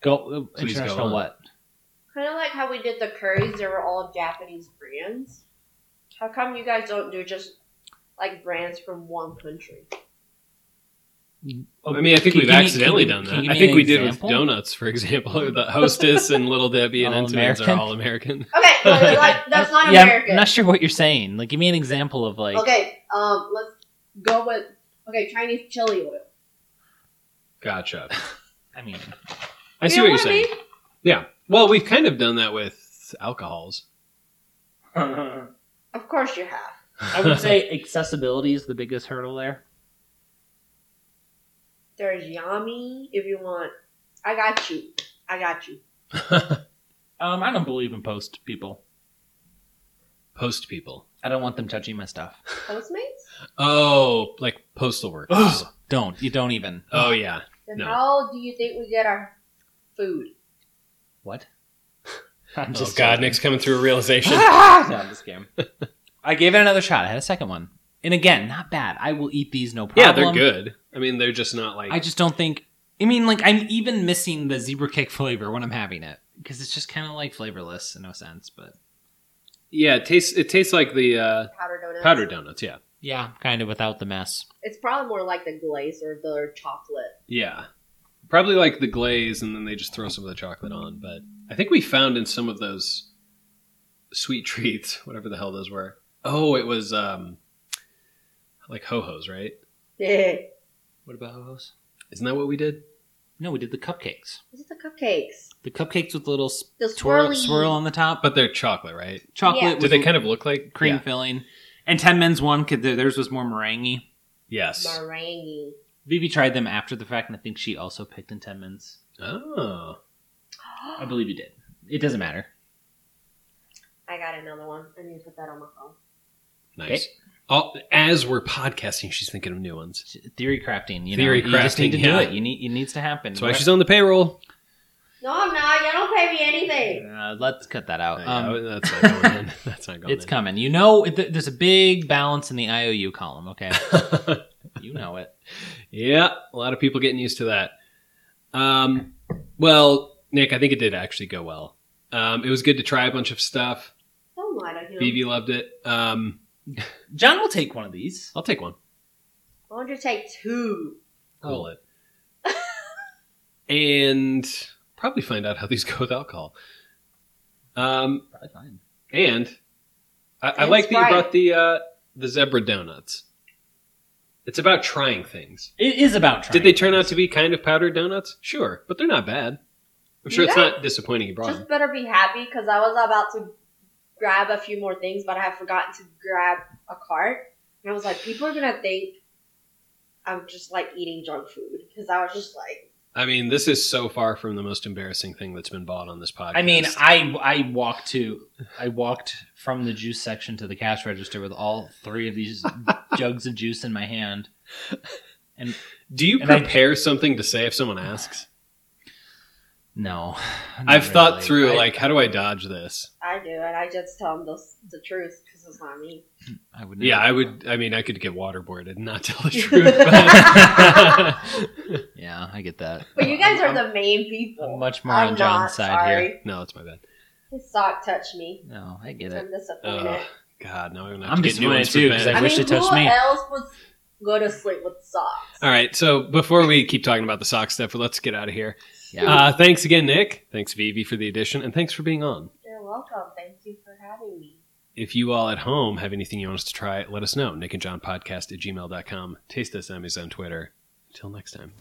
[SPEAKER 1] Go uh,
[SPEAKER 3] Please go
[SPEAKER 1] international.
[SPEAKER 3] on.
[SPEAKER 1] what?
[SPEAKER 2] Kind of like how we did the curries, they were all Japanese brands. How come you guys don't do just like brands from one country?
[SPEAKER 3] I mean, I
[SPEAKER 1] Can-
[SPEAKER 3] think we've
[SPEAKER 1] can you-
[SPEAKER 3] accidentally
[SPEAKER 1] can you-
[SPEAKER 3] done
[SPEAKER 1] can you give
[SPEAKER 3] that. I
[SPEAKER 1] me
[SPEAKER 3] think
[SPEAKER 1] an
[SPEAKER 3] we did with
[SPEAKER 1] example?
[SPEAKER 3] donuts, for example. The hostess and Little Debbie and
[SPEAKER 1] All
[SPEAKER 3] Entenmann's are
[SPEAKER 1] American?
[SPEAKER 3] all American.
[SPEAKER 2] Okay, no, but, like, that's not
[SPEAKER 1] Uh, yeah,
[SPEAKER 2] American.
[SPEAKER 1] I'm not sure what you're saying. Like, give me an example of like.
[SPEAKER 2] Okay, um, let's go with okay Chinese chili oil.
[SPEAKER 3] Gotcha.
[SPEAKER 1] I mean,
[SPEAKER 3] I
[SPEAKER 2] You
[SPEAKER 3] see
[SPEAKER 2] know
[SPEAKER 3] what you're
[SPEAKER 2] I
[SPEAKER 3] saying.
[SPEAKER 2] mean?
[SPEAKER 3] Well, we've kind of done that with alcohols.
[SPEAKER 1] I
[SPEAKER 2] Of course you have.
[SPEAKER 1] would say accessibility is the biggest hurdle there.
[SPEAKER 2] There's yummy if you want. I got you. I got you.
[SPEAKER 1] Um, I don't believe in post people.
[SPEAKER 3] Post people.
[SPEAKER 1] I don't want them touching my stuff.
[SPEAKER 2] Postmates.
[SPEAKER 3] Oh, like postal workers.
[SPEAKER 1] Ugh, don't you don't even.
[SPEAKER 3] oh yeah.
[SPEAKER 2] Then
[SPEAKER 3] No.
[SPEAKER 2] how do you think we get our food?
[SPEAKER 1] What? I'm
[SPEAKER 3] oh God,
[SPEAKER 1] joking.
[SPEAKER 3] Nick's coming through a realization.
[SPEAKER 1] No, I'm just kidding. I gave it another shot. I had a second one, and again, not bad. I will eat these, no problem.
[SPEAKER 3] yeah, they're good. I mean, they're just not like.
[SPEAKER 1] I just don't think. I mean, like I'm even missing the zebra cake flavor when I'm having it because it's just kind of like flavorless in no sense. But
[SPEAKER 3] yeah, it tastes. It tastes like the uh,
[SPEAKER 2] Powdered donuts.
[SPEAKER 3] powdered donuts. Yeah.
[SPEAKER 1] yeah, kind of without the mess.
[SPEAKER 2] It's probably more like the glaze or the chocolate.
[SPEAKER 3] Yeah. Probably like the glaze, and then they just throw some of the chocolate on. But I think we found in some of those sweet treats, whatever the hell those were. Oh, it was um, like ho hos, right?
[SPEAKER 2] Is
[SPEAKER 1] What about those?
[SPEAKER 3] Isn't that what we did?
[SPEAKER 1] No, we did the cupcakes.
[SPEAKER 2] it the cupcakes?
[SPEAKER 1] The cupcakes with little s-
[SPEAKER 2] The
[SPEAKER 1] twirl
[SPEAKER 2] swirly.
[SPEAKER 1] swirl on the top,
[SPEAKER 3] But they're chocolate, right?
[SPEAKER 1] chocolate.
[SPEAKER 2] Yeah.
[SPEAKER 1] with
[SPEAKER 3] Did they kind of look like
[SPEAKER 1] cream
[SPEAKER 3] Yeah.
[SPEAKER 1] filling? And Ten Men's one, could theirs was more meringue.
[SPEAKER 3] Yes.
[SPEAKER 2] Meringue.
[SPEAKER 1] Vivi tried them after the fact, and I think she also picked in Ten Men's.
[SPEAKER 3] Oh,
[SPEAKER 1] I believe you did. It doesn't matter.
[SPEAKER 2] I got another one. I need to put that on my phone.
[SPEAKER 3] nice. All, as we're podcasting, she's thinking of new ones.
[SPEAKER 1] Theory crafting, you
[SPEAKER 3] Theory
[SPEAKER 1] know, you just need
[SPEAKER 3] crafting,
[SPEAKER 1] to
[SPEAKER 3] yeah.
[SPEAKER 1] do it. You need, it needs to happen.
[SPEAKER 3] That's why she's on the payroll.
[SPEAKER 2] No, I'm not. Y'all don't pay me anything.
[SPEAKER 1] Uh, let's cut that out.
[SPEAKER 3] Oh, Yeah,
[SPEAKER 1] Um,
[SPEAKER 3] that's not going in. That's not going
[SPEAKER 1] it's coming. You know, th- there's a big balance in the IOU column. Okay,
[SPEAKER 3] coming.
[SPEAKER 1] you know it.
[SPEAKER 3] Yeah, a lot of people getting used to that. Um, well, Nick, I think it did actually go well. Um, it was good to try a bunch of stuff.
[SPEAKER 2] Don't lie to him.
[SPEAKER 3] BB loved it. Um,
[SPEAKER 1] John will take one of these.
[SPEAKER 3] I'll take one.
[SPEAKER 2] Why don't you take two?
[SPEAKER 3] Roll it. and probably find out how these go with alcohol. Um,
[SPEAKER 1] Probably fine.
[SPEAKER 3] and I, I
[SPEAKER 2] And
[SPEAKER 3] like that you
[SPEAKER 2] Sprite.
[SPEAKER 3] brought the uh, the zebra donuts. It's about trying things.
[SPEAKER 1] It is about. Trying
[SPEAKER 3] Did they turn out to be kind of powdered donuts? Sure, but they're not bad. I'm sure it's
[SPEAKER 2] Yeah.
[SPEAKER 3] not disappointing you brought them.
[SPEAKER 2] Just better be happy because I was about to grab a few more things, but I have forgotten to grab a cart. And I was like, people are gonna think I'm just like eating junk food because I was just like,
[SPEAKER 3] I mean, this is so far from the most embarrassing thing that's been bought on this podcast.
[SPEAKER 1] I mean, I I walked to I walked from the juice section to the cash register with all three of these jugs of juice in my hand, And-
[SPEAKER 3] do you
[SPEAKER 1] and I-
[SPEAKER 3] prepare something to say if someone asks?
[SPEAKER 1] No, not
[SPEAKER 3] I've thought
[SPEAKER 1] really.
[SPEAKER 3] through
[SPEAKER 1] I-
[SPEAKER 3] like how do I dodge this?
[SPEAKER 2] I do, and I just tell them the, the truth because it's not me.
[SPEAKER 1] I would.
[SPEAKER 3] Yeah,
[SPEAKER 1] never-
[SPEAKER 3] I would. I mean, I could get waterboarded and not tell the truth. But
[SPEAKER 1] Yeah, I get that.
[SPEAKER 2] But you guys are
[SPEAKER 1] I'm-
[SPEAKER 2] the main
[SPEAKER 1] I'm
[SPEAKER 2] people.
[SPEAKER 1] much more
[SPEAKER 2] I'm
[SPEAKER 1] on
[SPEAKER 2] not,
[SPEAKER 1] John's side
[SPEAKER 2] sorry.
[SPEAKER 1] here.
[SPEAKER 3] no, it's my bad.
[SPEAKER 2] His sock touched me.
[SPEAKER 1] No, I get it.
[SPEAKER 2] I'm disappointed.
[SPEAKER 3] Uh, God, now I'm gonna have
[SPEAKER 1] I'm
[SPEAKER 3] to get
[SPEAKER 1] disappointed
[SPEAKER 3] new ones
[SPEAKER 1] too,
[SPEAKER 3] for
[SPEAKER 1] 'cause
[SPEAKER 3] Ben.
[SPEAKER 1] I wish
[SPEAKER 2] mean,
[SPEAKER 1] it touched
[SPEAKER 2] who
[SPEAKER 1] me.
[SPEAKER 2] else would go to sleep with socks?
[SPEAKER 3] All right, so before we keep talking about the sock stuff, let's get out of here.
[SPEAKER 1] Yeah.
[SPEAKER 3] Uh, thanks again, Nick. Thanks, Vivi, for the addition, and thanks for being on.
[SPEAKER 2] You're welcome. Thank you for having me.
[SPEAKER 3] If you all at home have anything you want us to try, let us know. Nick and John Podcast at gmail.com. Taste us Emmys on Twitter. Until next time.